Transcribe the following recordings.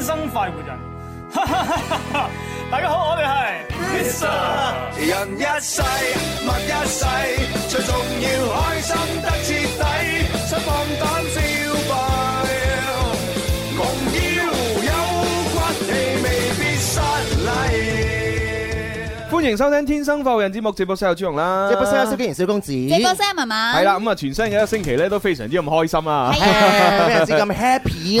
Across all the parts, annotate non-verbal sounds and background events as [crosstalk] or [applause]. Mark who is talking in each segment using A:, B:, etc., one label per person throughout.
A: 生快活人。 [laughs] 大家好，我哋係 Mr.
B: 人一世，物一世，最重要開心得徹底，想放膽消費，夢要有骨氣，未必失禮。
C: 歡迎收聽《天生浮人》節目，直播室有朱紅啦，
D: 直播室有小紀賢、小公子，
E: 直播室啊文文，
C: 係啦，，咁啊，全新嘅一星期咧都非常之咁開心啊！
E: 係
D: 唉，
E: 啊
D: 俾人知咁happy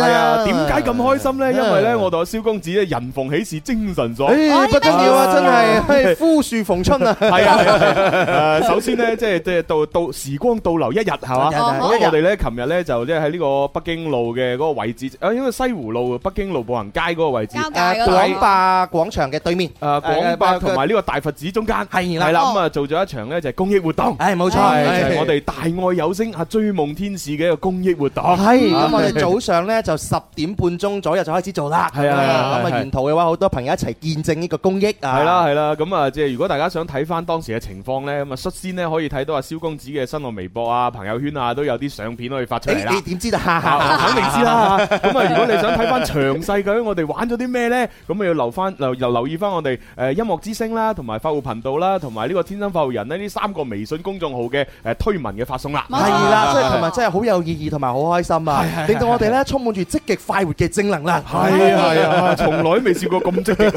C: 係
D: 啦
C: 啊，。點解咁開心咧？因為咧，
D: 嗯
C: 我同阿蕭公子咧人逢喜事精神爽。
D: 唉，不得了啊！真係唉枯樹逢春
C: [laughs]
D: 啊！
C: 係啊係啊係啊！誒，首先咧，即係即係到到時光倒流一日係嘛？
D: 一
E: 日
C: 咁
E: 一日
C: 我哋咧，琴日咧就即係喺呢個北京路嘅嗰個位置，啊，應該西湖路北京路步行街嗰個位置，
E: 交界
D: 誒，
E: 嗰度，
D: 廣百廣場嘅對面，
C: 誒廣百同埋呢個大佛寺中間，
D: 係啦
C: 係啦，咁啊做咗一場咧就係公益活動。
D: 唉，哎冇錯，
C: 係
D: 唉
C: 就係我哋大愛有聲啊追夢天使嘅一個公益活動。
D: 係咁，我哋早上咧就十點半鐘左右就開始做啦。
C: 係啊係啊
D: 咁咁
C: 係啊
D: 啊沿途嘅話，好多朋友一齊見證呢個公益
C: [laughs]
D: 啊。
C: 係啦，係啦，咁啊，即係如果大家想睇翻當時嘅情況呢，咁啊率先呢可以睇到阿蕭公子嘅新浪微博啊、朋友圈啊，都有啲相片可以發出嚟
D: 誒，
C: 啦
D: 你。點
C: [laughs]
D: 知道？哈哈
C: 啊
D: 哈
C: 肯定知啦。咁啊，如果你想睇翻詳細究竟我哋玩咗啲咩呢？咁啊要留翻留留留意翻我哋誒音樂之聲啦，同埋發佈頻道啦，同埋呢個天生發佈人呢，呢三個微信公眾號嘅誒推文嘅發送啦。
E: 冇錯
D: 係啦，所以琴日真係好有意義同埋好開心啊！令到我哋咧充滿住積極快活嘅正能量。
C: 係啊係啊，從來都未試過咁積極。
D: [laughs]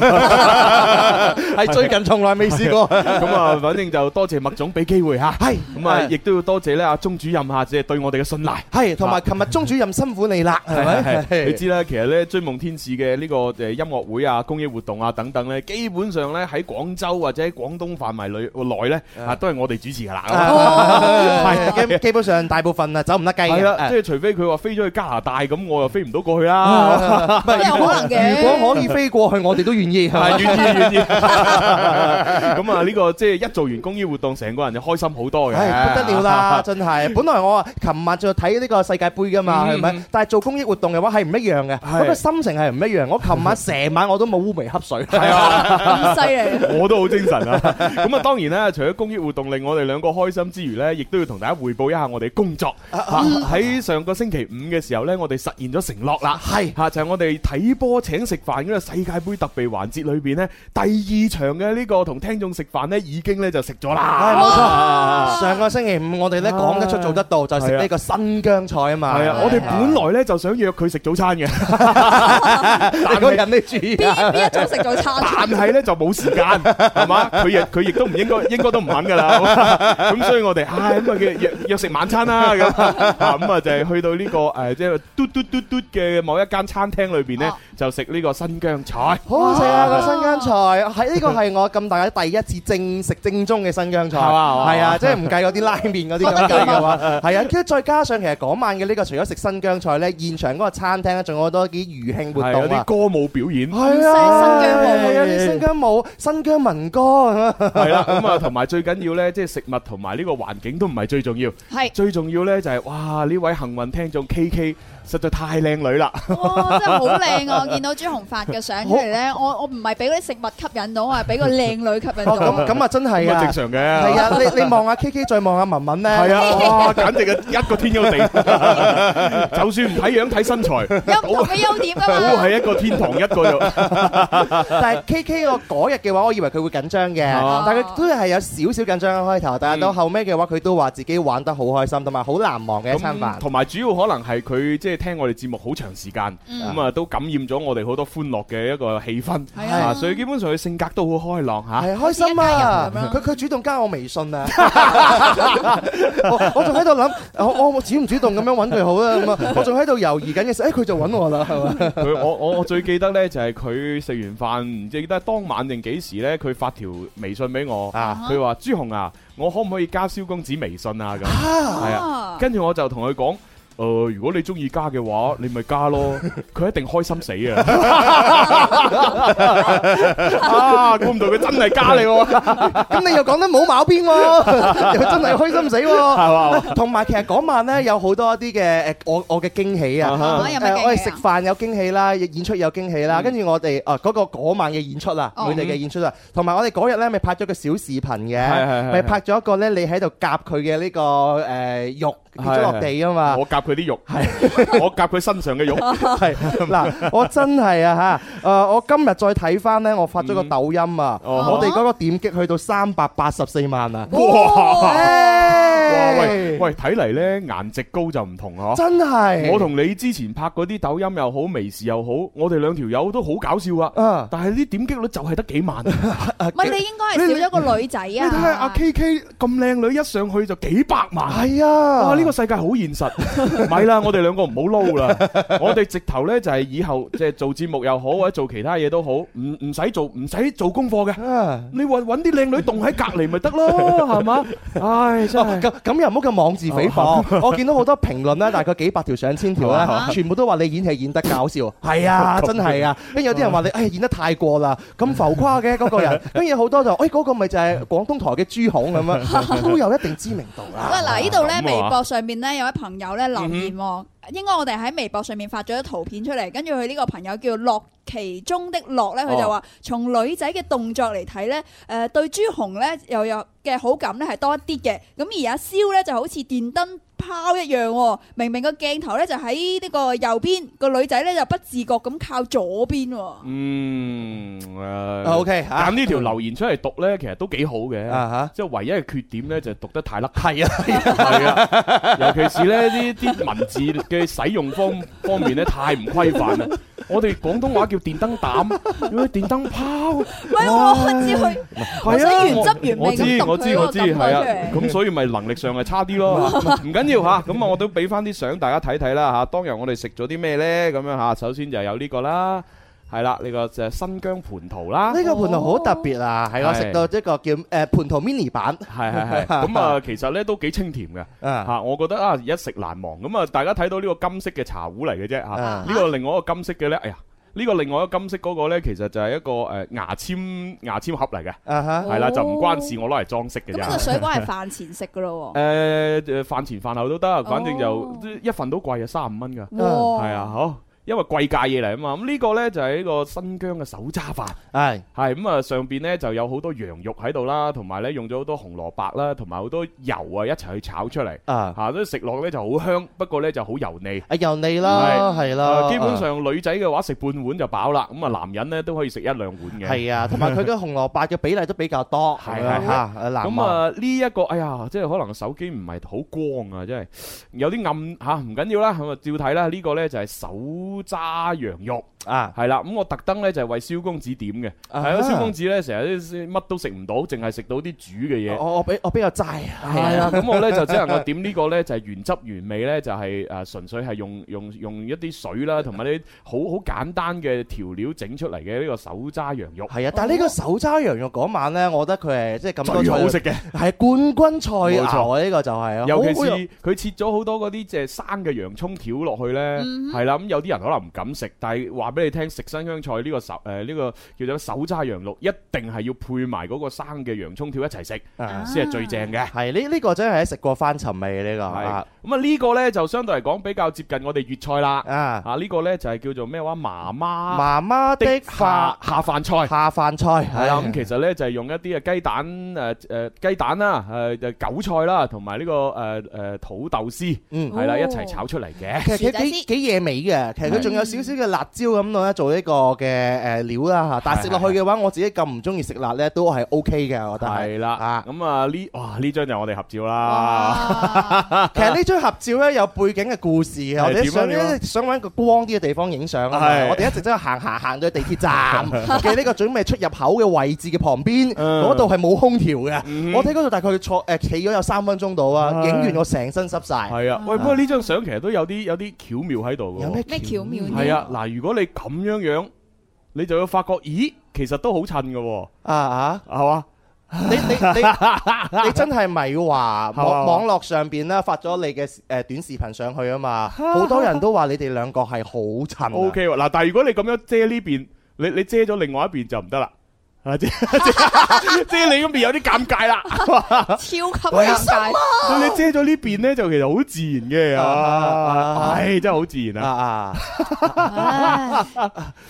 D: 係最近從來未試過。
C: 咁啊，反正就多謝麥總俾機會嚇。
D: 係
C: 咁啊，
D: 係
C: 亦都要多謝咧阿鐘主任嚇，即係對我哋嘅信賴。
D: 係，同埋琴日鐘主任辛苦你啦，係咪？
C: 係你知啦，其實咧追夢天使嘅呢個誒音樂會啊、公益活動啊等等咧，基本上咧喺廣州或者喺廣東範圍內內咧啊，都係我哋主持噶啦。
D: 啊哦基基本上大部分啊走唔甩雞
C: 係
D: 嘅。
C: 啦，
D: 啊
C: 即係除非佢話飛咗去加拿大，咁我又飛唔到過去啦。
D: 唔係
E: 有可能嘅
D: 如果可以飛過去，我哋都願意。係
C: 係
D: 咪
C: [laughs] 願意願意。咁啊，呢個即係一做完公益活動，成個人就開心好多嘅。
D: 唉，不得
C: [laughs]
D: 了啦，真係！本來我啊，琴晚就睇呢個世界盃噶嘛，係咪？但係做公益活動嘅話係唔一樣嘅，
C: 係
D: 咁嘅心情係唔一樣。我琴晚成晚我都冇烏眉瞌睡。係啊，
E: 咁犀利，
C: 我都好精神啊！ [laughs] 咁啊，當然啦，除咗公益活動令我哋兩個開心之餘呢，亦都要同大家匯報一下我哋工作。啊喺上個星期五嘅時候呢，我哋實現咗承諾啦。
D: 係
C: 嚇，就係我哋睇波請食飯嗰個世界盃特備環節裏邊呢，第二場嘅呢個同聽眾食飯呢已經呢就食咗
D: [laughs] 係啊
C: 啦。
D: 冇錯。上個星期五我哋咧講得出做得到，就食呢個新疆菜啊嘛。
C: 係啊，我哋本來呢就想約佢食早餐 [laughs] 嘅，
D: [laughs] 你個人你
C: [laughs]
D: 注意啊。
E: 邊邊一種食早餐
C: 但？係呢就冇時
D: [laughs]
C: 間，係嘛？佢亦佢亦都唔應該，應該都唔肯噶啦。 [laughs] 咁所以我哋唉咁啊嘅約約食晚餐啦咁
D: [laughs]
C: 啊咁啊就係去到呢個誒即係嘟嘟嘟嘟嘅某一間餐廳裏邊呢
D: 啊
E: 哦，
C: 就食呢個新疆菜。
D: 好好食啊個新疆菜，係呢個係我咁大嘅第一次正食正宗嘅新疆菜，
C: 係嘛係嘛
D: 係啊，即係唔計嗰啲拉麵嗰啲咁計
C: [laughs]
D: 嘅話，係啊，跟住再加上其實嗰晚嘅呢個除咗食新疆菜咧，現場嗰個餐廳咧仲有好多啲餘興活
C: 係有
D: 動
C: 啲
D: 啊，
C: 歌舞表
D: [laughs]
C: 演，
D: 係
E: 新疆舞
D: 有啲新疆舞、新疆民歌咁啊，
C: 係啦，咁啊，同埋最緊要呢，即係食物同埋呢個環境都唔係最重要，
E: 係，
C: [laughs] 最重要呢就係哇呢位幸運聽眾 K K 實在太靚女啦，
E: 哇，真係好靚啊！我見到朱紅發嘅相出嚟咧，我我唔係俾嗰啲食物吸引到，我係俾個靚女吸引
D: 哦
E: 到。
D: 咁咁啊真係
C: 咁啊
D: 啊
C: 正，常嘅，
D: 係啊，你你望下 K K 再望下文文咧，
C: 係
D: [laughs]
C: 啊，哇，簡直係一個天一個地，就算唔睇樣睇身
D: [laughs]
C: 材，
E: 有唔同嘅優點㗎
C: 都
E: 嘛，
C: 係一個天堂一個就。
D: [laughs] 但係 K K 個嗰日嘅話，我以為佢會緊張嘅，
C: 哦
D: 但係佢都係有少少緊張嘅開頭，但係到後尾嘅話，佢都話自己玩得好開心，同埋好難忘嘅一餐
C: 咁
D: 飯。
C: 同埋主要可能係佢即係聽我哋節目好長時間，
D: 嗯
C: 咁啊都感染咗我哋好多歡樂嘅一個氣氛，
E: 係啊
C: 啊所以基本上佢性格都好開朗嚇。
D: 係開心啊
E: 一家人咁！樣
D: 佢佢主動加我微信啊！ [laughs] 我我仲喺度諗，我我主唔主動咁樣揾佢好啊？咁啊，我仲喺度猶豫緊
C: [laughs]
D: 嘅時候，誒佢就揾我啦，係嘛？
C: 佢我我我最記得呢，就係佢食完飯唔記得當晚定幾時呢，佢發條微信俾我，
D: 啊
C: 佢話朱紅啊，我可唔可以加蕭公子微信啊咁？係啊
E: 啊，
C: 跟住我就同佢講。誒、如果你中意加嘅話，你咪加咯，佢一定開心死啊！啊，估唔到佢真係加你喎、
D: 咁你又講得冇矛邊喎， [laughs] 又真係開心死喎！
C: 係嘛？
D: 同埋其實嗰晚咧有好多一啲嘅誒，我我嘅驚喜啊！
C: 啊
E: 有咩
D: 誒我哋食
E: 驚喜啊？
D: 飯有驚喜啦，演出有驚喜啦，跟住我哋啊嗰個嗰晚嘅演出啊，
E: 哦
D: 佢哋嘅演出啊，同埋我哋嗰日咧咪拍咗個小視頻嘅，
C: 係係係
D: 呃咪拍咗一個咧你喺度夾佢嘅呢個誒肉跌咗落地啊嘛，
C: 我夾佢佢啲肉，我夾佢身上嘅肉。
D: 係嗱，我真係啊吓，誒，我今日再睇翻咧，我發咗個抖音啊，
C: 嗯哦
D: 我哋嗰個點擊去到三百八十四萬啊！
C: 哇！哇喂
D: 喂
C: 喂，睇嚟咧顏值高就唔同嗬。
D: 真係
C: 我同你之前拍嗰啲抖音又好，微視又好，我哋兩條友都好搞笑啊！
D: 啊，
C: 但係啲點擊率就係得幾萬。
E: 唔係你應該係少咗個女仔啊！
C: 你睇下阿 K K 咁靚女，一上去就幾百萬。
D: 係啊，
C: 哇！呢個世界好現實， [laughs] 咪啦，我哋兩個唔好撈
D: [laughs]
C: 啦，我哋直頭呢，就係以後即係做節目又好，或者做其他嘢都好，唔唔使做唔使做功課嘅，
D: [laughs] 啊。
C: 你揾揾啲靚女棟喺隔離咪得咯，係嘛？唉，真係。
D: 哦咁咁又唔好咁妄自菲薄。我見到哦好多評論啊咧，大概幾百條上千條啦，全部都話你演戲演得搞笑。係 [laughs] 啊，真係啊。跟住有啲人話你，哎演得太過啦，咁浮誇嘅嗰個 [laughs] 人。跟住好多就，哎嗰個咪就係廣東台嘅朱孔咁 [laughs] 樣，都有一定知名度
E: 喂，
D: 啦。
E: 嗱，呢度
C: 咁
E: 咧
C: 啊嗯
E: 微博上面咧有位朋友咧留言喎，應該我哋喺微博上面發咗啲圖片出嚟，跟住佢呢個朋友叫樂其中的樂咧，佢
C: 哦
E: 就話從女仔嘅動作嚟睇咧，誒對朱紅咧又有嘅好感咧係多一啲嘅，咁而阿蕭咧就好似電燈泡一樣喎，明明個鏡頭咧就喺呢個右邊，個女仔咧就不自覺咁靠左邊
C: [laughs]
E: 喎。
C: 嗯誒
D: 啊 OK 嚇
C: 揀呢條留言出嚟讀呢，其實都幾好嘅。
D: 啊
C: 即係唯一嘅缺點呢，就係讀得太甩，
D: 嚇，係啊，
C: 係啊，尤其是呢啲啲文字嘅使用方方面呢，太唔規範啦。我哋廣東話叫電燈膽，要電燈泡，
E: 喂，我知佢，
C: [laughs]
E: 我
C: 係
E: 想
C: 啊，
E: 原汁原
C: 我
E: 味咁
C: 知
E: 讀
C: 我
E: 佢
C: 知
E: 嗰
C: 我
E: 個
C: 知，
E: 感覺出
C: 係啊，
E: 嚟。
C: 咁所以咪能力上係差啲咯，
E: [laughs]
C: 唔緊要嚇，咁啊我都俾翻啲相大家睇睇啦嚇。當日我哋食咗啲咩呢？咁樣嚇，首先就有呢個啦，係啦，呢個就係新疆盤圖啦。
D: 呢個盤頭好特別啊，哦係我食到一個叫誒盤頭 mini 版
C: 係係係，咁啊，其實咧都幾清甜嘅
D: 啊。
C: 嚇，我覺得啊，一食難忘。咁啊，大家睇到呢個金色嘅茶壺嚟嘅啫嚇，
D: 啊
C: 呢個另外一個金色嘅咧，哎呀，呢個另外一個金色嗰個咧，其實就係一個誒牙籤牙籤盒嚟嘅，
D: 啊哈！
C: 係啦，就唔關事，我攞嚟裝飾嘅
E: 咁啊呢個
C: 啫。
E: 水果係飯前食噶咯
C: [laughs] 誒誒，飯前飯後都得，啊反正就一份都貴啊，三十五蚊㗎，
E: 喎。哇！
C: 係啊，好，因為貴價嘢嚟啊嘛。咁呢個咧就係呢個新疆嘅手揸飯。
D: 係
C: 係咁啊，上邊咧就有好多羊肉喺度啦，同埋咧用咗好多紅蘿蔔啦，同埋好多油啊一齊去炒出嚟，
D: 啊，
C: 嚇都食落咧就好香，不過咧就好油膩。
D: 啊油膩啦，係啦，
C: 啊基本上女仔嘅話食半碗就飽啦，咁啊男人咧都可以食一兩碗嘅。
D: 係啊，同埋佢嘅紅蘿蔔嘅比例都比較
C: [laughs]
D: 多，
C: 係
D: 咁樣
C: 係
D: 嚇誒難
C: 咁
D: 忘
C: 啊呢一個，哎呀，即係可能手機唔係好光啊，真係有啲暗嚇，唔緊要啦，咁啊照睇啦。呢個咧就係手揸羊肉，
D: 啊，
C: 係啦，咁我特登咧就係為蕭公子點嘅，係啊，蕭公子咧成日都乜都食唔到，淨係食到啲煮嘅嘢。
D: [laughs] 我我比我比較齋啊，
C: 係
D: [laughs]
C: 啊，咁我咧就只能夠點呢個咧，就係原汁原味咧，就係誒純粹係用用用一啲水啦，同埋啲好好簡單嘅調料整出嚟嘅呢個手揸羊肉，
D: 係啊，但係呢個手揸羊肉嗰晚咧，我覺得佢係即係咁多
C: 最好食
D: 菜，
C: 嘅。
D: 係冠軍菜
C: 冇錯
D: 肴啊！呢個就係啊，
C: 尤其
D: 好好有
C: 是佢切咗好多嗰啲即係生嘅洋葱條落去咧，
D: 嗯
C: 係啦，咁有啲人可能唔敢食，但係話俾你聽，食新香菜呢個手誒呢個叫做手揸羊肉，一定係要配埋嗰個生嘅洋葱條一齊食，
D: 啊
C: 先係最正嘅。
D: 係呢呢個真係食過翻尋味呢個
C: 係
D: 啊
C: 咁啊呢個咧就相對嚟講比較接近我哋粵菜啦。
D: 啊，
C: 啊！呢個呢就係叫做咩話？媽媽
D: 媽媽的
C: 的下
D: 飯
C: 下飯菜
D: 下飯菜
C: 係
D: 係
C: 啦。咁其實呢就係用一啲嘅雞蛋啊誒誒雞蛋啦誒誒韭菜啦，同埋呢個誒誒土豆絲
D: 嗯
C: 係啦
E: 哦
C: 一齊炒出嚟嘅。
D: 其實
E: 薯仔
D: 佢幾
E: 絲
D: 幾野味嘅，其實佢仲有少少嘅辣椒咁樣咧做呢個嘅誒呃料啦嚇，但係食落去嘅話，我自己咁唔中意食辣咧，都係 OK 嘅，我覺得係。
C: 係啦
D: 啊，
C: 咁啊呢哇呢張就係我哋合照啦。啊
E: 哇！
D: 其實呢張合照咧有背景嘅故事嘅，
C: 係
D: 我
C: 點
D: 哋
C: 啊
D: 想
C: 點啊
D: 咧想揾個光啲嘅地方影相啊嘛
C: 係
D: 我哋一直都係行行行到地鐵站
C: [laughs]
D: 嘅呢個準備出入口嘅位置嘅旁邊，
C: 嗯
D: 嗰度係冇空調嘅。
C: 嗯
D: 我睇嗰度大概坐誒企咗有三分鐘度啊，
C: 唉
D: 影完我成身濕晒。
C: 係啊，喂，不過呢張相其實都有啲有啲巧妙喺度嘅。
D: 有咩
E: 咩巧妙啲
C: 係啊，嗱，如果你咁樣樣，你就會發覺，咦，其實都好襯嘅喎，
D: 啊啊！
C: 係嘛？
D: 你你你你真係咪話
C: 係嘛
D: 網網絡上邊咧發咗你嘅誒短視頻上去啊嘛？好多人都話你哋兩個係好襯啊。
C: O K 喎，嗱，但係如果你咁樣遮呢邊，你你遮咗另外一邊就唔得啦。啊，即 [laughs] 即即你嗰邊有啲尷尬啦。
E: 超級尷尬。
C: 你遮咗呢邊咧，就其實好自然嘅
D: 哦啊啊
C: 啊，
D: 啊
C: 唉，真係好自
D: 啊
C: 然啊。
D: 啊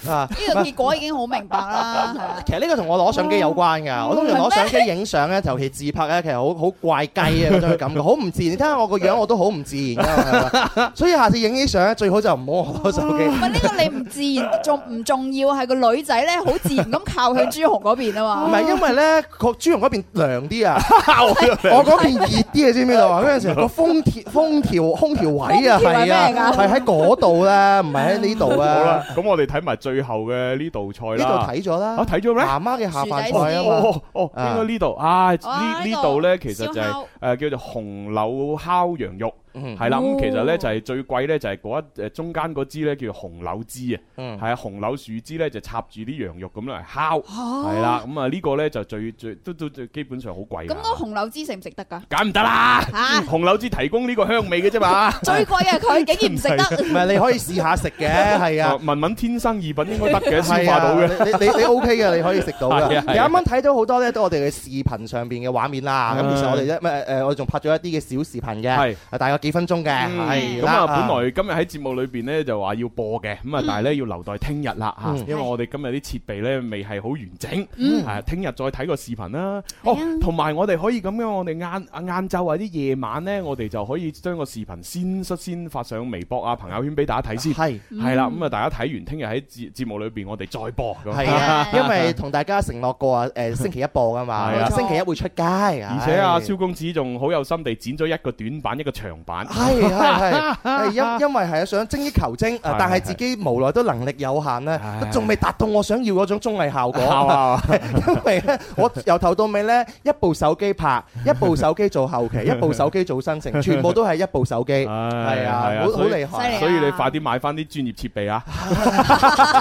E: 唉
D: 啊！
E: 呢個結果已經好明白啦，係啊。
D: 其實呢個同我攞相機有關㗎，我通常攞相機影相咧，尤其自拍咧，其實好好怪雞啊嗰種感覺，好唔自然。你睇下我個樣，我都好唔自然㗎係咪，所以下次影啲相咧，最好就唔好我攞手機
E: 唔。係呢個你唔自然重唔重要，係個女仔咧好自然咁靠向朱紅嗰邊啊
D: 唔
E: 嘛。
D: 係因為咧，個朱容嗰邊涼啲啊，
C: 哦 [laughs] 我
D: 我嗰邊熱啲啊，知唔知道
C: [laughs]
D: 啊？嗰陣時個風調風調空調位啊，
E: 空調係
D: 係
E: 咩
D: 啊，
E: 㗎
D: 係喺嗰度咧，唔係喺呢度
C: 好啦 [laughs]
D: 啊。，
C: 咁我哋睇埋最後嘅呢道菜
D: 呢
C: 啦。
D: 度睇咗啦
C: 啊，睇咗咩？
D: 媽媽嘅下飯菜啊嘛。
C: 哦哦，
D: 啊
C: 應該呢度啊，
E: 哇
C: 呢呢
E: 呢
C: 度
E: 度
C: 咧其實就
E: 燒
C: 係
E: 烤
C: 誒叫做紅柳烤羊肉，
D: 嗯
C: 係啦。
E: 哦
C: 咁其實咧就係最貴咧就係嗰一誒呃中間嗰支咧叫紅柳枝啊，
D: 嗯
C: 係啊紅柳樹枝咧就插住啲羊肉咁嚟烤，
E: 哦
C: 係啦。咁啊呢個咧就最最都都都基本上好貴㗎。
E: 咁嗰紅柳枝食唔食得㗎？
C: 梗唔得啦，
E: 嚇
C: 紅柳枝提供呢個香味嘅啫嘛。
E: 最貴嘅佢竟然唔
C: [laughs]
E: 食得。
D: 唔係你可以試下食嘅，係啊
C: 啊。文文天生異品應該得嘅，消
D: 係
C: 化到
D: 啊，
C: 嘅。
D: 你你你 OK 嘅，你可以食到嘅。
C: [laughs] 係啊係啊
D: 你啱啱睇到好多咧，都我哋嘅視頻上邊嘅畫面啦。咁其實我哋咧咩誒，我哋仲拍咗一啲嘅小視頻嘅
C: 嗯係，
D: 係大概幾分鐘嘅，嗯係
C: 咁
D: 啦
C: 啊，本來今日喺節目裏邊咧就話要播嘅，咁啊，但係咧要留待聽日啦嚇，
D: 嗯
C: 因為我哋今日啲設備咧未係好完整，
E: 嗯
C: 係聽日再睇個視頻啦。
E: 係
C: 哦
E: 啊，
C: 同埋我哋可以咁樣，我哋晏啊晏晝或者夜晚咧，我哋就可以將個視頻先率先發上微博啊、朋友圈俾大家睇先。
D: 係。嗯
C: 係啦，咁啊，大家睇完聽日喺節節目裏邊，我哋再播。咁
D: 係啊
C: [laughs]
E: 啊，
D: 因為同大家承諾過啊，誒星期一播噶嘛
C: 係啊，
D: 星期一會出街。而
C: 而且阿蕭公子仲好有心地剪咗一個短版一個長版。
D: 係
C: [laughs]
D: 係係，係因因為係想精益求精，啊
C: 係
D: 但係自己無奈都能力有限咧
C: 唉，
D: 都仲未達到我想要嗰種綜藝效
C: [laughs]
D: 果。
C: 效啊
D: [laughs] 因為咧，我由頭到尾咧，一部手機
C: [laughs]
D: 拍，一部手機做後期，一部手機做生成，全部都係一部手
C: [laughs]
D: 機，
C: 唉
D: 係
C: 係啊
D: 啊，好好
C: 所以
D: 厲
E: 犀利
D: 害，
C: 所以你快啲買翻啲專業設備啊！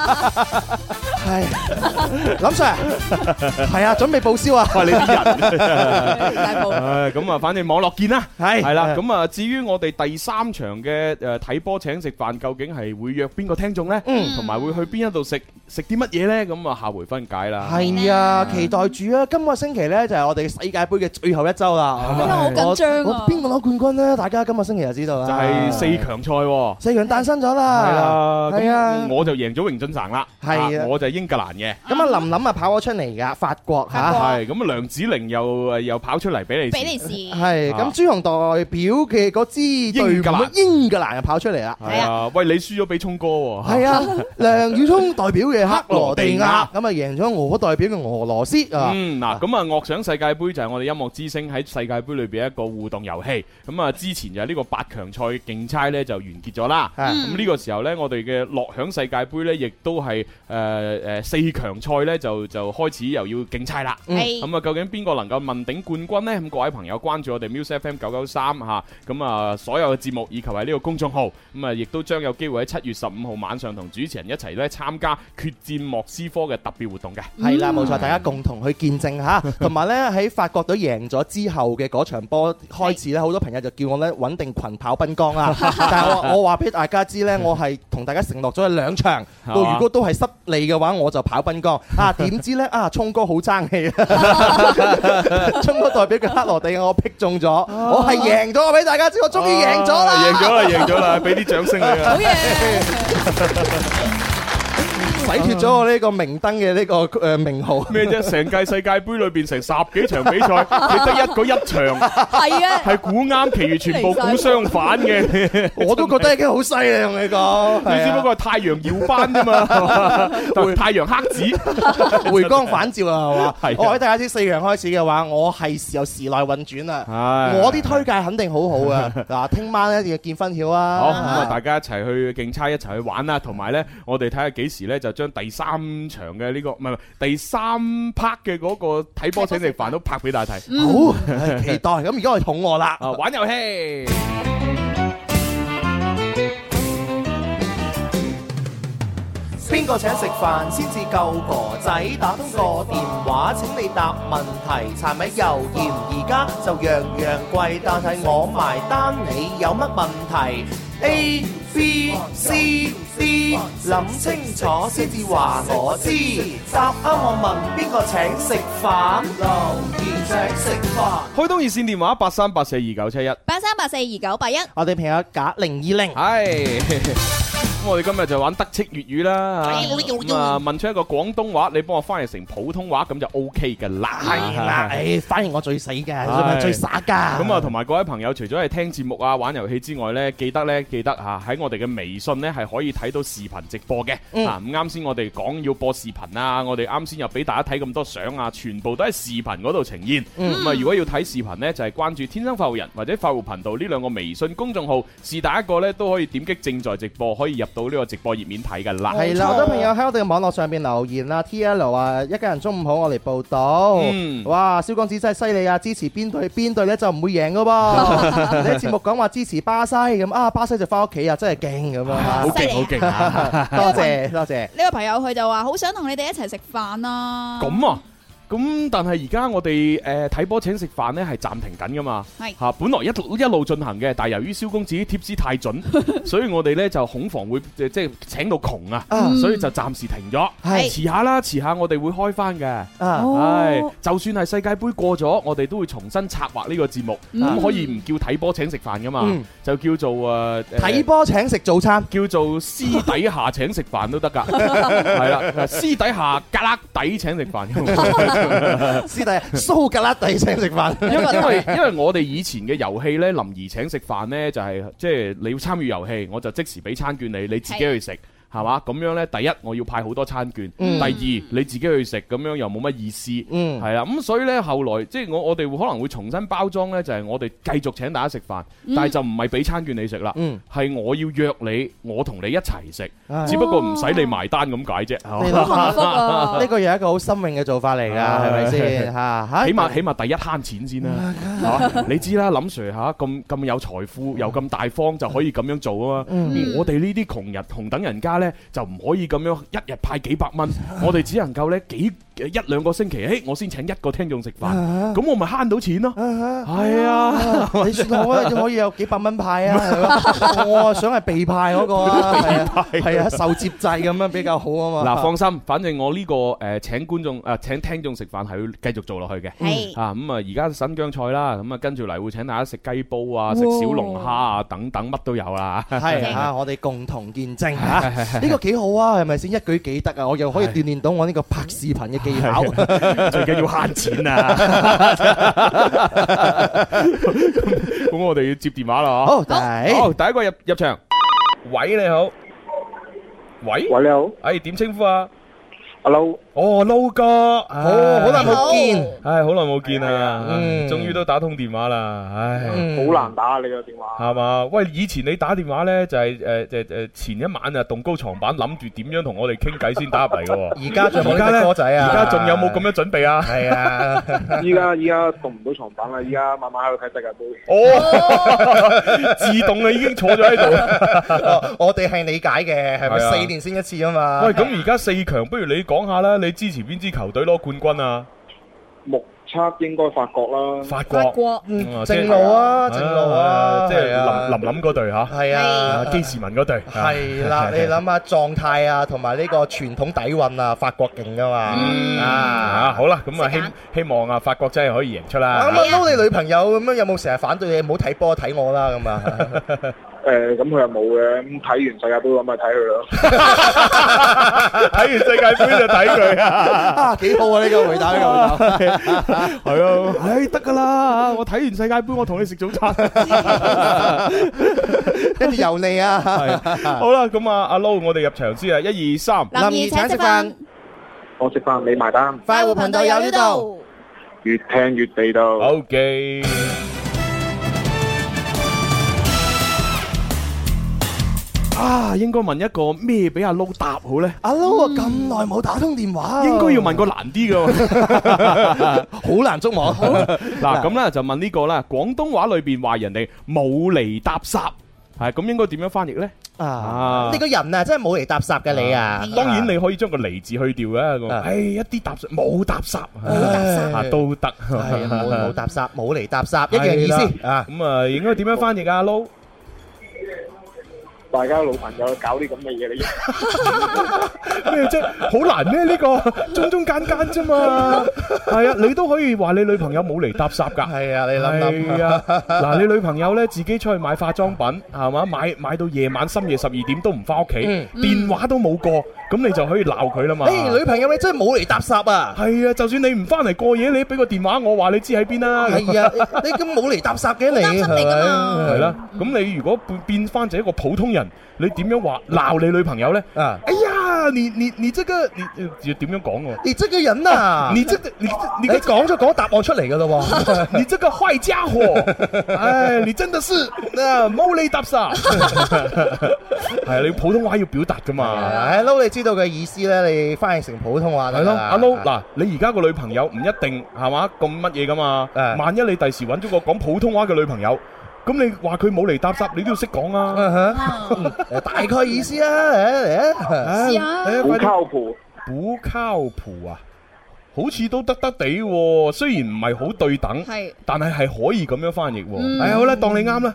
D: 係林 Sir，
C: [laughs]
D: 係啊，準備報銷啊，
C: 喂，你
D: [laughs]
C: 啲人。
E: 大部
C: 唉，咁啊，反正網絡見啦，
D: 係
C: 係啦。咁啊，至於我哋第三場嘅誒睇波請食飯，究竟係會約邊個聽眾呢？
D: 嗯
C: 同埋會去邊一度食食啲乜嘢呢？咁啊，下回分解啦。
D: 係啊，期待住啊！今個星期咧就係我哋世界盃嘅最後一周啦，
E: 因為好緊張
D: 我
E: 啊。
D: 邊個攞冠軍咧？大家今個星期就知道啦，
C: 就係四強賽喎。
D: 四強誕生咗啦，
C: 係啦，
D: 係啊
C: 咁。我就贏咗榮俊成啦。
D: 係啊
C: 我就係英格蘭嘅。
D: 咁啊，林林啊跑咗出嚟㗎，法國
E: 法
D: 嚇
E: 國。
C: 係咁啊，梁子玲又又跑出嚟俾你。
F: 比利時。
D: 係
C: 啊
D: 咁，朱紅代表嘅嗰支隊伍啊
C: 英格蘭
D: 英格蘭又跑出嚟啦。
C: 係啊，喂，你輸咗俾聰哥喎。
D: 係啊，梁宇聰代表嘅克羅地
C: 克羅地亞
D: 亞，咁啊贏咗我代表嘅俄羅斯啊。
C: 嗯，嗱，咁啊，樂賞世界盃就係我哋音樂之星喺世界盃裏邊一個互動遊戲。咁啊，之前就係呢個八強賽競猜呢就完結咗啦。
D: 啊
C: 咁呢個時候呢，我哋嘅樂享世界盃呢，亦都係誒誒四強賽呢，就就開始又要競猜啦。
G: 嗯
F: 係
C: 咁啊，究竟邊個能夠問鼎冠軍呢？咁各位朋友關注我哋 Music FM 九九三嚇，咁啊所有嘅節目以及係呢個公眾號，咁啊亦都將有機會喺七月十五號晚上同主持人一齊呢參加決戰莫斯科嘅特別活動嘅。
D: 係啦，冇錯，大家共同去見
C: [laughs]
D: 證嚇，同埋呢，喺法國隊贏咗之後嘅嗰場波開始呢，好多朋友就叫我呢穩定群跑濱
C: [laughs]
D: 江啦。但係我我話俾大家知呢，我係同大家承諾咗兩場，
C: 嘛
D: 到如果都係失利嘅話，我就跑濱
C: [laughs]
D: 江。啊，點知呢？啊，聰哥好爭氣 [laughs] 啊！聰哥代表嘅克羅地亞我劈中咗，我係贏咗，我俾大家知，我終於贏咗啦！
C: 哦啊贏咗啦，贏咗啦，俾啲掌聲你
D: [laughs]
C: 啊！
E: 好嘢，
D: 洗脱咗我呢個明燈嘅呢個誒名號。
C: 咩啫？成屆世界盃裏邊成十幾場比
D: [laughs]
C: 賽，你得一個一場
E: 係啊，
C: 係估啱，其餘全
D: [laughs]
C: 部估相反嘅。你
D: 我都覺得已經好犀利，同你講。係
C: 只
D: 啊
C: 不過係太陽耀斑
D: [laughs]
C: 啫嘛，但 [laughs] 太陽黑子。
D: 回光返照啦，
C: 係啊
D: 係嘛？我喺大家知四強開始嘅話，我係由時來運轉
C: [laughs]
D: 啦。
C: 唉
D: 我啲推介肯定好好
C: [laughs]
D: 啊！嗱，聽晚咧一定要見分曉啊！
C: 好咁啊！大家一齊去競猜，一齊去玩啦。同埋呢，我哋睇下幾時呢，就將第三場嘅呢個唔係唔係第三 part 嘅嗰個睇波請食飯都拍俾大家睇。
D: 好唉期待。咁而家我哋肚
C: [laughs]
D: 餓啦，
C: 啊，玩遊戲。
D: 邊個請食飯先至夠婆仔？打通個電話請你答問題，柴米油鹽而家就樣樣貴，但係我埋單，你有乜問題？A
F: B C D，諗清楚先至話我知。答啱我問邊個請食飯？留言請食飯。
C: 開通熱線電話八三八四二九七一，
E: 八三八四二九八一，
D: 我哋朋友假零二
C: 啊
D: 零，
C: 係。 [laughs] 咁我哋今日就玩德式粵語啦
D: 哎
C: 嚇咁啊問出一個廣東話，你幫我翻譯成普通話，咁就 O K 嘅啦。
D: 係啦，
C: [laughs]
D: 誒，反而我最死
C: 係
D: 嘅，最耍㗎。
C: 咁啊，同埋各位朋友，除咗係聽節目啊、玩遊戲之外呢，記得呢，記得嚇喺我哋嘅微信呢，係可以睇到視頻直播嘅。
D: 嗯
C: 啊，咁啱先我哋講要播視頻啊，我哋啱先又俾大家睇咁多相啊，全部都喺視頻嗰度呈現。咁啊，如果要睇視頻呢，就係關注天生快活人或者快活頻道呢兩個微信公眾號，是但一個呢，都可以點擊正在直播，可以入到呢個直播頁面睇㗎啦。
D: 係啦，好多朋友喺我哋嘅網絡上邊留言啦，T L 啊，一家人中午好，我嚟報道。
C: 嗯
D: 哇，蕭公子真係犀利啊！支持邊隊邊隊咧就唔會贏
C: [laughs]
D: 噶噃。你喺節目講話支持巴西咁啊，巴西就翻屋企啊，真係勁咁
C: 好
D: 啊！
E: 犀
C: 勁，
E: 利
C: 好勁 [laughs] 啊！
D: 多謝多謝。啊
E: 呢個朋友佢就話好想同你哋一齊食飯啊！
C: 咁啊，咁但係而家我哋誒睇波請食飯呢係暫停緊噶嘛，
E: 係
C: 嚇本來一路一路進行嘅，但係由於蕭公子貼資太準，
E: [laughs]
C: 所以我哋呢就恐防會即係請到窮啊，
D: 啊
E: 嗯
C: 所以就暫時停咗，
D: 係
C: 遲下啦，遲下我哋會開翻嘅。
D: 啊，
C: 唉
E: 哦，，
C: 就算係世界盃過咗，我哋都會重新策劃呢個節目，咁
E: 嗯
C: 可以唔叫睇波請食飯噶嘛
D: 嗯，
C: 就叫做誒
D: 睇波請食
C: [laughs]
D: 早餐。
C: 叫做私底下請食飯都得
E: [laughs]
C: 㗎，係啦，私底下格拉底請食飯。
D: 師弟啊蘇格拉底請
C: [laughs]
D: 食飯，
C: 因為因為因為我哋以前嘅遊戲呢，林怡請食飯呢，就係即係你要參與遊戲，我就即時俾餐券你，你自己去食。係嘛？咁樣呢，第一我要派好多餐券，
D: 嗯
C: 第二你自己去食，咁樣又冇乜意思，
D: 嗯
C: 係啦。咁所以呢，後來即係我我哋會可能會重新包裝呢，就係我哋繼續請大家食飯，但係就唔係俾餐券你食啦，
D: 嗯啊
C: 係我要約你，我同你一齊食，
D: 唉
C: 只不過唔使你埋單咁解啫，係嘛
D: 你
E: 好
D: 諗
E: 幸福
D: 下，
C: [laughs]
E: 啊！
D: 呢個又係一個好新穎嘅做法嚟㗎，
C: 啊
D: 係
C: [laughs]
D: 咪先嚇？嚇
C: 起碼起碼第一慳錢先啦，係嘛？你知啦，林 Sir 嚇咁咁有財富又咁大方就可以咁樣做啊嘛。我哋呢啲窮人窮等人家呢，就唔可以咁樣一日派幾百蚊，我哋只能夠呢幾一兩個星期，誒我先請一個聽眾食飯，咁我咪慳到錢咯。係啊，
D: 啊 [laughs] 你算我啊，可以有幾百蚊派啊！係嘛我啊想係 [laughs] 被派嗰個啊，係啊，係啊，受接濟咁樣比較好啊嘛。
C: 嗱放心，反正我呢個誒請觀眾誒請聽眾食飯係要繼續做落去嘅。
E: 係
C: 啊咁啊，而家新疆菜啦，咁啊跟住嚟會請大家食雞煲啊、食小龍蝦啊等等，乜都有啦。
D: 係啊，我哋共同見證嚇，呢個幾好啊，係咪先一舉幾得啊？我又可以鍛鍊到我呢個拍視頻嘅技巧。
C: 最緊要慳錢啊！ [laughs] 咁我哋要接電話啦，
D: [laughs]
C: 啊
D: 好，第
C: 好，第一個入入場，喂，你好，喂，
H: 喂，你好
C: 哎，點稱呼啊？
H: ，hello，
C: 哦，Low 哥，
D: 哦，好耐
C: 冇，
D: 冇見，
C: 唉，好耐冇見啊，
D: 嗯
C: 終於都打通電話啦，唉。
H: 好
D: 嗯
H: 難打啊！你個電話，
C: 係嘛？喂，以前你打電話呢，就係誒誒誒前一晚啊，動高床板諗住點樣同我哋傾偈先打入嚟嘅
D: [laughs]
F: 而
C: 喎。
F: 家仲有冇呢
C: 呢
F: 隻歌仔啊？
C: 而家仲有冇咁樣準備啊？
F: 係
D: [laughs]
F: 啊，
H: 依家依家動唔到床板啦，依家慢慢喺度睇世界盃。
C: 哦， [laughs] 自動啊，已經坐咗喺度。
F: 我我哋係理解嘅，係咪
C: 係啊
F: 四年先一次啊嘛？
C: 喂，咁而家四強，不如你講下啦，你支持邊支球隊攞冠軍啊？
H: 目測應該法國啦，
C: 法
E: 法
C: 國，
E: 國
C: 嗯
F: 嗯正路啊，正路啊，
C: 即
F: 係
C: 係
F: 啊
C: 林林林嗰隊嚇，
F: 係啊
C: 啊，基士文嗰隊，啊
F: 係
D: [laughs]
F: 啦，你諗下狀態啊，同埋呢個傳統底韻啊，法國勁噶嘛
C: [laughs] 啊，
F: 啊！
C: 好啦，咁啊
E: 食蛋
C: 希希望啊法國真係可以贏出 [laughs]
F: 啱
C: 啦。
F: 啱撈你女朋友咁樣，有冇成日反對你？唔好睇波睇我啦咁啊！
H: 誒咁佢又冇嘅，咁睇完世界盃咁咪睇佢咯。
C: 睇完世界盃就睇佢
F: [laughs]
C: 啊，
D: [laughs] 啊，幾好啊！呢個回答呢個回答。
C: 係啊，唉得噶啦，我睇完世界盃我同你食早餐。
D: 跟住由你啊，
C: [laughs] 好啦，咁啊阿 Low，我哋入場先啊，一二三，
E: 林怡請食飯，
H: 我食飯你埋單，
D: 快活頻道有呢度。
H: 越聽越地道。
C: 好嘅。啊，應該問一個咩俾阿 Low 答好呢？
D: 阿 Lo 啊，咁耐冇打通電話，
C: 應該要問個難啲 [laughs] 嘅。
D: 好難捉摸。
C: 嗱，咁咧就問呢個啦。廣東話裏邊話人哋冇厘搭霎，係咁應該點樣翻譯呢？
D: [laughs] 啊
C: 啊，
F: 你個人啊，真係冇嚟搭霎嘅你啊！
D: À.
C: 當然你可以將個厘字去掉嘅。咁
F: 啊
C: 唉，一啲搭霎冇搭霎，
D: À.
F: 唉
C: 啊都得。
F: 係冇
C: [laughs]
F: 冇搭霎，冇
C: Dạ,
D: À.
C: ờ,
F: 嚟搭霎，一樣意思啊！
C: à, 咁啊，應該點樣翻譯啊？Low
I: 大家老朋友搞啲咁嘅嘢，你
C: 咩啫？好難咩？呢個中中間間啫嘛，係啊，你都可以話你女朋友冇嚟搭霎㗎。
D: 係啊，你諗諗。
C: 係啊，嗱，你女朋友咧自己出去買化妝品，係嘛？買買到夜晚深夜十二點都唔翻屋企，
D: 嗯
C: 電話都冇過，咁你就可以鬧佢啦嘛。
D: 誒，女朋友你真係冇嚟搭霎啊！
C: 係啊，就算你唔翻嚟過夜，你俾個電話我話你知喺邊啦。
D: 係啊，你咁冇嚟搭霎嘅你，
G: 好擔心你㗎嘛
C: 係啦，咁你如果變變翻做一個普通人，你點樣話鬧你女朋友呢？
D: 係咪啊！
C: 哎呀，你你你這個你你要點樣講喎？
D: 你這個人啊，
C: 你這個你你
D: 你講咗講答案出嚟㗎咯喎，
C: [laughs] 你這個壞家 [laughs] 伙！唉，你真的是啊，冇你搭 [laughs] 沙。係啊，你普通話要表達噶 [laughs] 嘛？
D: 唉，Low 你知道嘅意思咧，你翻譯成普通話
C: 係
D: 得
C: 咯，
D: 㗎啦
C: 阿 Lo 嗱，你而家個女朋友唔一定係嘛咁乜嘢噶嘛？
D: 誒
C: 萬一你第時揾咗個講普通話嘅女朋友，咁你話佢冇嚟搭沙，你都要識講啊！
D: 嗯哼
G: 嗯
D: 誒大概意思啊，嚟嚟啊
C: 唉
G: 試下
C: 哎呀
I: 好
C: 快啲
I: 靠譜。
C: 不靠譜啊，好似都得得地喎，雖然唔係好對等，
G: 係
C: 但係係可以咁樣翻譯喎。
G: 嗯
C: 哎，好啦，當你啱啦。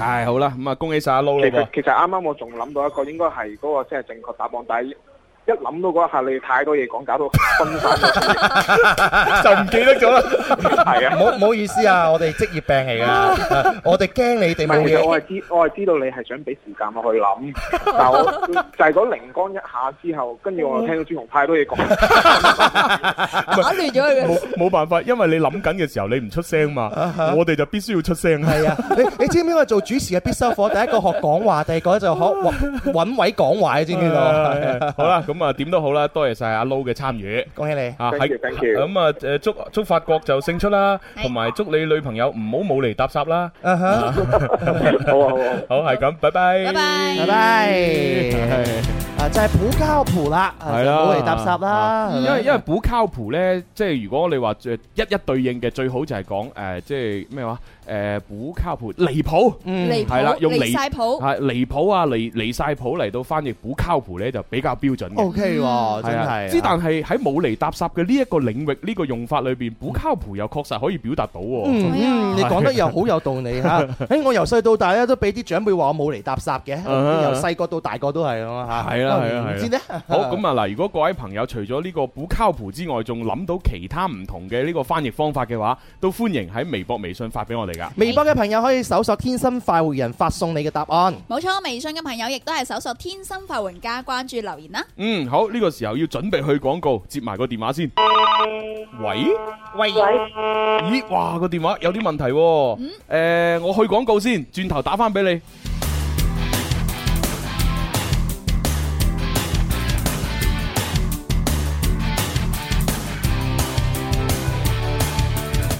C: 唉，好啦，咁啊，恭喜晒阿 Lou
I: 其
C: 啦
I: 實其實啱啱我仲諗到一個，應該係嗰個先係正確答案，但係一諗到嗰一下，你太多嘢講，搞到分散
C: 噃，
I: 咗。
C: [laughs] 就唔記得咗啦。
I: 係啊，
D: 唔好意思啊，我哋職業病嚟㗎，我哋驚你
C: 啊
D: 哋
I: 唔
D: 冇
I: 係其實
D: 嘢。
I: 我係知我係知道你係想俾時間我
C: [laughs]
I: 去諗，但我就係嗰靈光一下之後，跟住我
C: 嗯
I: 又聽到朱紅太多
C: [laughs]
I: 嘢講， [laughs]
E: 打亂咗佢嘅。
C: 冇冇辦法，因為你諗緊嘅時候你唔出聲嘛，我哋就必須要出聲。
D: 係啊，你你知唔知我做主持嘅必修課？第一個學講話，第二個就學揾位講話，你知唔知道？
C: [laughs] 好啦，咁啊點都好啦，多謝晒阿 Lou 嘅參與。
D: 恭喜你！
C: 啊，
I: Thank you,
C: 喺
I: thank you
C: 咁啊，誒祝祝法國就勝出啦，
G: 係
C: 同埋祝你女朋友唔好冇嚟搭霎啦。
D: 啊哈，
I: 好啊好啊。
C: 好，係咁，拜拜。
G: 拜拜
D: 拜拜。啊，就係普交普啦，啊
C: 係啦啊
D: 就冇嚟搭霎啦，係咪
C: 因為因為補靠譜咧，即係如果你話誒一一對應嘅，最好就係講誒，即係咩話誒補靠譜離譜，
D: 嗯
E: 離
C: 係啦
E: 譜，
C: 用
E: 離
C: 離
E: 晒譜，
C: 係離譜啊離離曬譜嚟到翻譯補靠譜咧就比較標準嘅。
D: OK 喎，真
C: 係啊，之
D: 係啊。
C: 但係喺冇嚟搭霎嘅呢一個領域呢個用法裏邊，補靠譜又確實可以表達到喎。
D: 嗯嗯，你講得又好有道理嚇。
C: [laughs]
D: 誒，我由細到大咧都俾啲長輩話我冇嚟搭霎嘅，
C: 啊
D: 由細個到大個都係咁啊嚇。
C: 係啦係啦
D: 啊唔
C: 係啦
D: 知咧。 [laughs]
C: 好咁啊嗱，如果各位朋友除咗呢個補靠譜之外，仲諗到其他唔同嘅呢個翻譯方法嘅話，都歡迎喺微博、微信發俾我哋噶。
D: 微博嘅朋友可以搜索「天生快活人」，發送你嘅答案。
E: 冇錯。微信嘅朋友亦都係搜索天生快活人加關注留言啦。
C: 嗯，好，呢、個時候要準備去廣告，接埋個電話先。喂，
D: 喂，
C: 咦，哇，個電話有啲問題喎、誒我去廣告先，轉頭打翻俾你。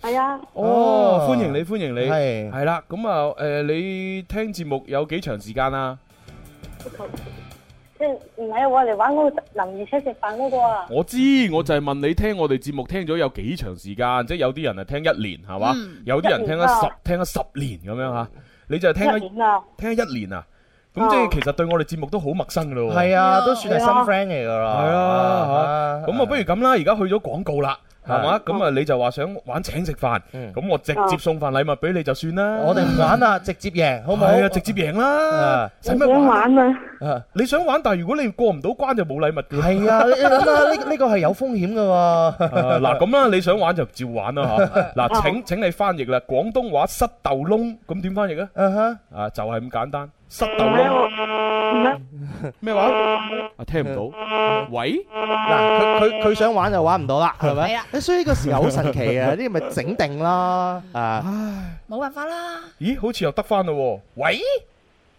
J: 係啊，
C: 哦
D: 哦，
C: 歡迎你，歡迎你，
D: 係
C: 係啦，咁啊，誒，你聽節目有幾長時間啊？
J: 即係唔係啊我嚟玩嗰個林二車食飯嗰個啊，
C: 我知，我就係問你聽我哋節目聽咗有幾長時間，即係有啲人係啊聽一年係嘛，
E: 嗯
C: 有啲人聽
J: 一年
C: 咗
J: 啊
C: 十聽咗十年咁樣嚇，你就係聽
J: 一
C: 咗
J: 年啊，
C: 聽咗一年啊，咁即係其實對我哋節目都好陌生噶咯喎。
D: 係啊，都算係新
J: 係啊
D: friend 嚟噶啦。
C: 哦係啊，
D: 啊
C: 咁啊，不如咁啦，而家去咗廣告啦，係嘛？
D: 啊
C: 咁啊，你就話想玩請食飯，
D: 嗯
C: 咁我直接送份禮物俾你就算啦。
D: 我哋唔玩啦，直接贏好唔好？
C: 係啊，直接贏啦
D: 啊，
C: 使
J: 我
C: 乜
J: 想
C: 玩？
J: 玩啊，
D: 啊。
C: 你想玩，但係如果你過唔到關就冇禮物嘅。
D: 係啊，你你諗下呢呢個係有風險噶 [laughs]
C: [laughs]
D: 喎。
C: 啊嗱咁啦，你想玩就照玩
D: [laughs]
C: 啦吓。嗱，請請你翻譯啦，廣東話塞豆窿咁點翻譯啊？
D: 啊哈，
C: 啊，就係咁簡單，塞豆
J: 唔係
C: 窿
J: 我唔係
C: 咩話？啊，聽唔到。喂，
D: 嗱，佢佢佢想玩就玩唔到 [laughs] 啦，係
E: 係
D: 咪
E: 啦？
D: 誒所以呢個時候好神奇 [laughs] 啊！呢啲咪整定啦，啊，
E: 冇辦法啦。
C: 咦，好似又得翻啦喎。喂，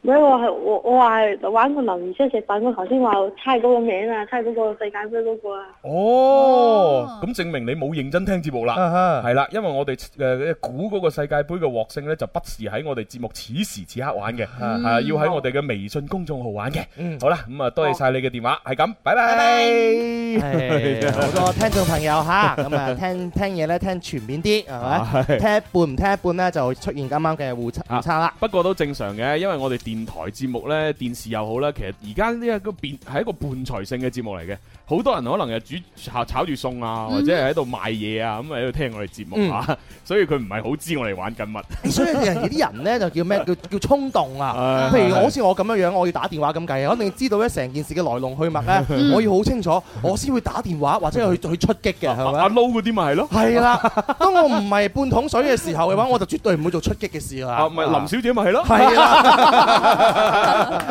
K: 因為我係我我話係玩過林二車食飯，我頭先話猜嗰個名啊，猜嗰個世界盃嗰個啊，
C: 哦，咁證明你冇認真聽節目啦。
D: 啊哈
C: 係啦，因為我哋呃誒估嗰個世界盃嘅獲勝呢，就不時喺我哋節目此時此刻玩嘅，啊要喺我哋嘅微信公眾號玩嘅。
D: 嗯
C: 好啦，咁啊多謝晒你嘅電話，係咁，拜
E: 拜
C: 拜。
D: 係好多聽眾朋友 [laughs] 吓，咁啊聽聽嘢咧聽全面啲，啊係咪？聽一半唔聽一半咧，就出現啱啱嘅互差
C: 啊
D: 誤差啦。
C: 不過都正常嘅，因為我哋電台節目呢，電視又好啦，其實而家呢一個變係一個伴隨性嘅節目嚟嘅，好多人可能係煮炒炒住餸啊，
D: 嗯
C: 或者係喺度賣嘢啊，咁啊喺度聽我哋節目啊， [laughs] 所以佢唔係好知我哋玩緊乜。
D: 所以有人有啲人咧就叫咩？叫叫衝動啊！
C: 唉
D: 譬如我好似我咁樣樣，我要打電話咁計，我一定知道咧成件事嘅來龍去脈 [laughs] 咧，我要好清楚，我先會打電話或者去去出擊嘅，係
C: 阿阿
D: 咪？
C: 撈嗰啲咪係咯。
D: 係啦，當我唔係半桶水嘅時候嘅話，我就絕對哦唔會做出擊嘅事啦。
C: 啊，咪林小姐咪係咯。
D: 係 [laughs] 啦，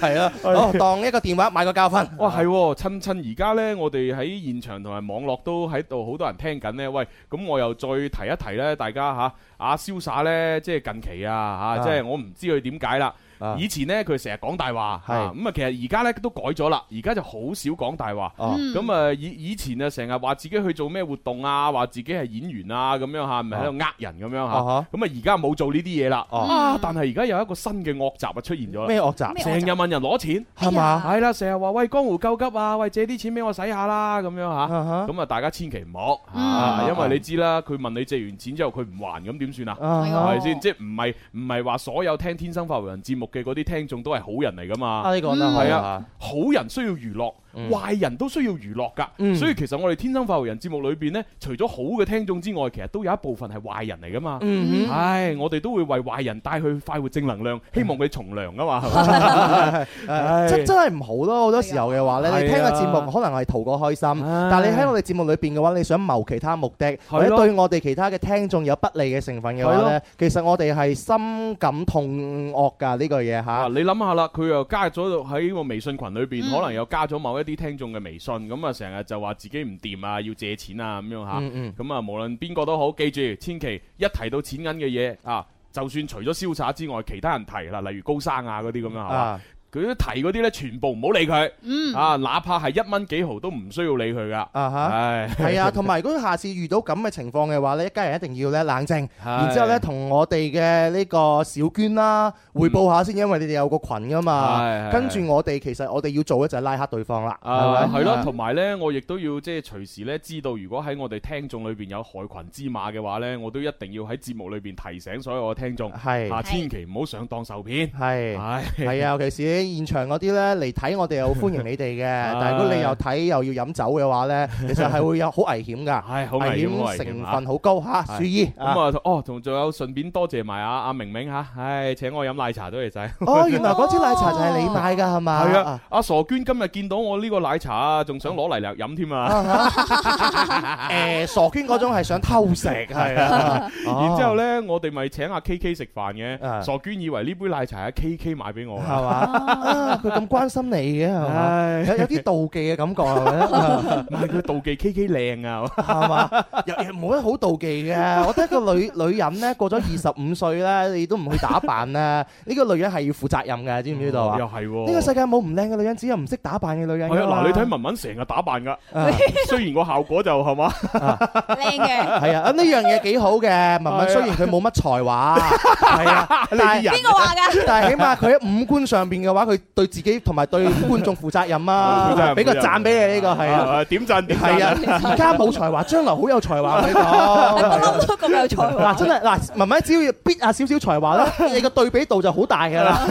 D: 係啦，哦，當一個電話買個教訓。
C: 哇，係喎，趁趁而家呢，我哋喺現場同埋網絡都喺度，好多人聽緊呢。喂，咁我又再提一提呢，大家吓阿瀟灑呢，即係近期啊吓，即係我唔知佢點解啦。
D: 啊
C: 以前呢，佢成日講大話，
D: 係
C: 啊咁啊，其實而家呢，都改咗啦，而家就好少講大話。
E: 嗯
D: 哦
C: 咁啊，以以前啊，成日話自己去做咩活動啊，話自己係演員啊，咁樣吓，咪喺度呃人咁樣吓。咁
D: 啊
C: 啊，而家冇做呢啲嘢啦。
D: 哦
C: 啊，但係而家有一個新嘅惡習啊出現咗啦，
D: 咩啊樂集
E: 咩
C: 成日問人攞錢。
D: 係嘛？
C: 系啦，成日話喂江湖救急啊，喂借啲錢俾我使下啦，咁樣吓，
D: 啊
C: 咁啊大家千祈唔好
E: 嗯
C: 啊，因為你知啦，佢問你借完錢之後佢唔還，咁點算啊？
D: 啊！
C: 係咪先？即系唔係唔系话所有聽《天生發福人》節目嘅嗰啲聽眾都係好人嚟噶嘛？
D: 呢個咧
C: 係
D: 係
C: 啊
D: 啊，
C: 好人需要娛樂，
D: 嗯
C: 壞人都需要娛樂㗎。
D: 嗯
C: 所以其實我哋《天生發福人》節目裏边呢，除咗好嘅聽眾之外，其實都有一部分係壞人嚟噶嘛。
D: 嗯
C: 唉，我哋都會為壞人帶去快活正能量，希望佢從良啊嘛。係咪
D: 哼，
C: 唉
D: 真真係唔好咯。好多時候嘅
C: 係啊
D: 話咧，你聽個節目可能係圖個開心，
C: 唉
D: 但係你喺我哋節目裏邊嘅話，你想謀其他目的，或者
C: 咯
D: 對我哋其他嘅聽眾有不利嘅成分嘅
C: 係
D: 話
C: 咯
D: 咧，其實我哋係深感痛惡㗎呢句嘢
C: 啊！
D: 嚇。
C: 你諗下啦，佢又加咗喺個微信群裏邊，
E: 嗯
C: 可能又加咗某一啲聽眾嘅微信，咁啊成日就話自己唔掂啊，要借錢啊咁樣吓。
D: 嗯嗯
C: 咁啊，無論邊個都好，記住千祈一提到錢銀嘅嘢啊，就算除咗瀟灑之外，其他人提啦，例如高生啊嗰啲咁樣係嘛，
D: 啊，
C: 佢都提嗰啲呢，全部唔好理佢
E: 嗯，
C: 啊，哪怕係一蚊幾毫都唔需要理佢噶。
D: 啊哈
C: 唉，
D: 係啊，
C: [laughs]
D: 同埋如果下次遇到咁嘅情況嘅話咧，一家人一定要咧冷靜。然之後咧，啊同我哋嘅呢個小娟啦，
C: 嗯
D: 匯報下先，因為你哋有個群噶
C: 係
D: 嘛。
C: 係
D: 跟住我哋其實我哋要做嘅就係拉黑對方啦，
C: 啊，
D: 係咪？
C: 係咯，同埋呢，我亦都要即係隨時呢知道，如果喺我哋聽眾裏邊有害群之馬嘅話呢，我都一定要喺節目裏邊提醒所有嘅聽眾，啊，
D: 係
C: 千祈唔好上當受騙。
D: 係。
C: 唉，
D: 係啊，尤其是現場嗰啲呢，嚟睇我哋又歡迎你
C: [laughs]
D: 哋嘅，
C: 啊
D: 但係如果你又睇又要飲酒嘅話呢，其實係會有好危險㗎，
C: 唉，好危險，好危
D: 險
C: 險
D: 成
C: 啊
D: 分好高嚇，
C: 係
D: 注意
C: 咁
D: 啊！
C: 啊，哦，同仲有順便多謝埋阿阿明明嚇，唉，請我飲奶茶都嚟晒。
D: 哦，原來嗰支奶茶就係你買㗎係嘛？
C: 係啊，阿傻娟今日見到我呢個奶茶啊，仲想攞嚟嚟飲添啊！
D: 啊，誒傻娟嗰種係想偷食係啊，
C: [laughs] 然之後呢，我哋咪請阿 K K 食飯嘅，
D: 啊
C: 傻娟以為呢杯奶茶係 K K 買俾我㗎。
D: 哦係嘛？啊，佢咁關心你嘅係嘛？
C: 唉，
D: 有有啲妒忌嘅感覺係咪？啊
C: 唔係佢妒忌 K K 靚啊！
D: 係嘛？又又冇乜好妒忌
C: [laughs]
D: 嘅。我覺得個女女人咧過咗二十五歲咧，你都唔去打扮
C: [laughs]
D: 咧，呢個女人係要負責任嘅，知唔知道啊？
C: 又係喎。
D: 呢個世界冇唔靚嘅女人，只有唔識打扮嘅女人㗎
C: 係啊，
D: 嘛。
C: 嗱，你睇文文成日打扮
D: [laughs]
C: 噶，
D: 啊
C: 雖然個效果就係嘛，
E: 靚嘅，
C: [laughs]
D: 係啊，呢樣嘢幾好嘅。文
C: 係啊
D: 文雖然佢冇乜
C: [laughs]
D: 才華，係啊， [laughs] 但係
E: 邊個話㗎？
D: 但係起碼佢喺五官上邊嘅話，佢對自己同埋對觀眾負責任
C: 哦負責任
D: 啊，俾個
C: 負責任
D: 讚俾你呢個係啊。
C: [laughs] 啊點讚點讚
D: 係啊，而家冇才華，將來好有才華，我
E: 你不
D: 講。
E: 嬲都咁有才華
D: 嗱，真係嗱，文文只要逼下少少才
C: [laughs]
D: 華咧，你個對比度就好大㗎啦。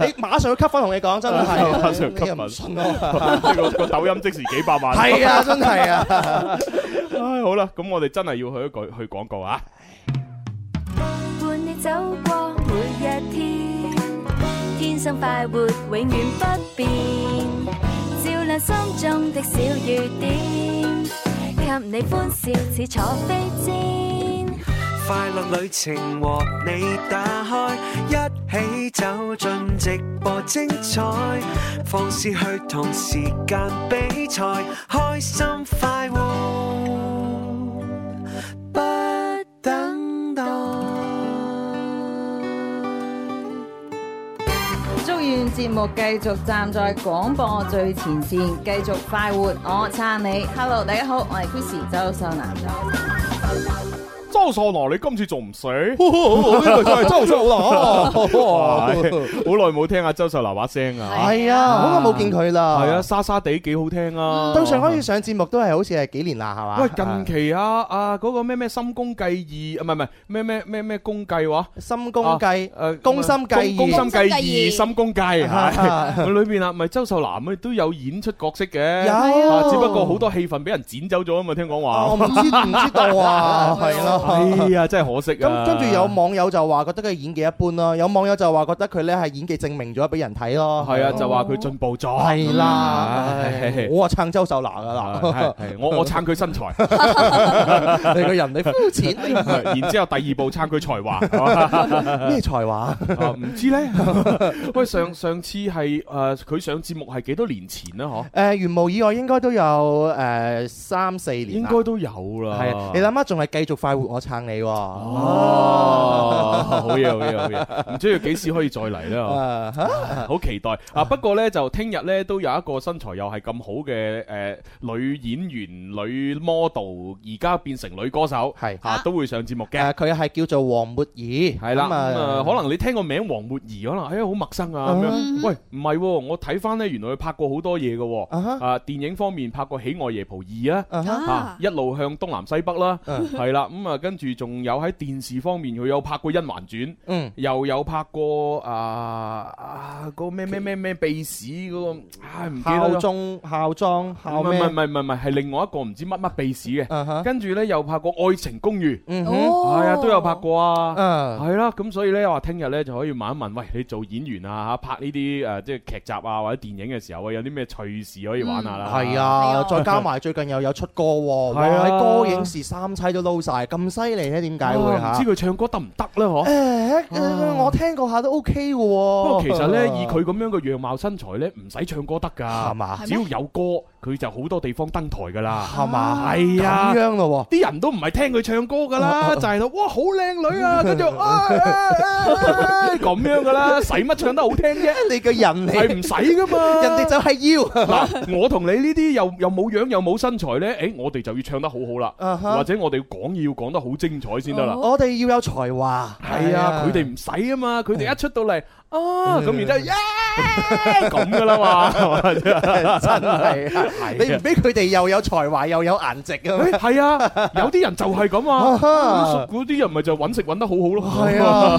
D: 你馬上去吸粉，同你講真係，
C: [laughs] 馬上去
D: 你
C: 吸
D: 又
C: 粉
D: 唔信我？
C: 呢 [laughs] 個個抖音即時幾百萬。
D: 啊係啊，真係啊。
C: [laughs] 唉，好啦，咁我哋真係要去一句去廣告啊！
G: 伴你走過每一天，天生快活，永遠不變。照亮心中的小雨點，給你歡笑似坐飛氈。
F: 快樂旅程和你打開，一起走進直播精彩，放肆去同時間比賽，開心快活，不等待。
E: Chúc mọi người có một ngày tốt đẹp, hạnh phúc và hạnh phúc. Chúc mọi người có một ngày tốt đẹp, hạnh phúc và hạnh phúc. Chúc mọi người có một ngày tốt đẹp, hạnh phúc và hạnh phúc. Chúc mọi người có một ngày tốt đẹp, hạnh phúc và hạnh phúc. Chúc mọi người có một ngày tốt đẹp, hạnh phúc và hạnh phúc. Chúc mọi người có một ngày tốt đẹp, hạnh phúc và hạnh phúc. Chúc mọi người có một ngày tốt đẹp, hạnh phúc và hạnh phúc. Chúc mọi người có một ngày tốt đẹp, hạnh phúc và hạnh phúc. Chúc mọi người có một ngày tốt đẹp, hạnh phúc và hạnh phúc. Chúc mọi người có một ngày tốt đẹp, hạnh phúc và hạnh phúc. Chúc mọi người có một ngày tốt đẹp, hạnh phúc và hạnh phúc. Chúc mọi người có một ngày tốt đẹp, hạnh phúc và hạnh phúc. Chúc mọi người có một ngày tốt đẹp, hạnh phúc và hạnh phúc. Chúc mọi người có một ngày tốt đẹp, hạnh phúc và hạnh phúc. Chúc mọi người có một ngày tốt đẹp, hạnh phúc và hạnh phúc. Chúc mọi người có một ngày tốt đẹp, hạnh phúc và hạnh phúc. Chúc mọi người có một ngày tốt đẹp, hạnh phúc và hạnh phúc. Chúc mọi người có một ngày tốt đẹp, hạnh phúc và hạnh phúc.
L: 節目繼續站在廣播最前線，繼續快活，我撐你。Hello，大家好，我係 Kusi 周秀娜。
C: 周秀娜，你今次仲唔
D: [laughs]
C: 死？
D: 哦呢個真係周秀娜
C: 哇好耐冇聽阿周秀娜把聲啊！
D: 係啊，好耐冇見佢啦。
C: 係啊，，沙沙地幾好聽啊！
D: 對上可以上節目都係好似係幾年啦，係嘛？
C: 喂，近期啊啊嗰個咩咩心公計二，唔係唔係咩咩咩咩公計話。
D: 心公計
C: 啊誒
D: 宮心計二
C: 宮宮心計二，
E: 宮心計二
C: 心公計
D: 啊
C: 係咁裏邊啊，咪周秀娜咪都有演出角色嘅，
D: 有
C: 啊只不過好多戲份俾人剪走咗啊嘛，聽講
D: 啊我
C: 話。
D: 唔知唔知
C: [laughs]
D: 道啊，係
C: 哎
D: 咯。
C: 呀，真係可惜啊！
D: 咁跟住有網友就話覺得佢演技一般咯，有網友就話覺得佢咧係演技證明咗俾人睇咯。
C: 係啊，就話佢進步咗。
D: 係啦，
C: 唉
D: 唉我啊撐周秀娜噶
C: 啊
D: 啦
C: 係，係我我撐佢身材，
D: 你個人你膚 [laughs] 淺，
C: 然之後第二步撐佢才華。
D: [laughs] 咩才華？
C: 啊唔知咧， [laughs] 喂上上次係誒佢上節目係幾多年前啦？嗬，
D: 誒，原無意外應該都有誒三四年
C: 應
D: 啦。
C: 該都有哦啦。
D: 係啊，你諗下仲係繼續快活我撐你喎。
C: 哦，好嘢好嘢好嘢，唔知佢幾時可以再嚟啦？
D: [laughs] 啊嚇
C: 好期待啊！不過呢，就聽日呢都有一個身材又係咁好嘅誒、呃女演員、女 model，而家變成女歌手，
D: 係
C: 啊都會上節目嘅。
D: 誒，佢係叫做黃沫兒，
C: 係啦，
D: 咁
C: 咁
D: 啊
C: 啊，可能你聽個名黃沫兒，可能哎呀好陌生啊咁樣。喂，唔係喎，我睇翻呢，原來佢拍過好多嘢嘅
D: 啊
C: 喎。
D: 哈
C: 啊，電影方面拍過《喜愛夜蒲二》啊。
D: 啊哈
C: 啊
E: 啊！
C: 一路向東南西北啦，
D: 嗯
C: 係啦，咁啊，跟住仲有喺電視方面，佢有拍過《甄嬛傳》，
D: 嗯
C: 又有拍過啊啊嗰個咩咩咩咩鼻屎嗰個，唉唔記得
D: 孝
C: 咗，嗯
D: 忠孝莊孝
C: 唔係
D: 咩？
C: 唔係哦唔係唔係，係另外一個唔知乜乜鼻屎嘅，
D: 啊哈
C: 跟住呢，又拍過《愛情公寓》，
D: 嗯哼，
E: 哦
C: 係啊，都有拍過啊。
D: 啊
C: 係啦，咁所以呢，話聽日呢就可以問一問，喂，你做演員啊，拍呢啲誒即係劇集啊或者電影嘅時候啊，有啲咩趣事可以玩下啦？
D: 係
E: 係
D: 啊，
E: 啊
D: 再加埋最近又有出歌喎，
C: 係啊
D: 哇歌影視三妻都撈晒，咁犀利咧？點解會
C: 啊
D: 嚇
C: 唔知？佢唱歌得唔得呢？嗬？
D: 誒誒我聽過下都 OK 嘅喎。
C: 哦不過其實咧，以佢咁樣嘅樣貌身材咧，唔使唱歌得
D: 哦 [laughs] 係
C: 㗎，
D: 嘛
C: 只要有歌，佢就好多地方登台㗎啦。
D: 係嘛
C: 係啊
D: 咁樣咯
C: 啲人都唔係聽佢唱歌㗎啦，就係度哇好靚女啊，跟住啊啊啊啊咁樣㗎啦，使乜唱得好聽啫？
D: 喎，你個人嚟，
C: 係唔使㗎嘛？
D: 人哋就
C: [laughs]
D: 係要
C: 嗱，我同你呢啲又又冇樣又冇身材咧，誒，我哋就要唱得好好
D: 啊
C: 啦，
D: 哈
C: 或者我哋要講要講得好精彩先得啦。
D: 我哋要有才華。
C: 係啊，佢哋唔使啊嘛，佢哋一出到嚟啊，咁然之後耶咁㗎啦嘛係嘛，真係
D: [laughs] 真係啊，
C: [laughs] 係
D: 你唔俾佢哋又有才華又有顏值
C: [laughs]
D: 啊？ [laughs]
C: 係啊，有啲人就係咁
D: 啊
C: 啊，
D: 哈
C: 嗰啲人咪就揾食揾得好好咯。
D: 係，啊，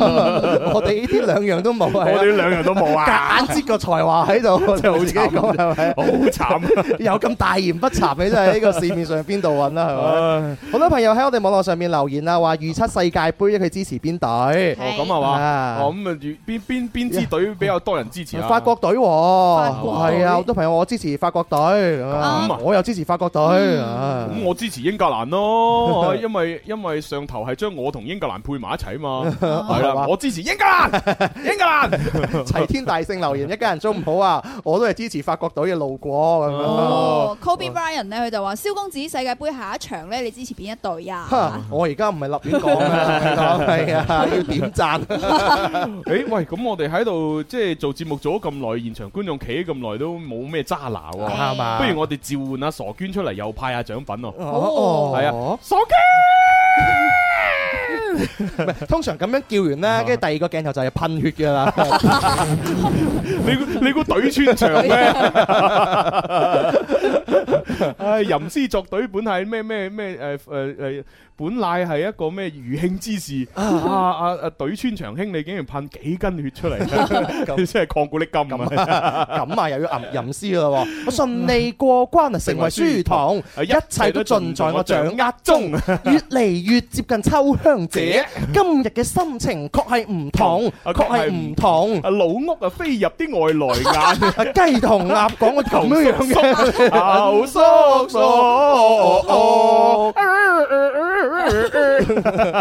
D: [laughs] 我哋呢啲兩樣都冇
C: 我
D: 啊，
C: 哋兩樣都冇啊，
D: 夾硬擠個才華喺度，
C: [laughs] 真係好啊
D: 自己講係咪？
C: 好
D: [laughs]
C: 慘。啊
D: 有咁大言不慚，你真係喺個市面上邊度揾啦，係咪？
C: 唉
D: 好多朋友喺我哋網絡上面留言啦，啊話預測世界盃佢支持邊隊？
C: 哦咁係嘛
D: 啊，
C: 哦咁啊，邊邊邊支隊比較多人支持啊？
D: 法國隊喎，
E: 國隊
D: 係啊，好多朋友我支持法國隊，咁
C: 咁啊嗯
D: 啊我又支持法國隊，啊
C: 咁我支持英格蘭
D: [laughs]
C: 咯，哎因為因為上頭係將我同英格蘭配埋一齊
D: [laughs]
C: 嘛，係啦，我支持英格蘭，英格蘭。
D: 啊
C: [laughs]
D: [laughs] 齊天大聖留言，一家人中唔好啊，我都係支持法國隊嘅路過咁樣。
E: 哦，Kobe Bryant 咧，佢就話：蕭公子世界盃下一場咧，你支持邊一隊
D: 哈
E: 啊？
D: [laughs] 我而家唔係立亂講啊，係啊，要點贊。
C: 诶，哎喂，咁我哋喺度即係做節目做咗咁耐，現場觀眾企咗咁耐都冇咩渣拿喎。
D: 啱啊！
C: 不如我哋召喚阿傻娟出嚟，又派下獎品咯。
D: 哦，
C: 係啊，
D: 哦
C: 傻娟，
D: 通常咁樣叫完咧，跟住第二個鏡頭就係噴血㗎啦。
C: 你估你估懟穿牆咩？唉，吟詩作對本係咩咩咩誒誒誒，本乃係一個咩餘慶之事啊啊啊！懟穿牆兄，你竟然噴幾斤血出
D: [laughs]
C: 嚟，你 [laughs] 真係抗古力金 [laughs] 啊！
D: 咁啊，又要吟吟詩啦喎！我順利過關啊，成為書童，
C: 啊
D: 一切都盡在我掌握中，越嚟越接近秋香姐。今日嘅心情確係唔同，
C: 啊
D: 確
C: 確係
D: 係
C: 唔
D: 唔
C: [laughs]
D: 同。
C: 啊，老屋啊飛入啲外來
D: [laughs]
C: 眼。 [laughs] 啊
D: 啊，雞同鴨講我咁樣樣嘅。哦
C: [laughs] 牛叔叔，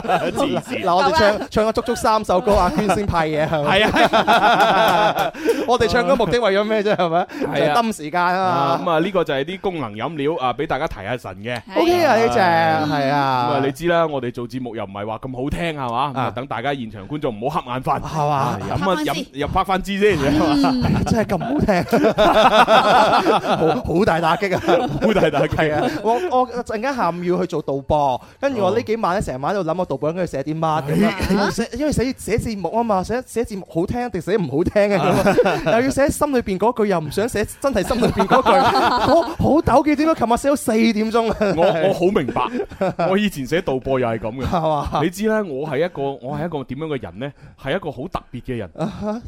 C: 黐線
D: 嗱，我哋唱唱咗足足三首歌，阿娟先派嘢係咪？
C: 係啊，
D: [laughs] 我哋唱歌目的為咗咩啫？係咪？就係抌時
C: [laughs]
D: 間啊
C: 啊
D: 嘛。
C: 咁啊，呢個就係啲功能飲料啊，俾大家提下神嘅。
D: O K 啊，呢只係
C: 咁啊，
D: 啊
C: 你，知啦，我哋做節目又唔係話咁好聽係嘛，咁啊等大家現場觀眾唔好瞌眼瞓，
D: 係嘛
C: 啊飲啊飲又拍翻支先，
D: 啊真係咁好聽， [laughs] 好好大打擊啊！
C: 好大大計
D: 係啊！我我陣間下午要去做導播，跟住我呢幾晚咧成晚喺度諗我導播應該要寫啲乜咁樣我寫因為寫寫字幕啊嘛，寫寫字幕好聽定寫唔好聽啊咁啊，又要寫心裏邊嗰句，又唔想寫真係心裏邊 [laughs] 嗰句，我好糾結點解琴日寫到四點鐘啊，
C: 我我好明白，我以前寫導播又係咁 [laughs] 嘅。
D: 係嘛？
C: 你知啦，我係一個我係一個點樣嘅人呢？係一個好特別嘅人。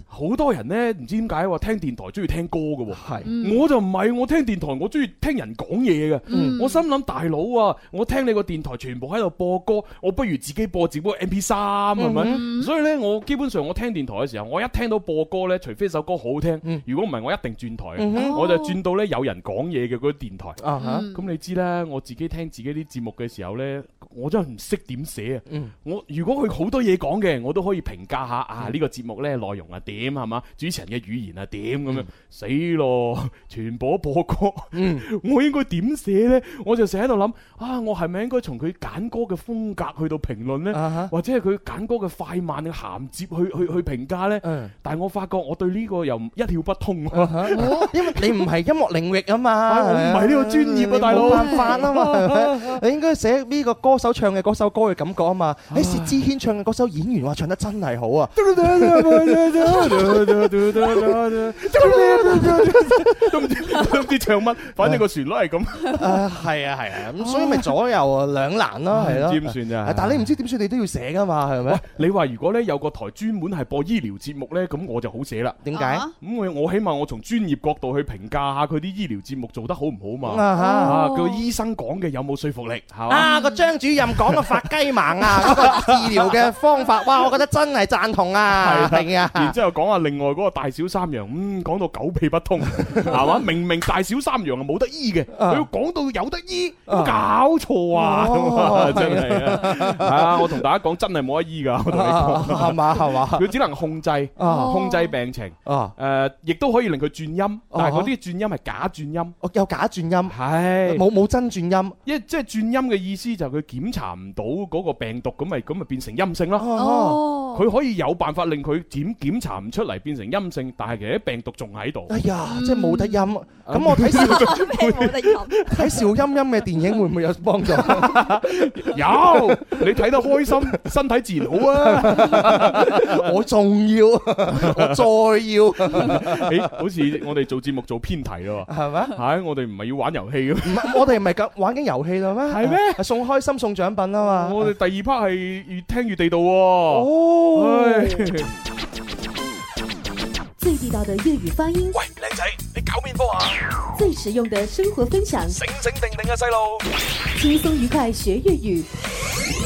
C: 好多人呢，唔知點解話聽電台中意聽歌嘅喎。
D: 哦係
C: 我就唔係，我聽電台我中意聽人講嘢嘅。
E: 嗯
C: 我心諗大佬啊，我聽你個電台全部喺度播歌，我不如自己播自己部 M P 三係咪？所以呢，我基本上我聽電台嘅時候，我一聽到播歌呢，除非首歌好好聽
D: 嗯，
C: 如果唔係我一定轉台嘅，
D: 嗯
E: 哼
C: 我就轉到呢有人講嘢嘅嗰啲電台。
D: 啊嚇
E: 哦嗯
C: 咁你知啦，我自己聽自己啲節目嘅時候呢，我真係唔識點寫啊！
D: 嗯
C: 我如果佢好多嘢講嘅，我都可以評價下啊
D: 嗯
C: 呢、個節目呢內容啊點係嘛，主持人嘅語言啊點
D: 嗯
C: 咁樣，死咯！全部都播歌， [laughs] 我應該點寫呢？我就成日喺度諗啊，我係咪應該從佢揀歌嘅風格去到評論呢？
D: 啊哈
C: 或者係佢揀歌嘅快慢嘅銜接去去去評價呢？
D: 嗯
C: 但係我發覺我對呢個又唔一竅不通喎。
D: 啊哈因為你唔係音樂領域啊嘛，
C: 我唔係呢個專業啊
D: 你
C: 大佬
D: 冇辦法啊嘛係咪，你應該寫呢個歌手唱嘅嗰首歌嘅感覺啊嘛。誒，薛之謙唱嘅嗰首演員話唱得真係好啊，
C: 都唔知都唔知唱乜，反正個旋律係咁，唔
D: 誒係啊係啊，咁所以咪左右啊兩難咯，係
C: 知點
D: 咯。
C: 算咋？
D: 但係你唔知點算，你都要寫噶嘛，係咪？
C: 你話如果咧有個台專門係播醫療節目咧，咁我就好寫啦。
D: 點解？
E: Ờ.
D: 啊
C: 咁我我起碼我從專業角度去評價下佢啲醫療節目做得好唔好嘛？
D: 哈！
C: 啊，個醫生講嘅有冇說服力係嘛？
D: 啊！個張主任講個發雞盲啊，嗰個治療嘅方法，哇！我覺得真係贊同啊，係啊。
C: 然之後講下另外嗰個大小三陽，嗯，講到狗屁不
D: [laughs]
C: 通，係嘛？明明大小三陽係冇得醫嘅，
D: 啊
C: 佢要講到有得醫，
D: 啊
C: 搞錯啊！咁啊
D: 哦
C: [laughs] 真係啊，係啊！我同大家講，真係冇得醫㗎，我同
D: Ờ,
C: 你講，
D: 係嘛係嘛
C: 佢只能控制
D: 啊
C: 控制病情，
D: 啊！
C: 誒，亦都可以令佢轉音，但係
D: 啊哈
C: 嗰啲轉音係假轉音，
D: 我有假轉音，
C: 係。
D: 冇冇真轉音。
C: 因為即係轉音嘅意思就係佢檢查唔到嗰個病毒，咁咪咁咪變成陰性咯。
D: 哦，
C: 佢可以有辦法令佢檢檢查唔出嚟變成陰性，但係其實啲病毒仲喺度。
D: 哎呀，即係冇得音。咁我睇邵睇邵音音嘅電影會唔會有幫助？
C: 有你睇得開
D: [laughs]
C: 心，身體自然好啊！
D: 我仲要，我再要，
C: 誒，好似我哋做節目做偏題
D: [laughs]
C: 咯喎，
D: 係咪？
C: 係我哋唔係要玩遊戲嘅
D: 唔係，我哋唔係咁玩緊遊戲啦咩？
C: 係咩？
D: 送開心送獎品啊
C: 我
D: 嘛！
C: 哋第二 part 係越聽越地道
D: Ờ.
C: 喎。
D: 哦，
C: 唉
M: 最地道的粵語發音，
B: 喂，靚仔，你搞面科啊？
M: 最實用的生活分享，
B: 醒醒定定啊，細路！
M: 輕鬆愉快學粵語，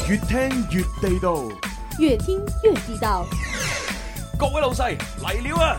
B: 越聽越地道。
M: 越聽越地道。
B: 各位老細嚟了啊！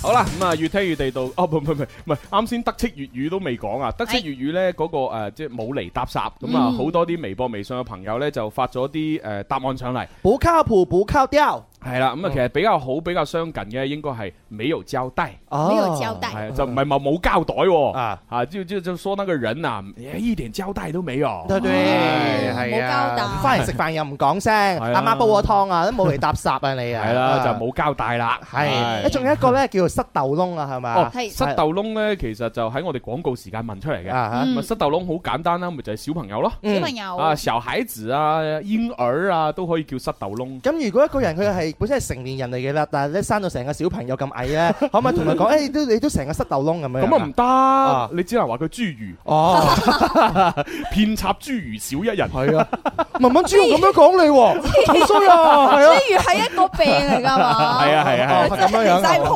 C: 好啦，咁啊越聽越地道。哦，唔唔唔唔係，啱先德式粵語都未講啊。德式粵語呢嗰個誒即係冇嚟搭霎，咁啊
E: 嗯
C: 好多啲微博、微信嘅朋友呢，就發咗啲誒答案上嚟。
D: 不靠譜，不靠調。
C: 係啦，咁
D: 嗯
C: 啊其實比較好、比較相近嘅應該係美油膠帶。
D: 哦
E: 呢個交代
C: 哎，就唔係冇冇膠袋喎，
D: 啊
C: 啊，就就就說那個人啊，哎一點膠帶都沒有。哎
D: 對對，
E: 冇
D: 係
E: 交代
D: 啊，翻嚟食飯又唔講聲，
C: 啊
D: 阿媽煲個湯啊，都冇嚟搭霎啊你啊，
C: 係啦，
D: 啊
C: 就。冇膠帶啦。
D: 係，誒
C: 係
D: 仲有一個咧叫做塞豆窿啊，係咪
C: 哦
D: 啊？，
E: 係
C: 塞豆窿呢，其實就喺我哋廣告時間問出嚟嘅。
D: 啊
E: 嗯
C: 咁啊，塞豆窿好簡單啦，咪就係小朋友咯。
D: 嗯
C: 啊，小孩子啊，嬰兒啊，都可以叫塞豆窿。
D: 咁如果一個人佢係本身係成年人嚟嘅啦，但係咧生到成個小朋友咁矮咧， [laughs] 可唔可以同佢講？誒，都你都成個塞豆窿咁樣。
C: 咁啊
D: 啊
C: 唔得，你只能話佢侏儒， [laughs]
D: 哦，
C: 遍插侏儒少一人。
D: 係啊， [laughs] 文文豬肉咁樣講
C: [laughs]
D: 你喎，好衰啊，係啊，
C: 係啊係啊
D: 哦咁樣
C: [laughs]
D: 樣
C: 係啊
D: 啊。
C: 係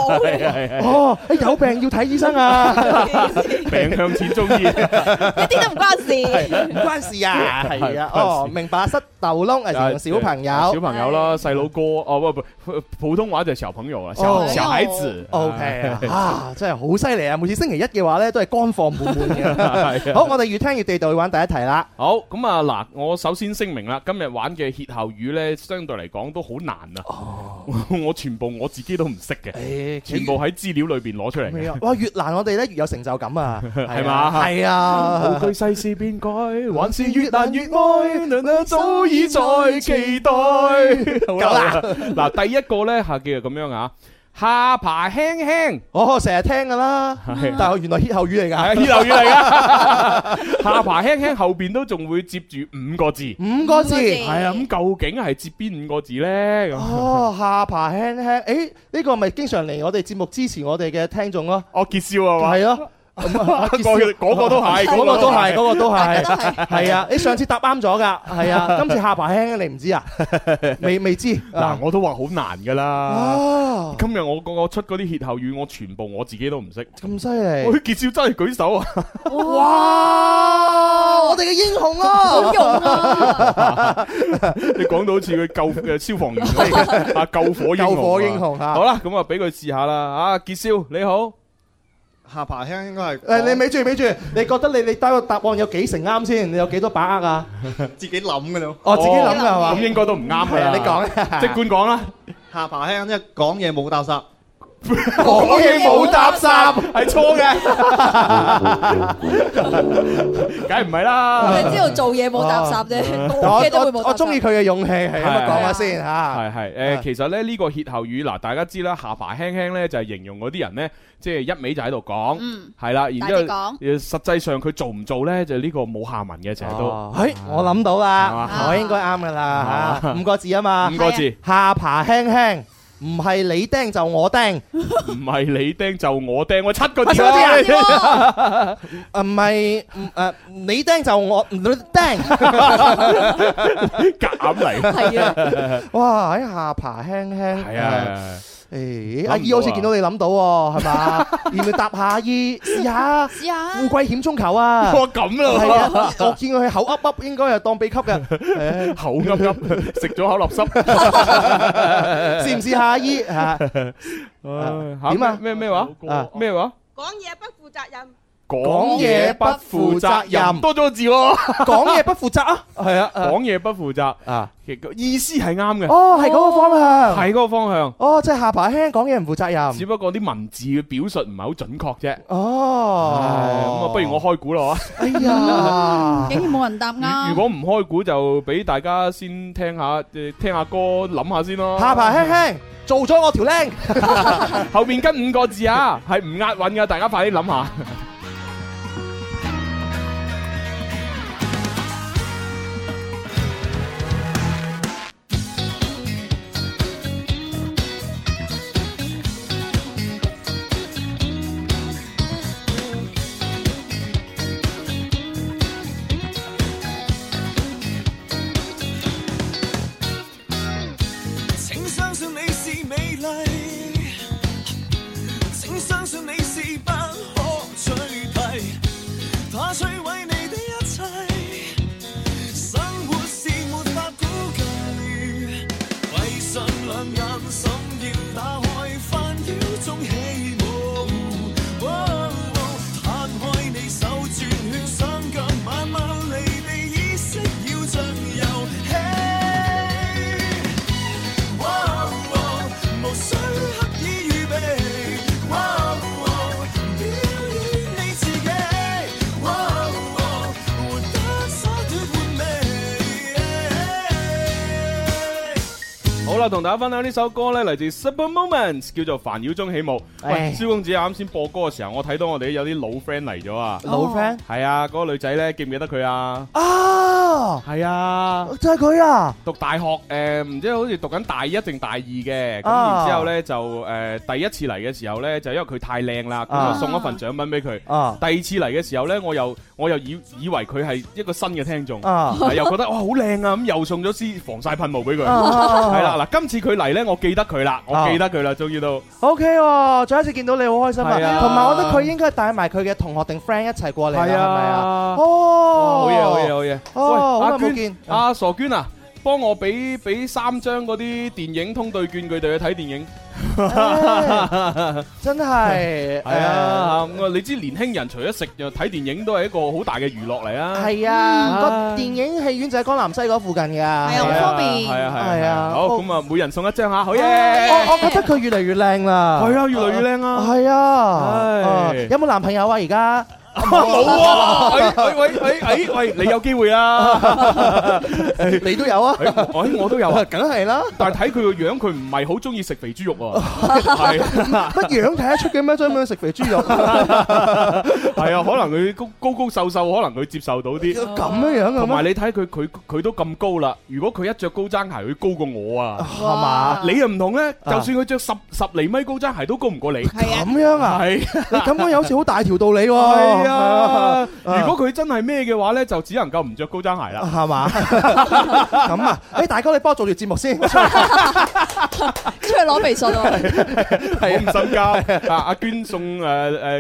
C: 啊，
D: 哦，誒有病要睇
C: [laughs]
D: 醫生啊，
C: 病向淺中醫。
D: 唔關事啊，
C: 唔
D: 係啊，
C: 關事啊
D: 哦，明白塞豆窿係成個小朋友，
C: 小朋友啦，細佬哥，哦不不不，普通話就係小朋友啊，
D: 哦
C: 小小孩子。
D: O K 啊，真係好犀利啊！每次星期一嘅話咧，都係乾貨滿滿
C: [laughs] [laughs] 係
D: 嘅。
C: 啊
D: 好，我哋越聽越地道，去玩第一題啦。
C: 好咁啊！嗱，我首先聲明啦，今日玩嘅歇後語呢，相對嚟講都好難啊！
D: 哦
C: [laughs] 我全部我自己都唔識
D: 哎
C: 嘅，全部喺資料裏邊攞出嚟
D: 咩啊
C: 嘅，
D: 哇，越難我哋咧越有成就感
C: [laughs]
D: 啊，
C: 係嘛？
D: 係啊，
C: 句世事變
D: [laughs]
C: 改，還是越難越愛，娘娘早已在期待。 [laughs] 好啦，嗱，第一個呢，下叫做咁樣啊，下爬輕輕，
D: 我成日聽噶啦，
C: 係
D: 但係原來歇後語嚟
C: 係啊
D: 㗎，
C: 歇後語嚟
D: [laughs]
C: 㗎，下爬輕輕後邊都仲會接住五個字，
D: 五個字
C: 係啊，咁究竟係接邊五個字呢？咁。
D: 哦，下巴輕輕，誒呢個咪經常嚟我哋節目支持我哋嘅聽眾咯。
C: 哦，傑少啊嘛啊
D: 係咯。
C: 嗰 [laughs] 個嗰個都係
D: [laughs] 哦嗰個都係，嗰個都係，
C: 大家都係
D: 係啊！你上次答啱咗㗎，係
C: [laughs]
D: 啊！今次下巴輕輕，你唔知啊？未未知
C: 嗱，我都話好難噶啦
D: 哦。
C: 今日我個個出嗰啲歇後語，我全部我自己都唔識。
D: 咁犀
C: 我
D: 利！
C: 傑少真係舉手啊！ [laughs]
D: 哇！我哋嘅英雄啊，
B: 好勇
C: 你講到好似佢
D: [laughs]
C: 救誒消防員咁啊，救火英雄啊。
D: 救火英雄啊
C: 好啦，咁啊，俾佢試下啦。啊，傑少你好，
N: 下巴輕應該係
D: 誒，你咪住咪住，你覺得你你得個答案有幾成啱先？你有幾多把握啊？
N: 自己諗嘅咯。
D: 哦自己諗㗎係嘛
C: 咁應該都唔啱㗎
D: 係
C: 啦。
D: 啊你講啊
C: 即管講啦。
N: 下巴輕即係講嘢冇搭霎，
D: 講嘢冇搭霎
C: [laughs] 係錯嘅，梗係唔係啦。
E: 我哋知道做嘢冇搭霎啫，講嘢都會
D: 我
E: 冇
D: 我
E: 搭
D: 我
E: 霎。
D: 中意佢嘅勇氣，係咁啊
C: 係
D: 講下先嚇。
C: 係係誒，其實咧呢個歇後語嗱，大家知啦，下巴輕輕咧就係形容嗰啲人咧，即係一味就喺度講，
D: 嗯
C: 係啦，然之後
D: 大
C: 誒實際上佢做唔做咧，就呢個冇下文嘅，成日都
D: 哦。誒，我諗到啦
C: 係嘛，
D: 我應該啱噶啦嚇，五個字啊嘛，
C: 五個字，
D: 下巴輕輕，唔係你釘就我釘，
C: 唔係你釘就我釘，我七個
D: 我
C: 字
D: 七個字啊
C: 啦。
D: 啊唔係唔誒你釘就我唔釘，
C: [laughs] 夾硬嚟。
D: 係啊，哇喺下巴輕輕，
C: 係啊。
D: 誒阿姨好似見到你諗到喎，係嘛？ [laughs] 要唔要答下阿姨試下？
E: 試下
D: 富貴險中求啊！
C: 哇咁咯
D: 係啊！我見佢口噏噏，應該係當秘笈
C: [laughs]
D: 嘅。
C: 口噏噏，食咗口垃圾。
D: 試唔試下阿姨啊
C: 唉
D: 嚇？點啊
C: 嚇咩咩咩話？咩話？
D: 講
C: 講嘢
D: 嘢不
C: 不
D: 負
C: 負
D: 責
C: 責
D: 任
C: 任，多咗個字喎。
D: 講嘢不負責啊！係啊，
C: 講嘢不負責
D: 啊，
C: 其實意思係啱嘅。
D: 哦，係嗰個方向，
C: 係嗰個方向。
D: 哦，即係下巴輕講嘢唔負責任。
C: 只不過啲文字嘅表述唔係好準確啫。唉咁
D: 哦，
C: 啊，不如我開估啦
D: 哎
E: [laughs]
D: 呀，
E: 竟然冇人答啱。
C: 嚇！如果唔開估，就俾大家先聽下，誒聽下歌，諗下先咯。
D: 下巴輕輕做咗我條僆，
C: 後面跟五個字啊，係唔押韻噶，大家快啲諗下。
B: 请相信你是美丽，请相信你是不可取替，它摧毁你的一切，生活是没法估计。闭上两眼，心要打开，翻腰中起舞，哦摊开你手转圈，雙腳慢慢離地，意識要像遊戲。無需刻意預備，表演你自己，活得灑脱換味。
C: 好啦，同大家分享呢首歌呢，嚟自 Super Moments，叫做《煩擾中起舞》。
D: 唉
C: 喂，蕭公子啊啱先播歌嘅時候，我睇到我哋有啲老 friend 嚟咗啊！
D: 老 friend
C: 係啊，嗰個女仔呢，記唔記得佢啊？
D: 啊，
C: 係啊，
D: 就係佢啊，
C: 讀大學誒，唔知好似讀緊大一定大二嘅，咁
D: 啊
C: 然之後呢，就誒第一次嚟嘅時候呢，就因為佢太靚啦，咁
D: 啊
C: 就送一份獎品俾佢。
D: 啊
C: 第二次嚟嘅時候呢，我又我又以以為佢係一個新嘅聽眾，
D: 啊
C: 係又覺得哇好靚啊，咁又送咗支防曬噴霧俾佢。
D: 啊啊啊啊
C: 係啦，嗱，今次佢嚟呢，我記得佢啦，我記得佢啦，終於都
D: O K 喎，再一次見到你好開心
C: 係
D: 啊！
C: 啊
D: 同埋我覺得佢應該係帶埋佢嘅同學定 friend 一齊過嚟啦，係
C: 係啊
D: 咪啊？
C: 好
D: 哦，
C: 嘢好嘢好嘢。
D: 哦，好
C: 喂
D: 耐
C: 阿 [laughs]
D: 冇
C: 娟
D: 見
C: 阿傻娟啊！幫我俾俾三張嗰啲電影通兑券佢哋去睇電影。
D: 真
C: 係
D: 係
C: 啊，咁啊你知年輕人除咗食就睇電影都係一個好大嘅娛樂嚟啊。
D: 係啊，個電影戲院就喺江南西嗰附近㗎，係啊
C: 係啊係啊係
D: 係
C: 啊。
D: 啊。
C: 好，咁啊，每人送一張嚇，好嘢。
D: 我我覺得佢越嚟越靚啦，
C: 係啊越嚟越靚啊
D: 係
C: 唉
D: 啊，啊有冇男朋友啊而家？
C: [laughs] 冇 [laughs] 啊！喂喂喂喂喂，你有機會 [laughs] 啊！
D: 你都有啊？
C: 我我都有啊，
D: 梗係啦。
C: 但係睇佢個樣，佢唔係好中意食肥豬肉
D: [laughs]
C: 喎。係啊
D: 乜樣睇得出嘅咩？將佢食
C: [laughs]
D: 肥豬肉
C: 係啊，可能佢高高高瘦瘦，可能佢接受到啲。
D: 咁啊樣樣嘅咩
C: 同埋你睇佢，佢佢都咁高啦。如果佢一着高踭鞋，佢高過我啊，
D: 係嘛？
C: 你又唔同咧，就
D: 啊
C: 算佢着十十厘米高踭鞋，都高唔
D: [laughs]
C: 過你。
D: 咁樣啊？
C: 係
D: [laughs] 你咁樣有好似好大條道理喎。
C: 係啊，如果佢真係咩嘅話咧，就只能夠唔着高踭鞋啦。
D: 係 [laughs] 嘛？咁啊，誒大哥你幫我做條節目先，
E: 出去攞微信喎。
D: 啊
C: 我唔心交啊！阿娟送誒誒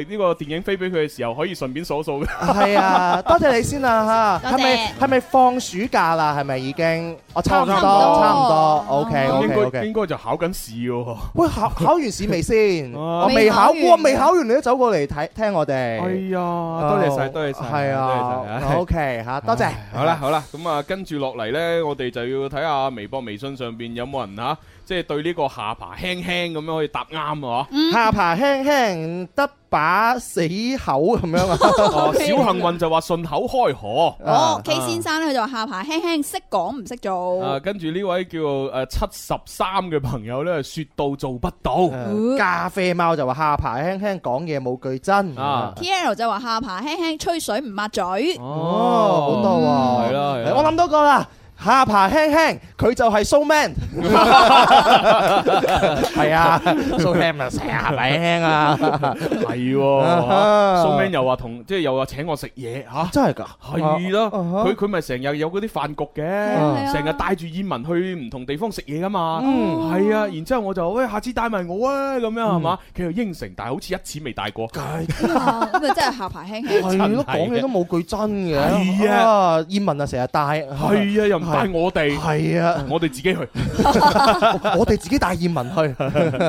C: 呢個電影飛俾佢嘅時候，可以順便數數嘅。
D: [laughs] 係啊，多謝你先 [laughs] 啦嚇。
C: 多謝
D: 係咪係咪放暑假啦？係咪已經？我差唔多，哦
C: 差唔多
D: 差唔多。OK
C: 咁
D: OK
C: 應該
D: OK。
C: 應該就考緊試喎。
D: 喂，考考完試未先？我
C: 未
D: 未
C: 考
D: 考，
C: 完
D: 我未考完你都走過嚟睇聽我哋。
C: 哎呀，多謝晒，多謝晒，
D: 哦係
C: 多謝晒
D: 啊
C: 唉
D: ，OK 嚇，多謝。 [laughs]
C: 好啦好啦，咁啊跟住落嚟呢，我哋就要睇下微博、微信上邊有冇人吓，即係對呢個下巴輕輕咁樣可以答啱啊！
D: 下巴輕輕得把死口咁樣啊！
C: 哦，小幸運就話順口開河。
E: 哦，K 先。生咧，佢就話下巴輕輕識講唔識
C: 啊，
E: 做，
C: 跟住呢位叫誒七十三嘅朋友呢，說到做不到。
D: 咖啡貓就話下巴輕輕講嘢冇句真
C: 啊
E: T L 就話下巴輕輕吹水唔抹嘴，
D: 哦，好多喎，
C: 係啦係啦
D: 我諗到個啦，下巴輕輕，佢就係 so [laughs] man，係 [laughs] 啊，so man 咪成日下巴輕輕啊，
C: 係
D: 啊 [laughs]
C: 喎，蘇明又話同即係又話請我食嘢啊嚇，
D: 真係㗎，
C: 係啦，佢佢咪成日有嗰啲飯局
D: 啊係
C: 嘅，
D: 啊
C: 成日帶住燕文去唔同地方食嘢噶嘛，
D: 嗯
C: 係啊，然之後我就喂下次帶埋我啊咁樣係嘛，佢又應承，但係好似一次未帶過，
E: 咁咪真係下巴輕輕。
D: 係咯，講嘢都冇句真嘅，
C: 係啊
D: 啊，葉文啊成日帶，係
C: 係啊，又唔帶我哋，
D: 係啊，
C: 我哋自己去。
D: 我哋自己帶葉文去，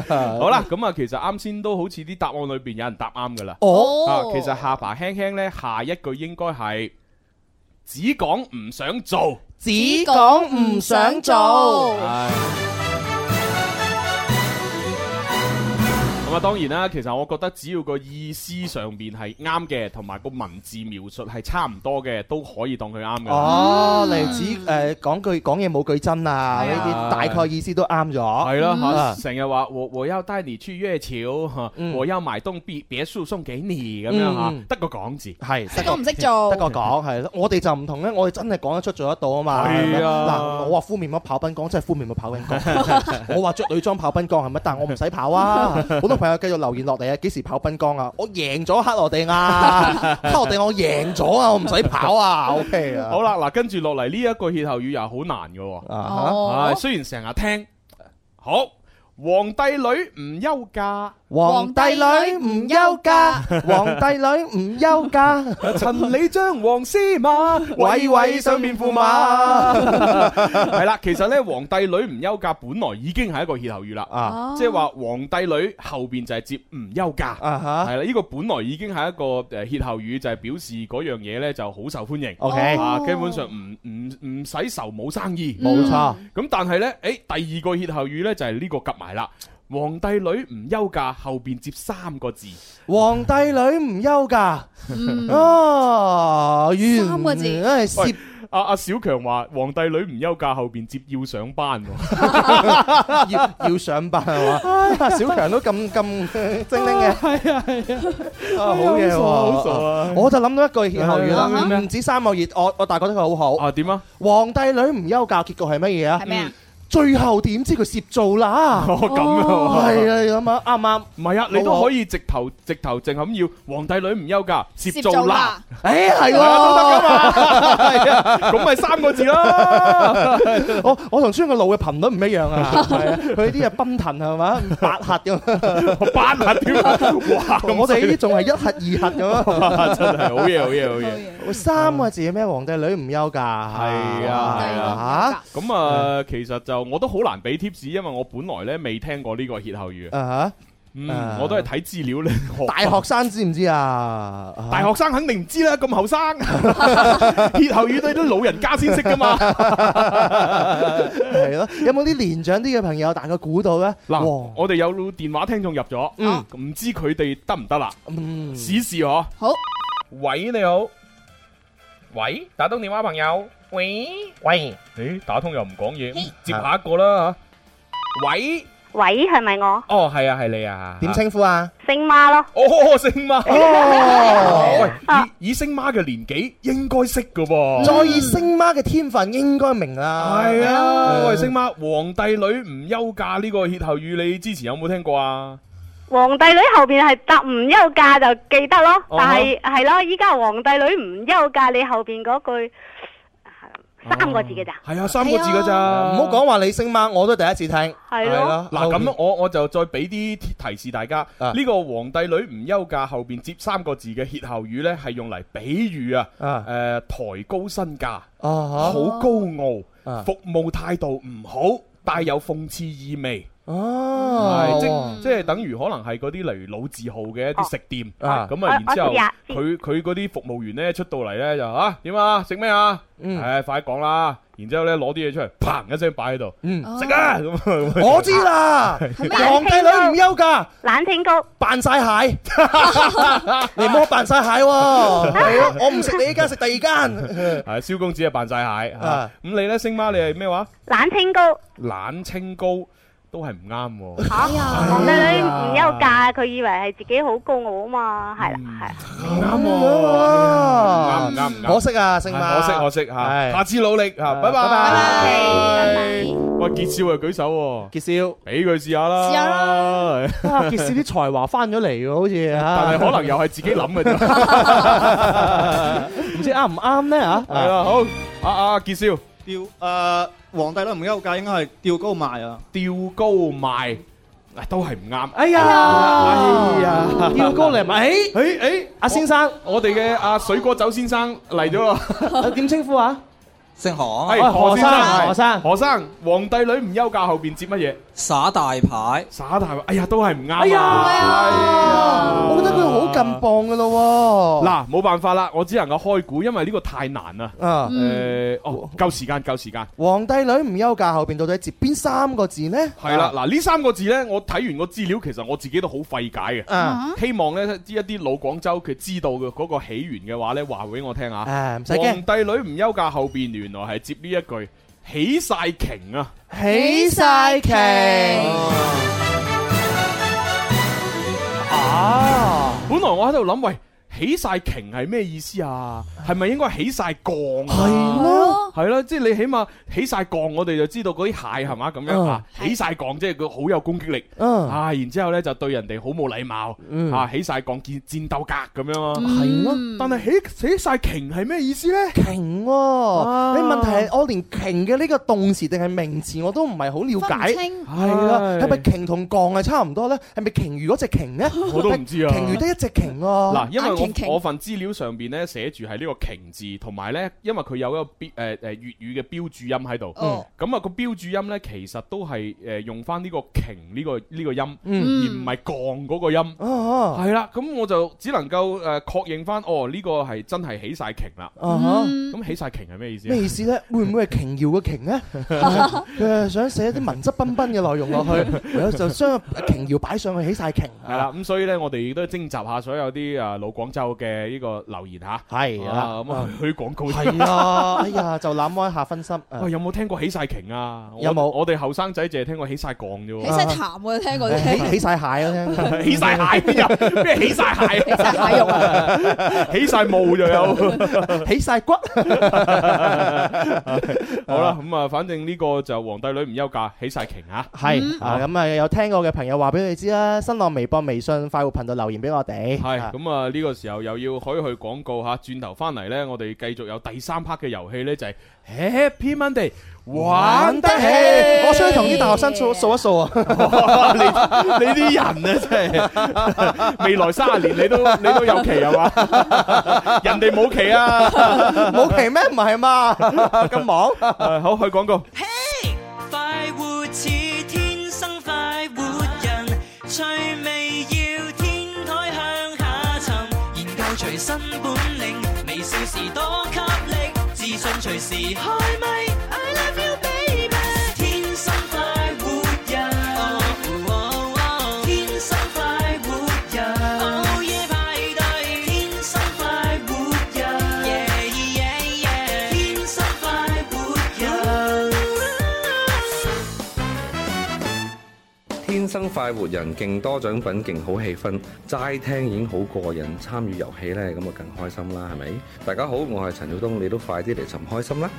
C: 好啦，咁啊，其實啱先都好似啲答案裏邊有人答啱噶啦。
D: 哦
C: 啊，其實下巴輕輕呢，下一句應該係只講唔想做，
D: 只講唔想做
C: 唉咁啊，當然啦，其實我覺得只要個意思上邊係啱嘅，同埋個文字描述係差唔多嘅，都可以當佢啱嘅。
D: 哦，例子誒講句講嘢冇句真啊，呢啲大概意思都啱咗。
C: 係
D: 係
C: 啦，嚇成日話我我要帶你去月球，嚇我要買棟別別墅送給你咁樣嚇
D: 嗯，
C: 得個講字。
D: 係
E: 識講唔識做
D: 得個講係咯。我哋就唔同咧，我哋真係講得出做得到啊嘛。
C: 係啊
D: 嗱，我話敷面膜跑濱江，真係敷面膜跑
C: [laughs]
D: 濱江。我話着女裝跑濱江係咪？但係我唔使跑啊！好多朋友繼續留言落嚟啊，幾時跑濱江啊？我贏咗克羅地
C: [laughs]
D: 亞，克羅地亞我贏咗啊！我唔使跑啊，OK 啊。
C: 好啦，嗱，跟住落嚟呢一個歇後語又好難嘅
D: 哈
C: 喎，
D: 哦
C: 唉，雖然成日聽，好，皇帝女唔休假，
D: 皇帝女唔休假，皇帝女唔休 [laughs] 假。
C: [laughs] 陳李張黃絲馬，
D: 位位上面駙馬
C: [laughs] 係啦，其實呢，皇帝女唔休假本來已經係一個歇後語啦
D: 啊，
C: 即係話皇帝女後邊就係接唔休假，
D: 哈
C: 係啦，呢個本來已經係一個誒歇後語，就係表示嗰樣嘢呢就好受歡迎
D: OK
C: 啊，基本上唔唔唔使愁冇生意，
D: 冇錯
C: 嗯。咁但係呢，誒第二個歇後語呢就係呢個夾埋啦，皇帝女唔休假後邊接三個字。
D: 皇帝女唔休假
C: 嗯，
D: 啊，原
C: 三個字
D: 唉，涉
C: 喂阿阿小強話：皇帝女唔休假，後邊接要上班喎。
D: 要要上班係嘛？小強都咁咁精靈嘅，係啊係啊，好嘢喎！
C: 好傻好傻啊
D: 我就諗到一句歇後語
C: 啊
D: 啦，
C: 咩
D: 唔止三個月，我我大覺得佢好好
C: 啊點啊？
D: 皇帝女唔休假，結局係乜嘢啊？
E: 係咩啊？
D: 最後點知佢涉做
C: [laughs]
D: 啦？
C: 哦咁啊
D: 係啊，你諗下啱唔啱？
C: 唔係啊，你都可以直頭直頭淨咁要皇帝女唔休㗎，攝
D: 攝
C: 做
D: 做
C: 啦
D: 啦，誒係喎
C: 係啊都得㗎嘛，係啊，咁咪三個字啦。
D: [laughs] 我我同孫嘅路嘅頻率唔一樣
C: [laughs]
D: 啊，係啊佢啲係奔騰係嘛，八核咁，
C: 八核添，哇！
D: [laughs] 我哋呢啲仲係一核二核
C: [laughs]
D: 咁
C: 哇
D: 啊，
C: 真係好嘢好嘢好
E: 啊
C: 嘢。
D: 三個字咩？皇帝女唔休㗎，係
C: 係啊，係啊，咁啊，其實就我都好難俾 tips，因為我本來咧未聽過呢個歇後語
D: 嚇，。啊
C: 嗯，我都係睇資料咧學。
D: 大學生知唔知啊？
C: [laughs] 大學生肯定唔知啦，咁後生。 [laughs] 歇後語都係啲老人家先識噶嘛。
D: [laughs] 係咯，有冇啲年長啲嘅朋友大概估到咧？
C: 嗱，
D: 哇
C: 我哋有電話聽眾入咗，
D: 嗯
C: 唔知佢哋得唔得啦？
D: 嗯，
C: 試試嗬。
E: 好，
C: 喂，你好，喂，打通電話朋友，喂，喂，誒，打通又唔講嘢，接下一個啦嚇。喂，
O: 喂，係咪我？
C: 哦，係啊，係你啊。
D: 點稱呼啊？
O: 星媽咯。
C: 哦，星媽。
D: 哦
C: 喂，以以星媽嘅年紀應該識噶噃。
D: 再以星媽嘅天分應該明啦。
C: 哦
D: 嗯
C: 係啊，喂，星媽，皇帝女唔休假呢個歇後語，你之前有冇聽過啊？
O: 皇帝女後邊係答唔休假就記得咯，
C: 哦
O: 但係係咯，依家皇帝女唔休假，你後邊嗰句三個字嘅咋？
C: 係啊，三個字㗎咋，
D: 唔好講話你星媽，我都第一次聽。
O: 係咯
C: 嗱咁，我我就再俾啲提示大家，
D: 啊
C: 呢個皇帝女唔休假後邊接三個字嘅歇後語呢，係用嚟比喻啊，
D: 啊
C: 誒抬高身價，
D: 啊
C: 好高傲
D: 啊，
C: 服務態度唔好，帶有諷刺意味。係
D: 哦，
C: 即即係等於可能係嗰啲例如老字號嘅一啲食店，
D: 啊
C: 咁啊，然之後
O: 我知啊知
C: 佢佢嗰啲服務員呢，出到嚟呢，就啊點啊食咩啊，
D: 嗯
C: 唉快講啦，然之後咧攞啲嘢出嚟，砰一聲擺喺度，食啊咁啊。
D: 嗯我知 [laughs] 啦，皇帝女唔
C: [laughs]
D: 休㗎，
O: 冷清高，
D: 扮晒蟹，你唔好扮晒蟹
C: [laughs]
D: 喎，
C: 啊
D: 係咯我唔食你呢間，食第二間。
C: 係蕭公 [laughs] 子啊，扮晒蟹嚇
D: 啊
C: 咁你咧，星媽你係咩話？
O: 冷清高。
C: 懶清高都係唔啱喎。
O: 嚇，皇帝
D: 哎
O: 女唔休假，佢以為係自己好高傲啊嘛，係啦，
D: 嗯
O: 係啦。
C: 啱啊啱唔
D: 喎，
C: 啱唔啱
D: 可惜啊，星媽，
C: 可惜可惜嚇，下次努力嚇，拜拜。喂，傑少又舉手喎，
D: 傑少，
C: 俾佢試下啦。
D: 試下哇，傑少啲才華翻咗嚟喎，好似啊，
C: 但係可能又係自己
D: [laughs]
C: 諗嘅啫。
D: 唔知啱唔啱啊咧嚇。
C: 係啦，好，阿阿傑少，
N: 吊誒皇帝都唔休假，應該係吊高賣啊！
C: 吊高賣，啊都係唔啱。
D: 哎呀，
C: 哎呀，
D: [laughs] 吊高嚟咪，哎
C: 誒誒，
D: 阿先生， [laughs]
C: 我哋嘅阿水果酒先生嚟咗啦。
D: 點稱呼啊？哎
P: 姓何啊，
C: 係何先生，
P: 何
C: [laughs]
D: 生，
C: 何生，皇帝女唔休假後邊接乜嘢？
P: 耍大牌，
C: 耍大牌，哎呀，都係唔啱啊。
D: 哎呀，我覺得佢好近磅噶咯喎。
C: 嗱，冇辦法啦，我只能夠開估，因為呢個太難啦。
D: 啊
C: 誒，哦，夠時間，夠時間。
D: 皇帝女唔休假後邊到底接邊三個字呢？
C: 係啦，嗱呢三個字呢，我睇完個資料，其實我自己都好費解嘅。
D: 啊
C: 希望呢，一啲老廣州佢知道嘅嗰個起源嘅話呢，話俾我聽啊。
D: 誒唔使
C: 皇
D: 驚，
C: 帝女唔休假後邊原來係接呢一句起晒瓊啊！
D: 起晒旗啊！
C: 本來我喺度諗，喂，起晒瓊係咩意思啊？係咪應該起晒槓
D: 哦
C: 啊？係
G: 哦
D: 咯，
C: 係咯，即係你起碼起晒槓，我哋就知道嗰啲蟹係嘛咁樣
D: 嗯
C: 啊，起晒槓即係佢好有攻擊力，
D: 嗯
C: 啊，然之後咧就對人哋好冇禮貌，
D: 嗯
C: 啊，起晒槓戰戰鬥格咁樣咯，
D: 係咯
C: 但係起起晒瓊係咩意思咧？
D: 瓊喎，你問題係我連瓊嘅呢個動詞定係名詞我都唔係好了解，
C: 分唔清
D: 係啦，
C: 唉
D: 係咪瓊同槓係差唔多呢？係咪鯨魚嗰只鯨呢？
C: 我都唔知啊
D: 鯨魚得一隻鯨喎。
C: 嗱，因為我我份資料上邊咧寫住係呢個瓊字，同埋咧，因為佢有一個標誒誒粵語嘅標注音喺度，
E: 哦
D: 嗯
C: 咁啊個標注音咧其實都係誒用翻呢個瓊呢個呢個音，
D: 嗯
C: 而唔係降嗰個音，
D: 哦
C: 係啦，咁我就只能夠誒確認翻，哦呢個係真係起晒瓊啦，
D: 啊哈
C: 咁起晒瓊係咩意思啊？
D: [laughs] 咩意思呢？會唔會係瓊瑤嘅瓊 [laughs] 呢？佢係想寫啲文質彬彬嘅內容 [laughs] 落去，唯有就將瓊瑤擺上去起晒瓊。
C: 係啦，咁所以咧，我哋亦都徵集下所有啲啊老廣州嘅呢個留言吓，
D: 係啦
C: 啊咁啊去廣告
D: 係啊，哎呀，就就那麼下 [laughs] 分心。啊
C: 喂，有冇聽過起晒瓊啊？我
D: 有冇
C: 我哋後生仔淨係聽過起晒槓啫喎。
E: 起晒痰喎，聽過
D: 起起
E: 聽。
D: 晒蟹 [laughs] 啊！聽
C: 起晒蟹邊有咩起晒蟹？起
E: 晒蟹肉
C: 啊！起晒毛就有，
D: 起晒骨。
C: [laughs] 好啦，咁啊，反正呢個就皇帝女唔休假，起晒瓊啊！
D: 係啊，咁啊有聽過嘅朋友話俾你知啦，新浪微博、微信、快活頻道留言俾我哋。
C: 系
D: 啊
C: 咁啊！呢個時候又要開去廣告吓，轉頭翻嚟呢，我哋繼續有第三 part 嘅遊戲呢，就係 Happy Monday 玩得起。
D: 我想同啲大學
C: [laughs]
D: 生掃掃一掃
C: 哇你
D: 啊！
C: 你啲人啊，真係未來三十年你都 [laughs] 你都有期係 [laughs] 嘛？人哋冇期 [laughs] 啊，
D: 冇期咩？唔 [laughs] 係嘛？咁忙。
C: 誒好，去廣告。
Q: 快活似天生快活人，趣味要天台向下沉，研究隨身本領，微笑時多給力，自信隨時開咪。I love you baby，天生快活人，哦哦哦天生快活人，Oh 午夜派對，天生快活人，yeah yeah yeah，天生快活人。
R: 天生快活人，勁多獎品，勁好氣氛，齋聽已經好過癮，參與遊戲呢，咁啊更開心啦，係咪？大家好，我係陳曉東，你都快啲嚟尋開心啦！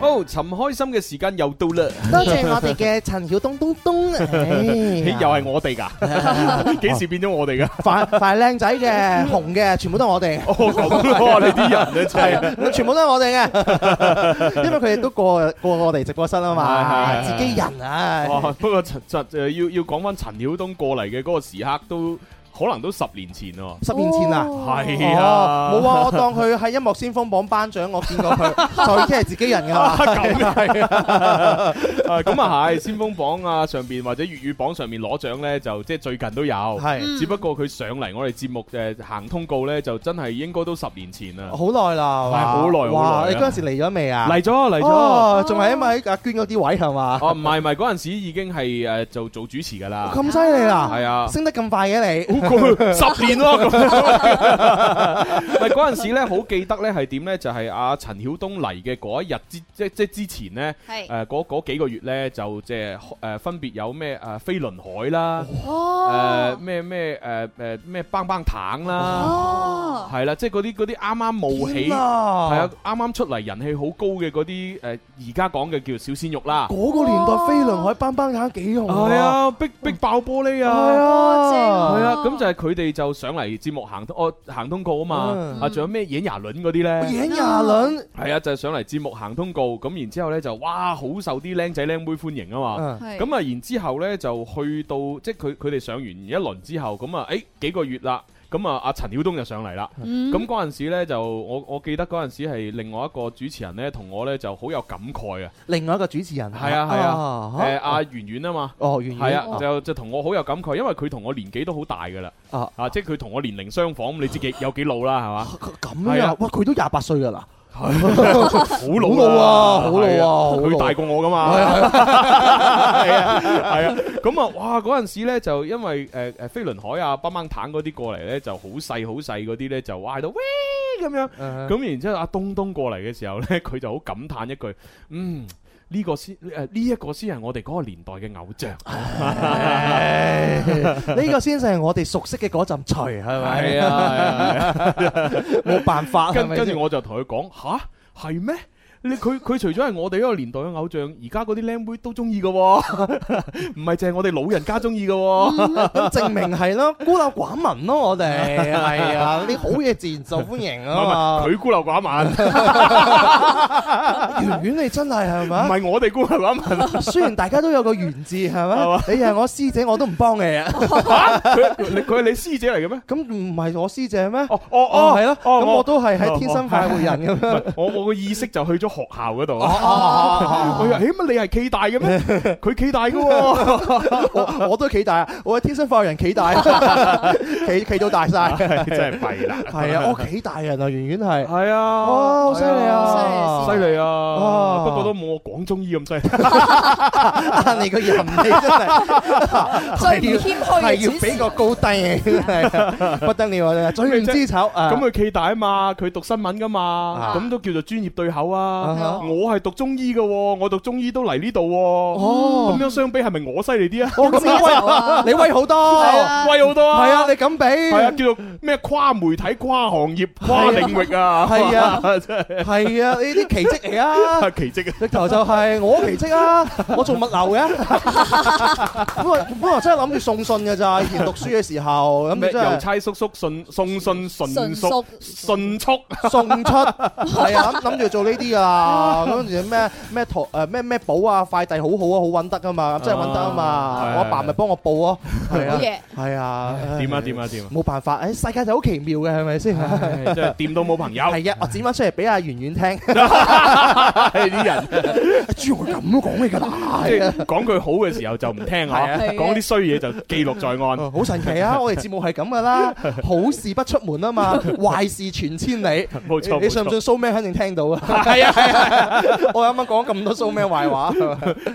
C: 好，尋開心嘅時間又到啦。
D: 多謝我哋嘅陳曉東東 [laughs] 東，
C: 咦
D: 唉
C: 又係我哋噶，
D: [laughs]
C: 幾時變咗我哋噶？
D: 凡凡係靚 [laughs] 仔嘅、紅嘅，全部都係我哋。
C: 哦咁哇你啲人啊真係
D: 係啊全部都係
C: [laughs]
D: 我哋嘅，因為佢哋都過過我哋直播室啊嘛，
C: 係係係
D: 自己人唉。
C: 哇！不過陳陳誒要要講翻陳曉東過嚟嘅嗰個時刻都。可能都十年前喎，
D: 十年前啊，
C: 係啊，
D: 哦冇啊，我當佢喺音樂先鋒榜頒獎，我見過
C: [laughs]
D: 佢，就已經係自己人㗎啦。
C: 咁啊 [laughs] 係啊咁啊係，先鋒榜啊上邊或者粵語榜上面攞獎呢，就即係最近都有，
D: 係
C: 只不過佢上嚟我哋節目誒行通告呢，就真係應該都十年前啦，
D: 好耐啦，係嘛
C: 係好耐好
D: 哇！
C: 耐
D: 你
C: 啊
D: 嗰陣時嚟咗未啊？
C: 嚟咗嚟咗
D: 哦仲係因為阿娟嗰啲位係嘛？
C: 哦，唔係唔係，嗰陣時已經係誒做做主持㗎啦，
D: 咁犀利啦！
C: 係啊
D: 升得咁快嘅
C: [laughs]
D: 你，
C: 十年咯，咁 [laughs] 咪嗰陣時咧，好記得咧係點咧？就係阿陳曉東嚟嘅嗰一日之即即之前咧，
E: 係
C: 誒嗰嗰幾個月咧就即係誒分別有咩誒飛輪海啦，
E: 哦
C: 誒咩咩誒誒咩棒棒糖啦。
E: 哦，
C: 係啦，即係嗰啲嗰啲啱啱冒起，係
D: 天啊
C: 啊，啱啱出嚟人氣好高嘅嗰啲誒，而家講嘅叫小鮮肉啦。
D: 嗰個年代飛輪海班班眼幾紅
C: 係啊，逼逼爆玻璃啊！
D: 係啊
C: 係啊，咁就係佢哋就上嚟節目行通哦行通告啊嘛
D: 嗯，
C: 啊仲有咩演牙輪嗰啲咧？
D: 哦演廿輪，
C: 係啊，就係上嚟節目行通告，咁然之後咧就哇好受啲僆仔僆妹歡迎啊嘛，
D: 嗯係
C: 咁啊然之後咧就去到即係佢佢哋上完一輪之後，咁啊誒幾個月啦。咁啊，阿陳曉東就上嚟啦。
B: 嗯
C: 咁嗰陣時咧，就我我記得嗰陣時係另外一個主持人咧，同我咧就好有感慨啊。
D: 另外一個主持人
C: 係啊係啊，
D: 嚇
C: 誒阿圓圓啊嘛，
D: 哦圓圓
C: 係
D: 哦
C: 啊，就就同我好有感慨，因為佢同我年紀都好大噶啦，
D: 啊
C: 即係佢同我年齡相仿，咁你知幾有幾老啦，
D: [laughs]
C: 係嘛？
D: 咁
C: 係
D: 啊
C: 啊，
D: 哇！佢都廿八歲㗎啦，好
C: 老
D: 啊，好老
C: 係
D: 啊，好
C: 佢
D: 老
C: 大過我噶嘛，
D: 係啊
C: 係啊， [laughs] 係啊，咁啊，哇！嗰陣時咧就因為誒誒飛輪海啊、棒棒糖嗰啲過嚟咧，就好細好細嗰啲咧就哇喺度喂咁
D: 啊
C: 樣，咁然之後阿東東過嚟嘅時候咧，佢就好感嘆一句，嗯。呢個先誒呢一個先係我哋嗰個年代嘅偶像，
D: 呢個先就係我哋熟悉嘅嗰陣除係咪？
C: 係啊，
D: 冇辦法啊係
C: 跟
D: 咪
C: 跟
D: 先
C: 住我就同佢講吓，係咩？你佢佢除咗係我哋呢個年代嘅偶像，而家嗰啲靚妹都中意嘅喎， [laughs] 唔係淨係我哋老人家中意嘅喎。
D: 咁證明係咯，孤陋寡聞咯，
C: [laughs]
D: 我哋係啊，啲好嘢自然受歡迎啊嘛。
C: 唔係唔係佢孤陋寡
D: [laughs]
C: 聞，
D: 啊圓圓你真係係咪？
C: 唔係我哋孤陋寡聞。
D: 雖然大家都有個圓字係咪？你係我師姐，我都唔幫你
C: [laughs] 哦
D: 啊。
C: 佢佢佢係你師姐嚟嘅咩？
D: 咁唔係我師姐咩？
C: 哦哦哦，
D: 係咯。
C: 哦
D: 咁我都係喺天生快活人咁樣。
C: 唔係我我個意識就去咗咗學校嗰度
D: 哦哦哦
C: 啊！
D: 哦
C: 我話：，誒乜你係暨大嘅
D: [laughs]
C: 咩？佢暨大嘅喎，
D: 我我都企大，啊我係天生化學人企 [laughs] 大，啊企企到大晒，
C: 真係弊啦
D: 係啊，我企大人啊，圓圓係，
C: 係啊，
D: 哇，好犀利啊，
C: 犀利啊！
D: 哦
C: 不過都冇我廣中醫咁犀利。
D: 你個人你真
C: [laughs]
D: 係
C: 最唔謙虛嘅主
D: 係要
C: 持
D: 俾個高低，啊真係 [laughs] 不得了啊！最唔知醜啊！
C: 咁佢暨大啊嘛，佢讀新聞噶嘛
D: 啊，
C: 咁都叫做專業對口
D: 啊
C: 啊
D: 哈。
C: 我係讀中醫嘅喎，我讀中醫都嚟呢度喎。
D: 哦
C: 咁樣相比係咪我犀利啲啊？
D: 哦咁你威你威好多
C: 係啊威好多啊！
D: 係啊你咁比
C: 係啊，叫做咩跨媒體、跨行業、跨領域啊！
D: 係啊
C: [laughs] 真係
D: 係啊，呢啲奇蹟嚟啊！
C: 奇蹟啊！
D: 直頭就係我奇蹟啊！我做物流嘅，本來本來真係諗住送信嘅咋，以前讀書嘅時候咁
C: 咩
D: 真係
C: 郵差叔叔信送信迅
D: 迅
C: 速
D: 速
C: 迅速
D: 送出，係啊諗諗住做呢啲㗎啦。嗰陣時咩咩淘誒咩咩寶啊，快遞好好啊，好揾得㗎嘛，真係揾得啊嘛
C: 啊。
D: 我阿爸咪幫我報咯，係
C: 好
D: 啊
C: 嘢，
D: [laughs] 係啊，
C: 點啊點啊點啊！
D: 冇辦法，誒世界就好奇妙嘅，係咪先？
C: 真係掂到冇朋
D: [laughs]
C: 友。
D: 係啊，我剪翻出嚟俾阿圓圓聽。
C: 啲人，
D: 朱紅咁都講你㗎啦
C: 即係講句好嘅時候就唔聽
D: 係
C: 嚇
D: 啊，
C: 講啲衰嘢就記錄在案。
D: 好神
C: [laughs]
D: 奇啊！我哋節目係咁噶啦，好事不出門啊嘛，壞事傳千里。
C: 冇錯冇
D: 你你
C: 錯
D: 信唔信蘇咩肯定聽到
C: [laughs]
D: 啊？
C: 係啊係
D: 啊！我啱啱講咁多蘇咩壞話，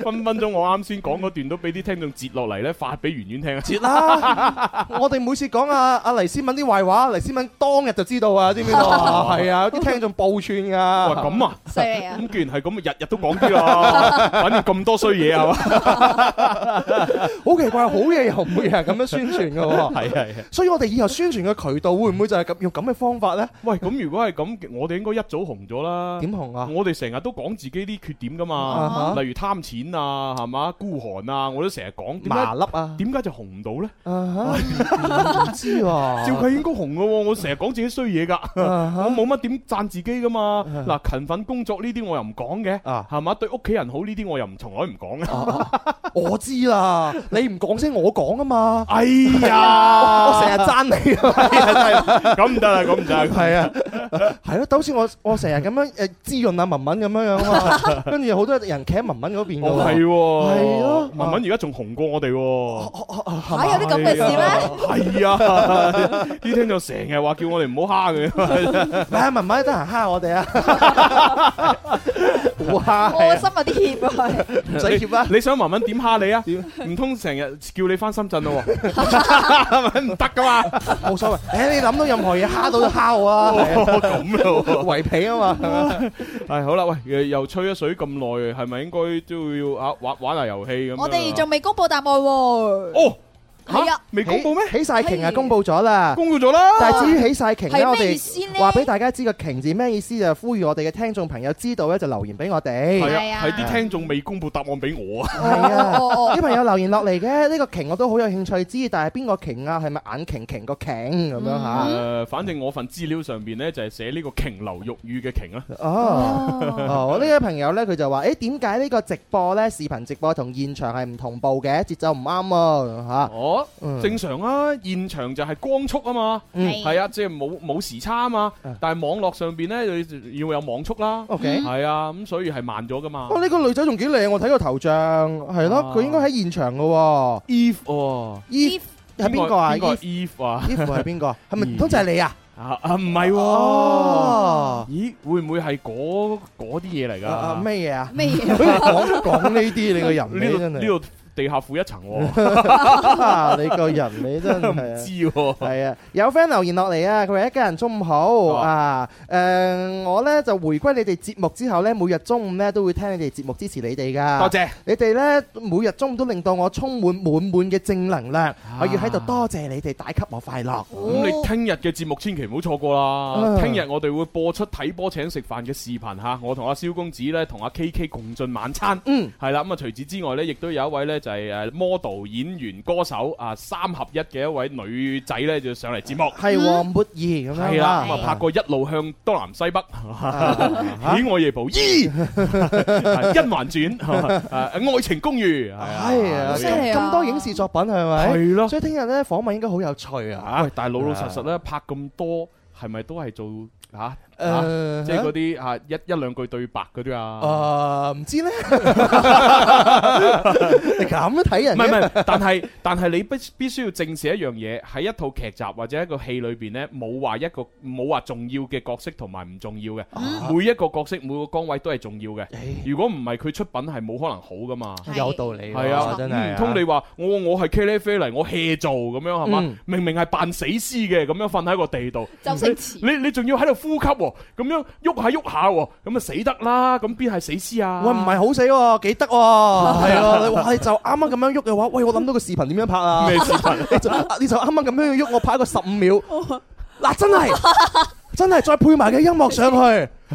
C: 分分鐘我啱先講嗰段都俾啲聽眾截落嚟咧，發俾圓圓聽。啊
D: 絕！啦！我哋每次講阿阿黎思敏啲壞話，黎思敏當日就知道啊，知唔知道
C: [laughs]
D: 啊？係啊，有啲聽眾報串
C: 哇
D: 㗎。
C: 咁啊！
E: 犀利啊
C: 咁既然係咁，日日都講啲啦，反正咁多衰嘢啊係嘛？
D: 好奇怪，好嘢又唔會有人咁樣宣傳㗎喎。
C: [laughs] 係係係。
D: 所以我哋以後宣傳嘅渠道會唔會就係咁用咁嘅方法咧？
C: 喂，咁如果係咁，我哋應該一早紅咗啦。
D: 點紅啊？
C: 我哋成日都講自己啲缺點噶嘛
D: 啊，哈
C: 例如貪錢啊，係嘛，孤寒啊，我都成日講。點解
D: 麻粒啊？
C: 點解就紅唔到咧？
D: 啊哈唔知
C: [laughs]
D: 喎。
C: 照計應該紅噶喎，我成日講自己衰嘢㗎，
D: 啊
C: 我冇乜點讚自己噶嘛。嗱，勤奮工作呢啲我又唔講嘅，
D: 啊
C: 係嘛？對屋企人好呢啲我又唔從來唔講嘅。
D: 我知啦，你唔講聲，我講啊嘛。
C: 哎呀
D: 我我成日爭你啊，
C: 咁唔得啦，咁唔得啦。
D: 係啊，係咯，就好似我我成日咁樣誒滋潤啊文文咁樣樣啊，跟住好多人企喺文文嗰邊㗎
C: 哦，係喎，
D: 係咯，
C: 文文而家仲紅過我哋喎。
D: 嚇有啲咁嘅事
C: 咩？係啊，啲聽眾成日話叫我哋唔好蝦佢。
D: 唔係啊，文文得閒蝦我哋啊，好蝦
E: 我心有啲怯啊！
D: 唔使怯啊
C: 你！你想文文點蝦你啊？唔通成日叫你翻深圳咯？唔得噶嘛，
D: 冇所謂。誒，你諗到任何嘢蝦到就蝦我啊，
C: 哦咁咯喎
D: 圍皮啊嘛。
C: 唉，好啦，喂，又吹咗水咁耐，係咪應該都要啊玩玩下遊戲咁樣啊？
E: 我哋仲未公布答案喎。
C: 哦，
E: 係啊，
C: 未公布咩？
D: 起晒瓊啊，公布咗啦，
C: 公布咗啦。
D: 但係至於起晒瓊咧，
E: 係
D: 我
E: 咩意思呢
D: 哋話俾大家知個瓊字咩意思，就呼籲我哋嘅聽眾朋友知道咧，就留言俾我哋。
C: 係啊，係啲聽眾未公布答案俾我啊。
D: 係
E: 哦
D: 啊，啲朋友留言落嚟嘅，呢個瓊我都好有興趣知，但係邊個瓊啊？係咪眼瓊瓊個瓊咁樣
C: [laughs]
D: 嚇？
C: 誒，反正我份資料上邊咧就係寫呢個瓊樓玉宇嘅啊瓊
E: 嗯
C: 啦。
D: 哦，哦，我呢位朋友咧，佢就話：，誒點解呢個直播咧，視頻直播同現場係唔同步嘅，節奏唔啱啊嚇？
C: 哦，正常啊，現場就係光速啊嘛，
D: 嗯
C: 係啊，即係冇冇時差啊嘛。但係網絡上邊咧，你要有網速啦。
D: OK
E: 嗯
C: 係啊，咁所以係慢咗噶嘛。
D: 哦，呢個女仔仲幾靚，我睇個頭像係
E: 嗯
D: 咯，佢應該喺現場嘅喎。
C: Eve 喎
D: Eve 係邊個啊
C: 邊個
D: ？Eve
C: Eve 啊
D: Eve 係邊個啊？係咪唔通就係你啊？
C: 啊啊唔係喎
D: 哦，
C: 咦會唔會係嗰嗰啲嘢嚟
D: 啊啊
C: 㗎？
D: 咩嘢啊？
E: 咩嘢
D: 講講呢啲你個人
C: 呢
D: 你
C: 度
D: 真
C: 呢
D: 係。
C: 度地下負一層 [laughs]
D: 啊
C: 喎，
D: 你個人你真係
C: 唔 [laughs] 知喎，
D: 係啊，有 friend 留言落嚟啊，佢話一家人中午好
C: 哦
D: 啊，誒，我呢就回歸你哋節目之後呢，每日中午呢都會聽你哋節目支持你哋噶，
C: 多謝
D: 你哋呢，每日中午都令到我充滿滿滿嘅正能量，
C: 啊
D: 我要喺度多謝你哋帶給我快樂。
C: 咁你聽日嘅節目千祈唔好錯過啦！
D: 啊
C: 聽日我哋會播出睇波請食飯嘅視頻嚇，我同阿蕭公子咧同阿 K K 共進晚餐。
D: 嗯，
C: 係啦。咁啊，除此之外咧，亦都有一位咧就係誒呃 model 演員歌手啊三合一嘅一位女仔咧就上嚟節目。
D: 係黃沫儀咁樣
C: 係啦，
D: 啊
C: 咁啊拍過一路向東南西北，
D: 啊
C: 喜愛夜蒲依，係甄嬛傳， [laughs] 係啊愛情公寓，係啊
D: 係啊，
C: 咁樣
D: 咁多影視作品係咪？
C: 係咯
D: 所以聽日呢訪問應該好有趣啊！
C: 喂，但係老老實實咧，拍咁多係咪都係做啊吓？
D: 誒啊
C: 即係嗰啲吓一一兩句對白嗰啲啊？
D: 誒唔知
C: [laughs]
D: 咧，你咁樣睇人
C: 唔係唔
D: 嘅，
C: 係，但係 [laughs] 但係你必必須要正視一樣嘢，喺一套劇集或者一個戲裏邊呢，冇話一個冇話重要嘅角色同埋唔重要嘅，
D: 啊
C: 每一個角色每個崗位都係重要嘅。如果唔係佢出品係冇可能好噶嘛。
D: 有道理喎，
C: 係啊，
D: 真係
C: 唔通你話我我係茄喱啡嚟，我 hea 做咁樣係嘛
D: 嗯？
C: 明明係扮死屍嘅，咁樣瞓喺個地度，
E: 周星馳
C: 你你你仲要喺度呼吸喎，咁樣喐下喐下喎，咁啊死得啦！咁邊係死屍啊？
D: 喂唔係好死喎，
C: [laughs]
D: 幾得喎，係啊！你話你就啱啱咁樣喐嘅話，喂我諗到個視頻點樣拍啊？
C: 咩視頻
D: [laughs] 你就你就啱啱咁樣喐，我拍一個十五
C: [laughs]
D: 秒。
C: 哦
D: 嗱，真係真係再配埋嘅音樂上
C: [laughs]
D: 去，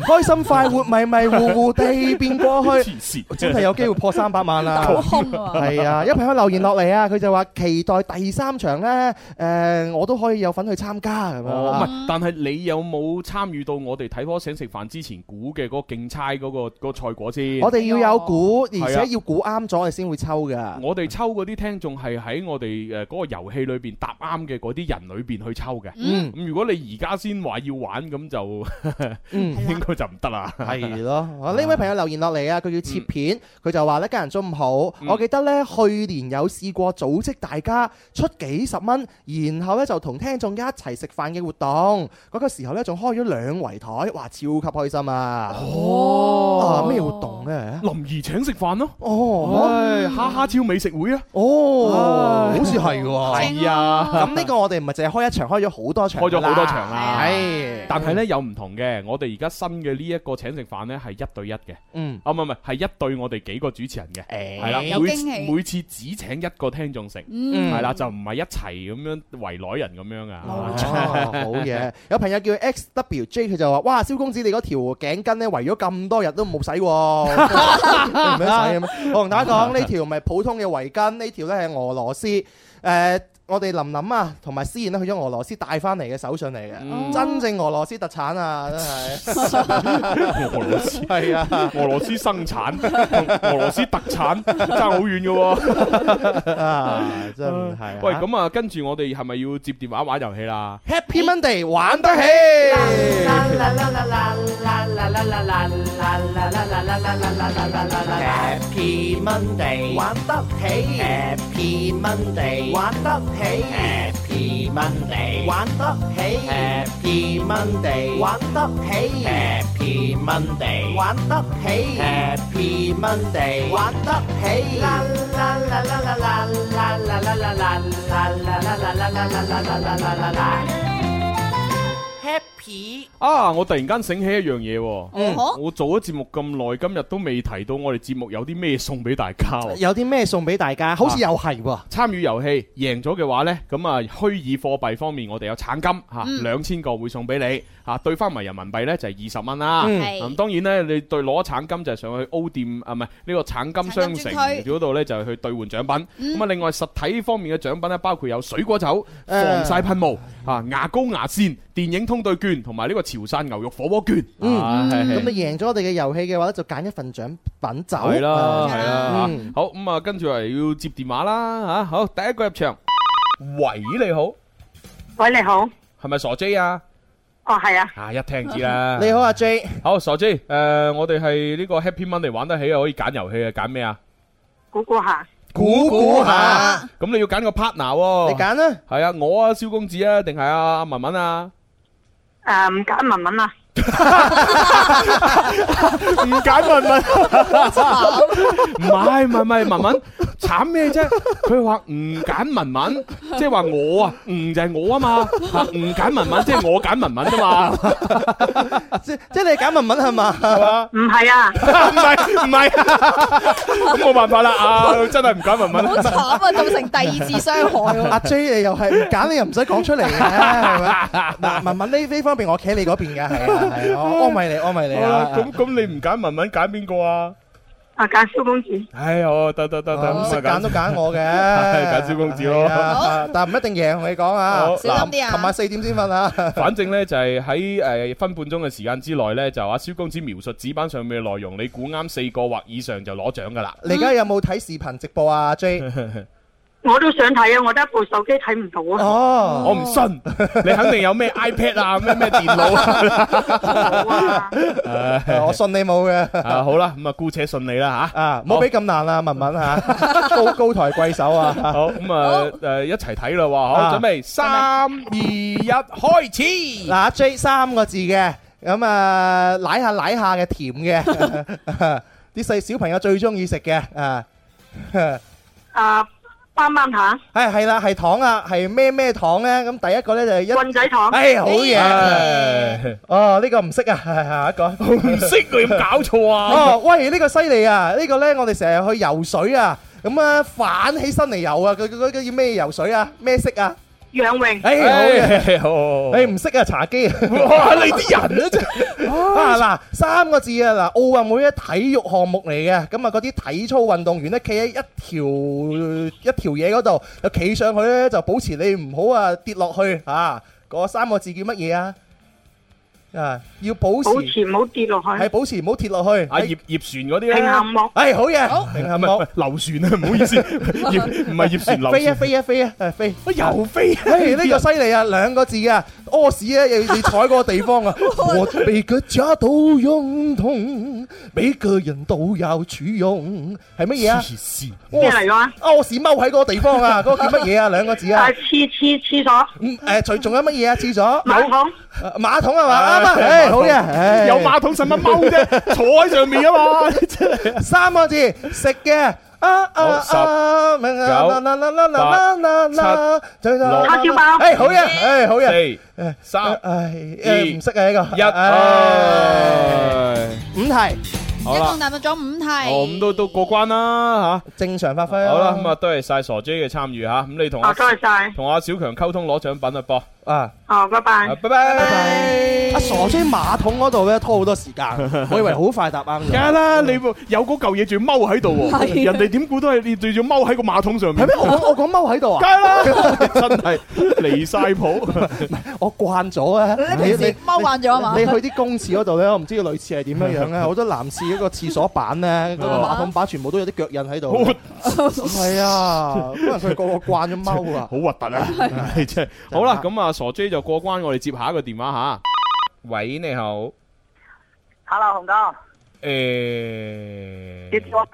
D: 開心快活迷迷糊糊地變過去
C: 黐，線
D: 真係有啊機會破三百萬啊
C: [laughs]
D: 啦！
C: 好
D: 空
E: [laughs] à.
D: 係啊！有朋友留言落嚟啊，佢就話期待第三場呢，誒我都可以有份去參加咁樣
C: 哦，唔
D: 啊。
C: 係，但係你有冇參與到我哋睇波醒食飯之前估嘅嗰個競猜嗰個 [laughs] 嗰個賽果先？
D: 我哋要有估，而
C: 係啊
D: 且要估啱咗，我哋先會抽噶。
C: 我哋抽嗰啲聽眾係喺我哋誒呃嗰個遊戲裏邊答啱嘅嗰啲人裏邊去抽嘅。
D: 嗯
C: 咁如果你而家先話要玩，咁
D: [laughs]
C: 就應該就唔得啦。
D: 嗯係咯，啊呢位朋友留言落嚟啊，佢要切片，佢就話咧家人中午好，我記得咧去年有試過組織大家出幾十蚊，然後咧就同聽眾一齊食飯嘅活動，嗰個時候咧仲開咗兩圍台，哇超級開心啊！哦，咩活動咧？
C: 林兒請食飯咯。
D: 哦
C: 唉，哈哈超美食會啊。
D: 哦，
C: 唉
D: 好似係喎，
C: 係啊
D: 咁呢個我哋唔係淨係開一場，開咗好多場，
C: 開咗好多場啦，
D: 係。
C: 但係呢，有唔同嘅，我哋而家新嘅呢一個請食飯呢，係一對一嘅，
D: 嗯，
C: 啊唔係唔係，係一對我哋幾個主持人嘅，係啦，
E: 有
C: 每
E: 驚
C: 次
E: 喜
C: 每次只請一個聽眾食，
E: 嗯
C: 係啦，就唔係一齊咁樣圍內人咁樣啊，
D: 哦，好嘢！有朋友叫 XWJ，佢就話：，哇，蕭公子你嗰條頸巾咧，圍咗咁多日都冇洗喎，唔使洗咁。我同大家講，呢條咪普通嘅圍巾，呢條咧係俄羅斯誒。我哋琳琳啊，同埋思燕咧去咗俄羅斯帶翻嚟嘅手信嚟嘅，真正俄羅斯特產啊，真係。
C: 俄羅
D: [laughs]
C: 斯
D: 係啊，
C: 俄羅斯生產同俄羅斯特產爭好遠嘅喎，
D: [laughs] 啊真係
C: 喂，咁啊，跟住我哋係咪要接電話玩遊戲啦？
D: Happy Monday 玩得起。
S: Happy Monday，玩得起。Happy Monday，玩得起。Happy Monday，玩得起。Happy Monday，玩得起。Happy Monday，玩得起。Happy Monday，玩得起。啦啦啦啦啦啦啦啦啦啦啦
C: 啊！我突然間醒起一樣嘢喎，
D: 嗯
E: 哦
C: 我做咗節目咁耐，今日都未提到我哋節目有啲咩送俾大家喎。
D: 有啲咩送俾大家？好似又係喎。
C: 參與遊戲贏咗嘅話呢，咁啊虛擬貨幣方面我哋有橙金
D: 嗯
C: 嚇兩千個會送俾你嚇，對翻埋人民幣呢就係二十蚊啦。啊
D: 嗯
C: 咁、當然呢，你對攞橙金就係上去 O 店啊，唔係呢個橙金
D: 嗯
C: 商城
D: 專區
C: 嗰度呢，就係去兌換獎品。咁啊、
D: 嗯
C: 另外實體方面嘅獎品呢，包括有水果酒、防
D: 誒
C: 曬噴霧、啊牙膏牙線、電影通兌券同埋呢個潮汕牛肉火鍋券。啊
D: 嗯，
C: 係係
D: 咁你贏咗我哋嘅遊戲嘅話咧，就揀一份獎品走。
C: 系啦，系啦
D: 嗯，
C: 好咁啊，跟住嚟要接電話啦吓，好第一個入場，喂你好，
O: 喂你好，
C: 係咪傻 J 啊？
O: 哦系啊，
C: 啊一聽知啦，
D: 你好，阿 J，
C: 好傻 J，诶，我哋係呢個 Happy Monday 玩得起啊，可以揀遊戲啊，揀咩啊？
O: 估估下，
C: 估估下，咁你要揀個 partner 喎，
D: 你揀啦，
C: 係啊，我啊，蕭公子啊，定係啊，文文啊，
O: 诶唔拣文文
T: 啊
O: 啦，
C: 唔揀文 [laughs] 文，唔係唔係唔係文文，慘咩啫？佢話唔揀文文，即係話我啊，唔就係我啊嘛，啊唔揀文文，即係我揀文文啫嘛。
D: 即即係你揀文
C: [laughs]
D: 文係嘛？
O: 唔係啊，
C: 唔係唔係，啊咁冇辦法啦啊，真係唔揀文文。
E: 好慘啊，造成第二次傷害喎。
D: 阿 J 你又係唔揀你又唔使講出嚟
C: [laughs]
D: 嘅，係咪？嗱，文文呢呢方面我企喺你嗰邊嘅，係啊係啊，我安慰你安慰你
C: 好啦
D: 啊。
C: 咁咁你唔揀文文，揀邊個啊？
O: 啊揀蕭公子，
C: 哎呀，得得得得，
D: 唔
C: 咁
D: 識
C: 啊
D: 揀都揀我
C: [laughs]
D: 嘅，
C: 係揀蕭公子咯
D: 係啊但唔一定贏，同你講啊
C: 好。小心
D: 啲啊！琴晚四點先瞓啊。
C: 反正呢，就係喺誒分半鐘嘅時間之內呢，就阿蕭公子描述紙板上面嘅內容，你估啱四個或以上就攞獎噶啦。
D: 你而家有冇睇視頻直播啊阿？J，
T: 我都想睇啊，我得一部手機睇唔到啊。
C: 哦，我唔信，你肯定有 [laughs] 咩 iPad 啊，咩咩電腦
D: 哦
C: 啊。誒
D: 我信你冇嘅。
C: 啊，好啦，咁啊，姑且信你啦吓。
D: 啊，唔好俾咁難啊，文文嚇，高高抬貴手啊。
C: 好，啊咁啊，誒，一齊睇啦喎，好，準備三二一，開始。
D: 嗱，J 三個字嘅，咁啊，奶下奶下嘅 [laughs] 甜嘅，啲細小朋友最中意食嘅啊。 [laughs]
T: 啊，斑斑下，
D: 係係啦，係糖啊，係咩咩糖咧？咁第一個咧就係一
T: 棍仔糖
D: 哎，好嘢
C: 哎！
D: 哦，呢個唔識啊，係係下一個
C: 唔識佢有冇搞錯啊？
D: [laughs] 哦，喂，呢個犀利啊！呢個咧，我哋成日去游水啊，咁啊反起身嚟游啊，佢佢佢叫咩游水啊？咩式啊？
T: 仰泳。
D: 哎，好嘢！
C: 好，
D: 你唔識啊，茶几啊！
C: 哎
D: [laughs]
C: 哇你啲人啊真
D: 啊嗱，三個字啊嗱，奧運會咧體育項目嚟嘅，咁啊嗰啲體操運動員咧企喺一條一條嘢嗰度，就企上去咧就保持你唔好啊跌落去啊！嗰三個字叫乜嘢啊？啊，要保持
T: 保持唔好跌落去
D: 係保持唔好跌落去。
C: 啊，葉葉璇嗰啲咧，
D: 平衡木哎好嘢好平衡木
C: 唔係流船啊，唔好意
D: [laughs]
C: 思，葉唔係葉璇流
D: 飛啊
C: 船。
D: 飛啊飛啊，誒飛！
C: 又飛啊
D: 哎呢個犀利啊，兩個字啊，屙屎咧又要你踩嗰個地方啊！我被腳抓到擁痛，每個人都有處用，係乜嘢啊？
C: 黐線
T: 咩嚟㗎啊
D: 屙屎踎喺嗰個地方啊！嗰個叫乜嘢啊？兩個字啊
T: 啊！廁廁廁所。
D: 嗯誒，除仲有乜嘢啊？廁所
T: 馬桶
D: 有誒馬桶係嘛？啱啊！誒好嘢，誒
C: 哎有馬桶使乜踎
D: [laughs]
C: 啫？坐喺上面啊嘛，真係。
D: 三個字食嘅。啊啊啊！明啦啦啦啦啦啦啦！最多
T: 叉燒包
D: 誒好嘢，誒好嘢，
C: 四、三、
D: 哎二，唔識啊呢個
C: 啊一，哦唉
D: 哎五題，
C: 好
E: 一
C: 啦
E: 共。答咗五題。
C: 哦，咁都都過關啦嚇，
D: 正常發揮
C: 好啦，咁啊，多謝晒傻 J 嘅參與嚇，咁你同
T: 啊，
C: 阿
T: 多謝晒。
C: 同阿小強溝通攞獎品啊噃，
D: 啊，
T: 哦，拜拜。
C: 拜拜。
D: 阿傻姐馬桶嗰度咧拖好多時間，
C: [laughs]
D: 我以為好快答啱
C: 梗係
D: 咗。
C: 啦，你有嗰嚿嘢仲要踎喺度喎，
D: 係啊
C: 人哋點估都係你仲要踎喺個馬桶上面。
D: 係咩？我講我講踎喺度啊？
C: 梗係啦， [laughs] 真係離晒譜。 [laughs]
D: 我慣咗啊！
E: 你平時踎慣咗啊嘛
D: 你去啲公廁嗰度咧，我唔知個女廁係點樣
C: [laughs]
D: 樣咧，好多男廁嗰個廁所板咧，
C: 哦
D: 嗰個馬桶板全部都有啲腳印喺度。係啊，可能佢個個慣咗踎啊。
C: 好核突啊！係 [laughs] 真係好啦，咁啊，傻 J 就過關，我哋接下一個電話吓。喂，你好，
J: Hello，洪哥，
D: 嗯
C: 誒，
J: 接我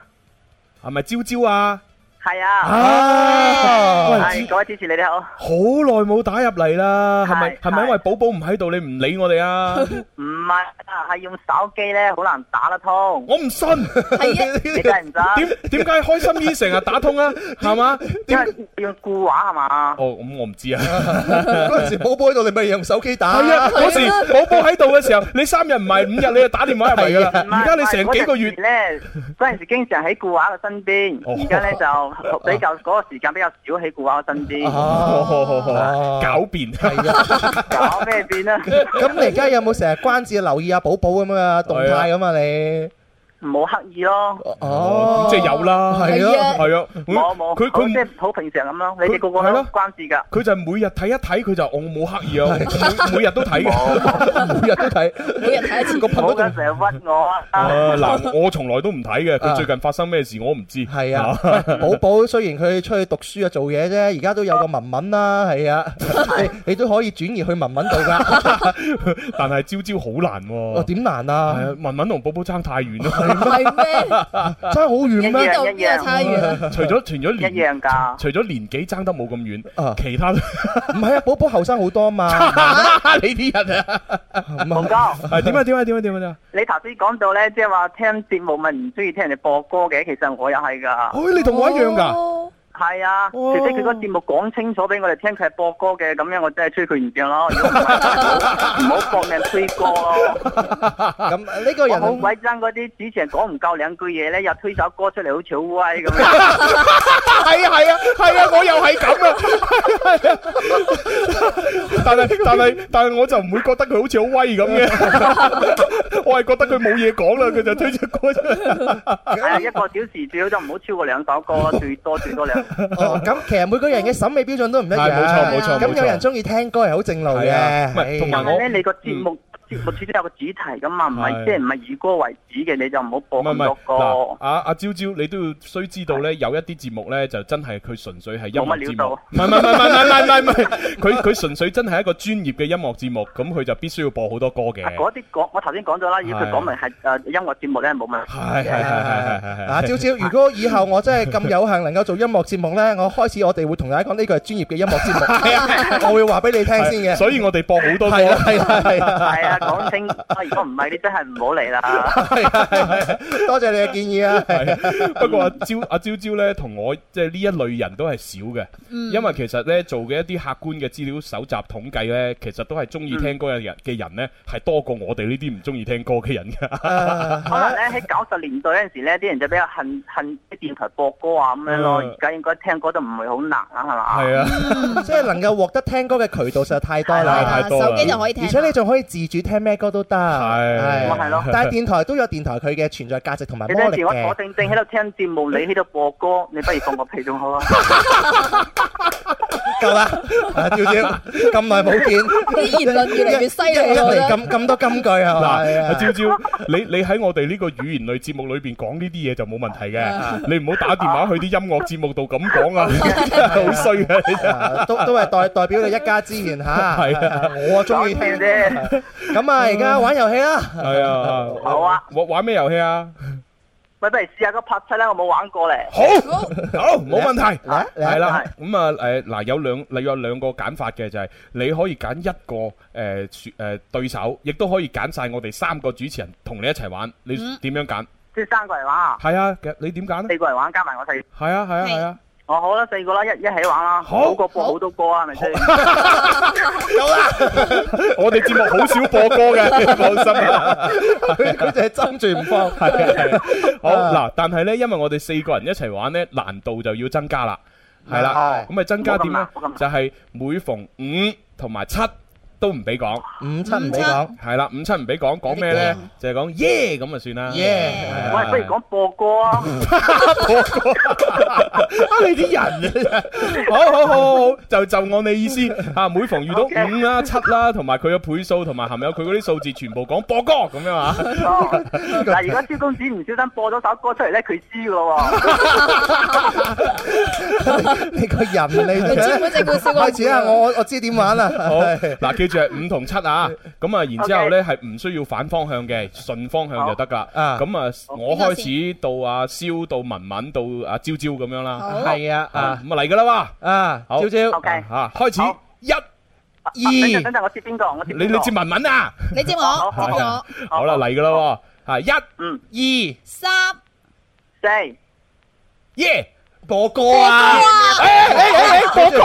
C: 係咪朝朝啊？
J: 係啊，
C: 啊喂
J: 係各位主持你哋好，
C: 好耐冇打入嚟啦，係咪係咪因為寶寶唔喺度，你唔理我哋
J: [laughs]
C: 啊？
J: 唔係啊，係用手機咧，好難打得
C: [laughs]
J: 通。
C: 我唔信，
J: 你真係唔
C: 點
J: 信？
C: 點解開心醫成日打通啊？係嘛？
J: [laughs] 因為用固話係嘛？
C: 哦，咁我唔知啊。
D: 嗰陣時寶寶喺度，你咪用手機打。
C: 係啊，嗰時寶寶喺度嘅時候，你三日唔係五日，你就打電話入嚟㗎啦。
J: 唔係啊
C: 而家你成幾個月哦
J: 嗰陣時咧，嗰陣時經常喺固話嘅身邊，而家咧
C: [laughs]
J: 就比較嗰個時間比較少喺固話嘅身邊。
C: 啊哦，狡辯 [laughs] 係
J: 搞咩
C: [laughs]
J: 變啊？
D: 咁你而家有冇成日關注留意阿寶寶咁啊動態咁啊你？
J: 唔好刻意咯。
D: 哦
C: 咁即係有啦，
D: 係啊
C: 係啊，會
J: 冇冇，
C: 佢
J: 好即
C: 佢
J: 係好平常咁咯。你哋個個
C: 係
J: 都
C: 咯
J: 關注㗎。
C: 佢就係每日睇一睇，佢就我冇刻意啊，每每日都睇嘅，每日
D: [laughs]
C: 都睇。
E: 每日睇一次
D: 個頻
J: 好嘅，成日屈我啊！
C: [laughs] 啊嗱，我從來都唔睇嘅，佢最近發生咩事我唔知。
D: 係啊，喂寶寶雖然佢出去讀書啊做嘢啫，而家都有個文文啦，係啊，你你都可以轉移去文文度㗎。
C: [laughs] 但係朝朝好難 [laughs]
D: 哦，
C: 喎。
D: 點難
C: 係
D: 啊
C: 啊？，文文同寶寶爭太遠 [laughs] 啦。
E: 係咩？
D: 爭好遠
J: 一
D: 咩？
J: 樣一樣
E: 差遠
C: [laughs]
E: 啦。
C: 除咗除咗年
J: 一樣㗎。
C: 除咗年紀爭得冇咁遠
D: 啊，
C: 其 [laughs] 他都
D: 唔係啊，寶寶後生好多
C: [laughs]
D: 嘛。
C: 你啲人啊，
J: 洪哥。
C: 係點啊點啊點啊點啊點啊！
J: 你頭先講到咧，即係話聽節目咪唔中意聽人哋播歌嘅，其實我又係噶，
C: 哎，你同我一樣㗎。哦
J: 係啊，除非佢個節目講清楚俾我哋聽佢係播歌嘅，咁樣我真係吹佢唔脹咯。如果唔係唔好搏命推歌咯，
D: 咁呢個
J: 我好
D: 人。
J: 鬼憎嗰啲主持人講唔夠兩句嘢咧，又推首歌出嚟好似
C: [laughs]
J: 好威咁樣。
C: [laughs] 係啊係啊係啊，我又係咁啊！ [laughs] 但係但係但係，我就唔會覺得佢好似好威咁嘅， [laughs] 我係覺得佢冇嘢講啦，佢就推出歌出嚟。
J: 係啊，一個小時最好就唔好超過兩首歌，
C: [laughs]
J: 最多最多兩。
D: 哦，咁其實每個人嘅審美標準都唔一
C: 係
D: 樣。
C: 冇錯冇錯
D: 咁
C: 冇錯
D: 有人中意聽歌係好正路
C: 係啊
D: 嘅。
C: 唔係同埋嗯
J: 但係咧，你個節目節目始終有個主題噶嘛，唔
C: 係
J: 係即係唔係以歌為主嘅，你就唔好播
C: 唔係唔
J: 咁多
C: 係嗱
J: 歌，。
C: 阿阿朝朝你都要需知道咧，有一啲節目咧就真係佢純粹係音樂節目，唔
J: 冇
C: 係唔係唔係唔
J: 乜料到
C: 係唔係唔係，佢佢純粹真係一個專業嘅音樂節目，咁佢就必須要播好多歌嘅。
J: 嗰啲講我頭先講咗啦，如果佢
C: 係
J: 講明係誒音樂節目咧，冇問題。
D: [laughs]
C: 係係係係係係。
D: 嗱，照照，如果以後我真係咁有幸能夠做音樂節目呢，我開始我哋會同大家講呢 [laughs] 個係專業嘅音樂節目，我會話俾你聽先嘅。
C: 所以我哋播好多歌。
D: 係啊係啊係啊
J: 係啊，講清，如果唔係你真係唔好嚟啦。
C: [laughs]
D: 多謝你嘅建議啊！
C: 不過阿招阿招招咧，同我即係呢一類人都係少嘅，
D: 嗯
C: 因為其實咧做嘅一啲客觀嘅資料搜集統計咧，其實都係中意聽歌嘅人嘅人咧，係多過我哋呢啲唔中意聽歌嘅人嘅。
J: 可能咧喺九十年代嗰陣時咧，啲人就比較恨恨啲電台播歌啊咁樣咯。
C: 嗯
J: 而家應該聽歌都唔會好難啊，係嘛？
C: 係啊。
D: 即係能夠獲得聽歌嘅渠道實在太多
J: 係
D: 啦，
J: 啊太多啦手機就可以聽
D: 而且你仲可以自主聽咩歌都得，係
J: 咪係咯
D: 但係電台都有電台佢嘅存在價值同埋
J: 你
D: 魔
J: 陣
D: 力
J: 時我坐
D: 嘅。
J: 正正喺度聽節目，你喺度播歌，你不如放個屁仲好啊！
D: [laughs] 夠 [laughs] 啦，啊照照，咁耐冇見，
E: 啲言論
D: Dạ.
E: 越嚟越犀利
D: 一一
E: 我覺
D: 嚟
E: 得
D: 咁咁多金句係嘛？係
C: 嗱，
D: 啊
C: 阿招招，你你喺我哋呢個語言類節目裏邊講呢啲嘢就冇問題
D: 啊
C: 嘅，你唔好打電話去啲音樂節目度咁
D: [laughs]
C: 講啊，好衰啊！你真係
D: 都都係代代表你一家之 [laughs] 言嚇，
C: 係啊
D: 我中意聽
J: 啫。
D: 咁啊，而家玩遊戲啦， [laughs]
C: 係啊，
J: 好啊，
C: 玩玩咩遊戲啊？
J: 喂，不如試下個拍七啦，我冇玩過咧。
C: 好，好，冇問題，
D: 嚟
C: 係啦，咁啊，誒，嗱，有兩，你有兩個揀法嘅，就係你可以揀一個誒選誒對手，亦都可以揀晒我哋三個主持人同你一齊玩，你
J: 嗯
C: 點樣揀？
J: 即係三個嚟玩啊！
C: 係啊，嘅你點揀呢？
J: 四個嚟玩加埋我四。
C: 係啊，係啊，係啊。
J: 哦，好啦，四個啦，一一起玩啦。
C: 好
J: 過播好多歌啊，係咪先？
C: 我哋節目好少播歌嘅，
D: [laughs]
C: 你放心啊。
D: 佢佢就係爭住唔放。
C: 係啊好嗱，但係呢，因為我哋四個人一齊玩呢，難度就要增加啦。係啦，
D: 係
C: 咁啊增加點呢？
D: 冇咁難
C: 就係每逢五同埋七都唔俾講。
D: 五七唔俾講。
C: 係啦，五七唔俾講，講咩呢？就係講耶咁就算啦。
D: 耶
C: 係啊
J: 喂，不如講播歌啊！
C: [laughs] 啊！你啲人啊，好好好好，就就按你意思啊，每逢遇到五啦、七啦，同埋佢嘅倍數，同埋含有佢嗰啲數字，全部講播歌咁樣啊！
J: 哦，嗱，如果蕭公子唔小心播咗首歌出嚟咧，佢知噶咯
C: [laughs]
D: 你個人 [laughs] 嚟
J: 佢專門整蠱小公主
D: 開始啊！我我知點玩啦。
C: 好嗱，記住係五同七啊，咁啊，然之後咧係唔需要反方向嘅，順方向就得噶。咁啊，我開始到阿蕭到文文到阿朝朝咁樣啦。
D: 好係啊啊
C: 咁啊嚟噶啦喎！
D: 啊，
C: 好
D: 朝朝
C: 啊，開始一。
J: 喎。等陣等陣，我接邊個？我接邊個
C: 你你接文文啊？
E: 你接我，
C: 係
E: 接
C: 啊
E: 我，
C: [laughs] 好啦，嚟噶啦喎，係一、二、
E: 三
J: 四，
C: 耶！哎
D: 播歌啊！
C: 誒誒誒播歌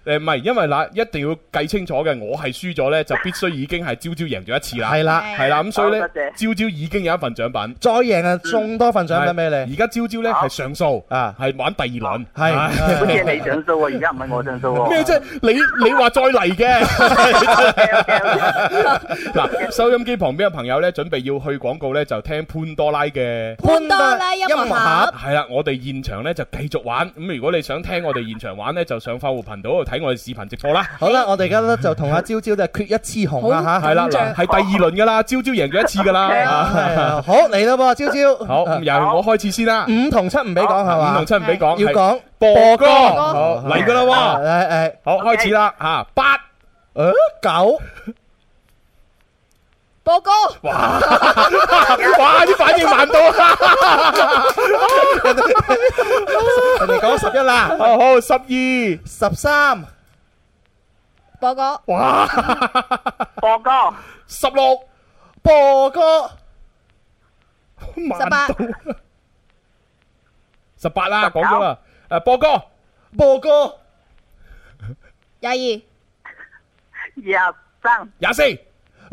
C: 誒唔係，因為嗱，一定要計清楚嘅，我係輸咗咧，就必須已經係朝朝贏咗一次啦。
D: 係啦
C: 係啦，咁所以咧
D: 好多，謝
C: 朝朝已經有一份獎品。
D: 再贏啊，送多份獎品俾你。
C: 而家朝朝咧係上訴
D: 啊，
C: 係玩第二輪。
D: 係
J: 好似係你上訴喎，而家唔係我上訴喎。
C: 咩啫？你你話再嚟嘅？
D: [laughs]
C: [laughs] 嗱，收音機旁邊嘅朋友咧，準備要去廣告咧，就聽潘多拉嘅。
E: 潘多拉音樂盒，
C: 係啦，我哋現場咧就繼續玩。咁如果你想聽我哋現場玩咧，就上快活頻道嗰度睇我哋視頻直播啦。
D: 好啦，我哋而家咧就同阿朝朝就決一雌雄啦嚇，
C: 係啦，嗱，係第二輪噶啦，朝朝贏咗一次噶
D: 哦 [laughs] 係啊
C: 啦。
D: 好嚟啦噃，朝朝。 [laughs]
C: 好，咁由我開始先啦。
D: 五同七唔俾講係嘛？
C: 五同七唔俾講，
D: 要
C: 係
D: 講
C: 播歌。
D: 好
C: 好嚟噶啦喎。
D: 誒誒，
C: 好，開始啦嚇，八，
D: 誒呃九，
E: 播歌，
C: 哇！ [laughs] 哇！啲反應慢到啊！
D: [laughs] 人哋講十一啦，
C: 好好十二、
D: 十三，
E: 播歌，
C: 哇！
J: 播歌，
C: 十六，
D: 播歌，
E: 十八，
C: 十八啦，講咗啦。誒，播歌，
D: 播歌，
E: 廿二，
J: 廿三，
C: 廿四，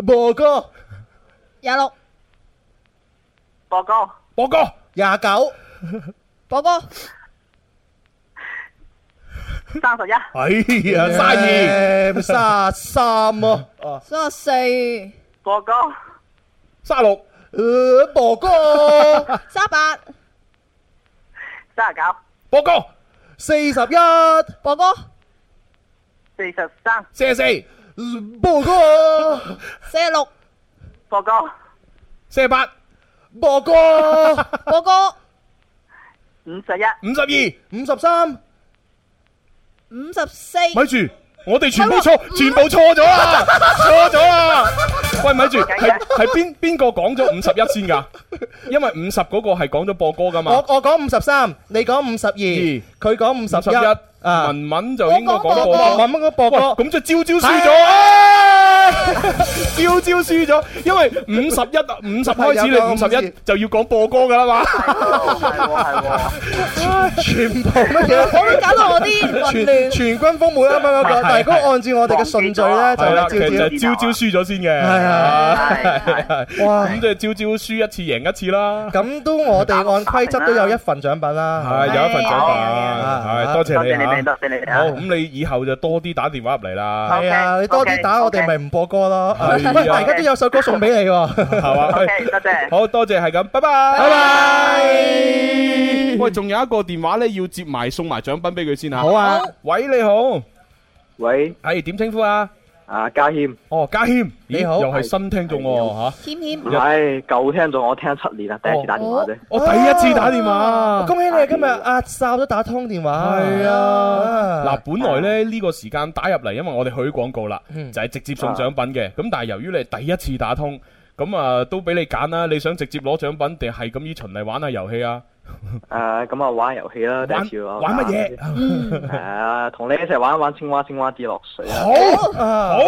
D: 播歌，
E: 廿六，
J: 播歌，
C: 播歌，
D: 廿九，
E: 播歌，
T: 三十一。
C: 哎呀，卅二，
D: 卅三啊，
E: 三十四，
T: 哥哥，
C: 卅六，
D: 呃，博哥，
C: [laughs]
E: 三十八，
T: 三十九，
C: 博哥，
D: 四十一，
E: 博哥，
T: 四十三，
C: 四十四，
D: 博哥，
E: 四十六，
T: 博哥，
C: 四十八，
D: 博哥，
E: 博哥，
T: 五十一，
C: 五十二，
D: 五十三，
E: 五十四，
C: 咪住，我哋全部錯，全部錯咗 [laughs] 啦，錯咗啦。喂，咪住，係係邊邊個講咗五十一先㗎？因為五十嗰個係講咗播歌㗎嘛。
D: 我我講五十三，你講五十二，佢講五
C: 十
D: 十
C: 一
D: 一。
C: 文文就應該講播
D: 我
C: 歌。
D: 講播歌我講播歌
C: 喂咁就朝朝輸咗啊！ [laughs] 朝朝輸咗，因為五十一五十開始，你
D: 係有
C: 五十一就要講播歌㗎啦嘛。
D: [laughs] 全部乜嘢？
E: 搞到我啲混亂
D: 全全軍覆沒啱啱嗰個，但係如果按照我哋嘅順
C: [laughs] 係啦，
D: 序
C: 其
D: 咧，就
C: 實
D: 係
C: 朝朝輸咗先嘅。
D: 係
C: 係 [laughs] 係係
D: 哇
C: 咁就朝朝輸一次贏一次啦。
D: 照。咁都我哋按規則都有一份獎品啦，
C: 係有一份獎品，係多謝
T: 多謝
C: 你
T: 你
C: 嚇
T: 多謝你啊
C: 好，咁你以後就多啲打電話入嚟啦。
D: 係啊，你多啲打我哋咪唔播歌咯。喂， [laughs]
C: 係啊
D: 但係而家都有首歌送俾你喎，係
C: [laughs] 係嘛？
T: 多謝。
C: 好多謝，係咁，拜拜，拜拜。喂，仲有一個電話咧，要接埋送埋獎品俾佢先嚇。
D: [laughs] 好啊好。
C: 喂，你好。喂。係點稱呼啊？啊，家謙。哦，家謙，
D: 你好
C: 咦又係新聽眾喎嚇。
E: 謙
I: [laughs]
E: 謙，
I: 係舊聽咗，我聽七年
C: 哦
I: 啦，第一次打電話啫。
C: 我第一次打電話。
D: 恭喜你今日阿哨都打通電話。
C: 係
D: 啊
C: 嗱，本來咧呢個時間打入嚟，因為我哋去廣告啦，
D: 嗯啊
C: 就係直接送獎品嘅。咁但係由於你係第一次打通，咁啊都俾你揀啦，你想直接攞獎品定係咁依循例玩下遊戲啊？
I: 誒，咁啊玩遊戲啦，第一次啊玩
C: 玩乜嘢？嗯
I: 誒，啊同你一齊玩一玩青蛙，青蛙跌落水
C: 哦
I: 啊！
D: 好，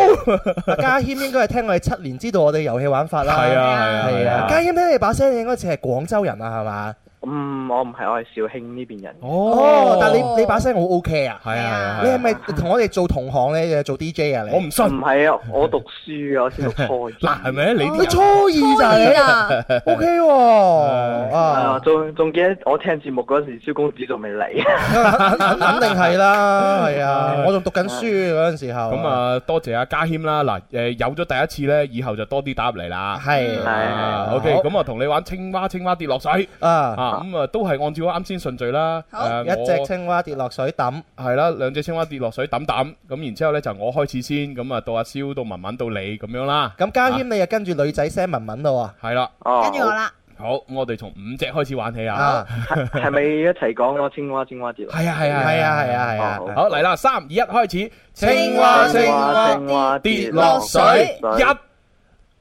D: 好，家謙應該係聽我哋七年，知道我哋遊戲玩法啦。
I: 係啊係啊
D: 係
I: 係
D: 啊
I: 啊。
D: 家謙聽你把聲，你應該似係廣州人啊，係嘛？
I: 嗯，我唔係，我係肇慶呢邊人。
D: 哦，但係你你把聲好 OK 啊。
C: 係啊
D: 你係咪同我哋做同行咧？又做 DJ 啊？你
C: 我唔信。
I: 唔係啊，我讀書啊，我先讀初二。
C: [laughs] 嗱，係咪你
D: 你初二
E: À,
D: 咋你？OK 喎，啊，
I: 啊，仲仲記得我聽節目嗰陣時，蕭公子仲未
C: [laughs]
I: 嚟。
D: 肯定 [laughs] 係啦，係啊，我仲讀緊書嗰陣時候。
C: 咁，啊，多謝阿家謙啦。嗱，誒有咗第一次咧，以後就多啲打入嚟啦。
D: 係
C: 啊
D: 係
C: ，OK。
D: 好
C: 咁啊，同你玩青蛙，青蛙跌落水
D: 啊
C: 啊。咁啊，都係按照啱先順序啦。誒
D: 一隻青蛙跌落水抌。
C: 系啦，兩隻青蛙跌落水揼揼，咁然之後呢，就我開始先，咁啊到阿蕭到文文到你咁樣啦。
D: 咁家謙你又跟住女仔 Sam 文文咯
C: 係啦，
I: 跟住我
E: 啦。
C: 好，咁我哋從五隻開始玩起啊
D: 啊。
I: 係咪一齊講個青蛙，青蛙跌落？
C: 係啊係啊
D: 係啊係啊係啊
C: 好好嚟啦，三二一開始。
D: 青蛙青蛙
I: 青蛙
C: 跌落水一。
D: 喎，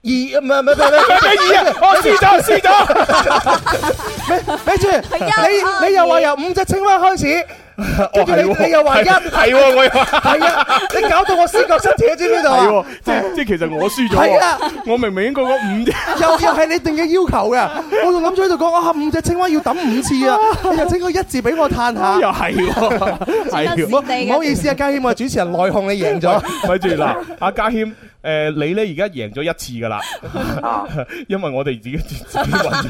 D: 二唔係唔係唔係唔係
C: 咩二啊我輸
D: [laughs]
C: 咗輸
D: 咗。咪住，你你又話由五隻青蛙開始，跟住
C: 哦係
D: 你
C: 喎
D: 你又話一，
C: 係係喎我又
D: 係啊，你搞到我思覺失調，知唔知道
C: 係
D: 啊
C: 喎？即係即係其實我輸咗
D: 係啊
C: 喎，我明明應該講五隻。
D: 又又係你定嘅要求嘅，我仲諗咗喺度講啊，五隻青蛙要抌
C: [laughs]
D: 五次啊，你又整個一字俾我嘆下，
C: 又係喎，係
D: 唔好唔好意思啊，家謙，我係主持人內訌，你贏咗。
C: [laughs] 咪住嗱，阿家謙，誒你咧而家贏咗一次噶啦，
I: 啊
C: 因為我哋自己 [laughs] 自己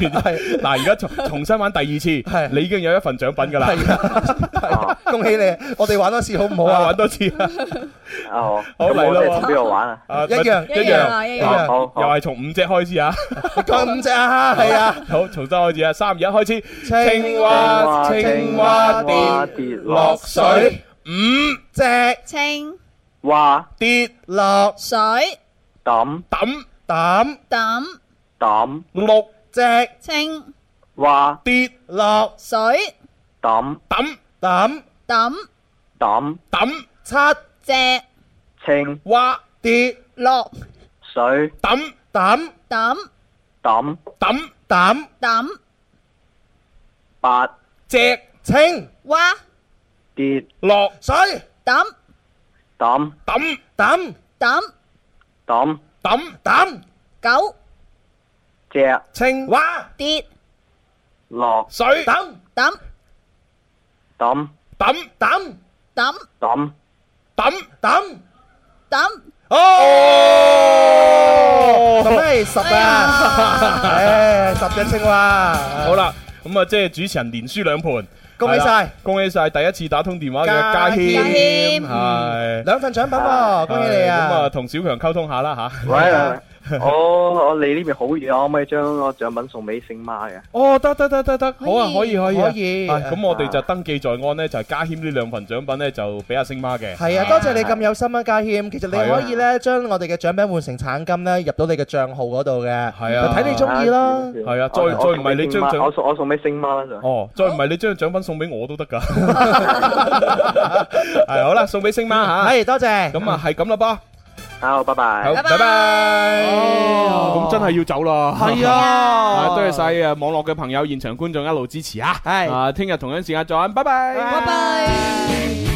C: 揾完。嗱，而家重重新玩第二次，你已經有一份獎品噶啦。
I: 啊
D: 恭喜你，我哋玩多次好唔好
C: 啊
D: 啊？
C: 玩多
D: [laughs]
C: 次啊！
I: 哦，
C: [laughs] 好
I: 咁
C: 嚟
I: 我
C: 啦
I: 哋
C: 喎
I: 同邊度玩啊？
C: 啊
D: 一樣
C: 一
D: 一樣啊一
C: 樣，
D: 樣
C: 啊
D: 好
C: 又係從五隻開始啊！ [laughs]
D: 講五隻啊，係啊。
C: 好，重新開始啊！三二一，開始。
D: 青
C: 蛙青蛙
I: 跌
C: 落水，五
D: 隻
E: 青
I: 蛙
C: 跌
D: 落
E: 水
I: 抌
C: 抌
D: 抌
E: 抌
I: 抌
C: 六
D: 隻
E: 青
I: 蛙
C: 跌
D: 落
E: 水
I: 抌
C: 抌
D: 抌
E: 抌
I: 抌
C: 抌
D: 七
E: 隻
I: 青
C: 蛙
D: 跌
E: 落
I: 水
C: 抌
D: 抌
E: 抌
I: 抌
C: 抌
D: 抌
E: 抌
I: 八
C: 隻
D: 青
E: 蛙
I: 跌
C: 落
D: 水
E: 抌
I: 抌
C: 抌
D: 抌
E: 抌
I: 抌
C: 抌
D: 抌
E: 九
I: 隻
C: 青
D: 蛙
E: 跌
I: 落
C: 水
D: 抌
E: 抌
I: 抌
C: 抌
D: 抌
E: 抌
I: 抌
C: 抌
D: 抌
E: 抌
D: 哦，咁係十
E: 哎呀
C: 哎
D: 啊，誒十隻青蛙。
C: 好啦，咁啊，即系主持人連輸兩盤。
D: 恭喜晒
C: 係啦！恭喜晒第一次打通電話嘅
D: 家
C: 嘉軒，
D: 軒
C: 係
D: 兩份獎品喎，恭喜你
C: 係咁
D: 啊！
C: 啊，同小強溝通下啦吓。
I: 喂，我我離呢邊好遠，我可唔可以將個獎品送俾星媽嘅？
C: 哦，得得得得得，好啊，可以可以啊
D: 可以
C: 係咁我哋就登記在案呢，就係嘉軒呢兩份獎品呢，就俾阿星媽嘅。
D: 係啊，多謝你咁有心啊，家謙。其實你
C: 係啊
D: 可以咧，將我哋嘅獎品換成橙金咧，入到你嘅帳號嗰度嘅。係
C: 啊
D: 睇你中意啦。
C: 係啊，再
I: 我
C: 再唔係你將獎，
I: 我送我送俾星媽啦就。
C: 哦，再唔係你將獎品送俾我都得 [laughs] 㗎。係好啦，送俾星媽吓。
D: 係，多謝。
C: 咁啊，係咁啦噃。
I: 好，拜拜。
C: 好，拜拜。咁真係要走啦。
D: 哦係啊
C: 多謝晒 [laughs] 啊網絡嘅朋友、現場觀眾一路支持啊。
D: 係
C: 啊，聽日同樣時間再玩，拜拜。
D: 拜拜。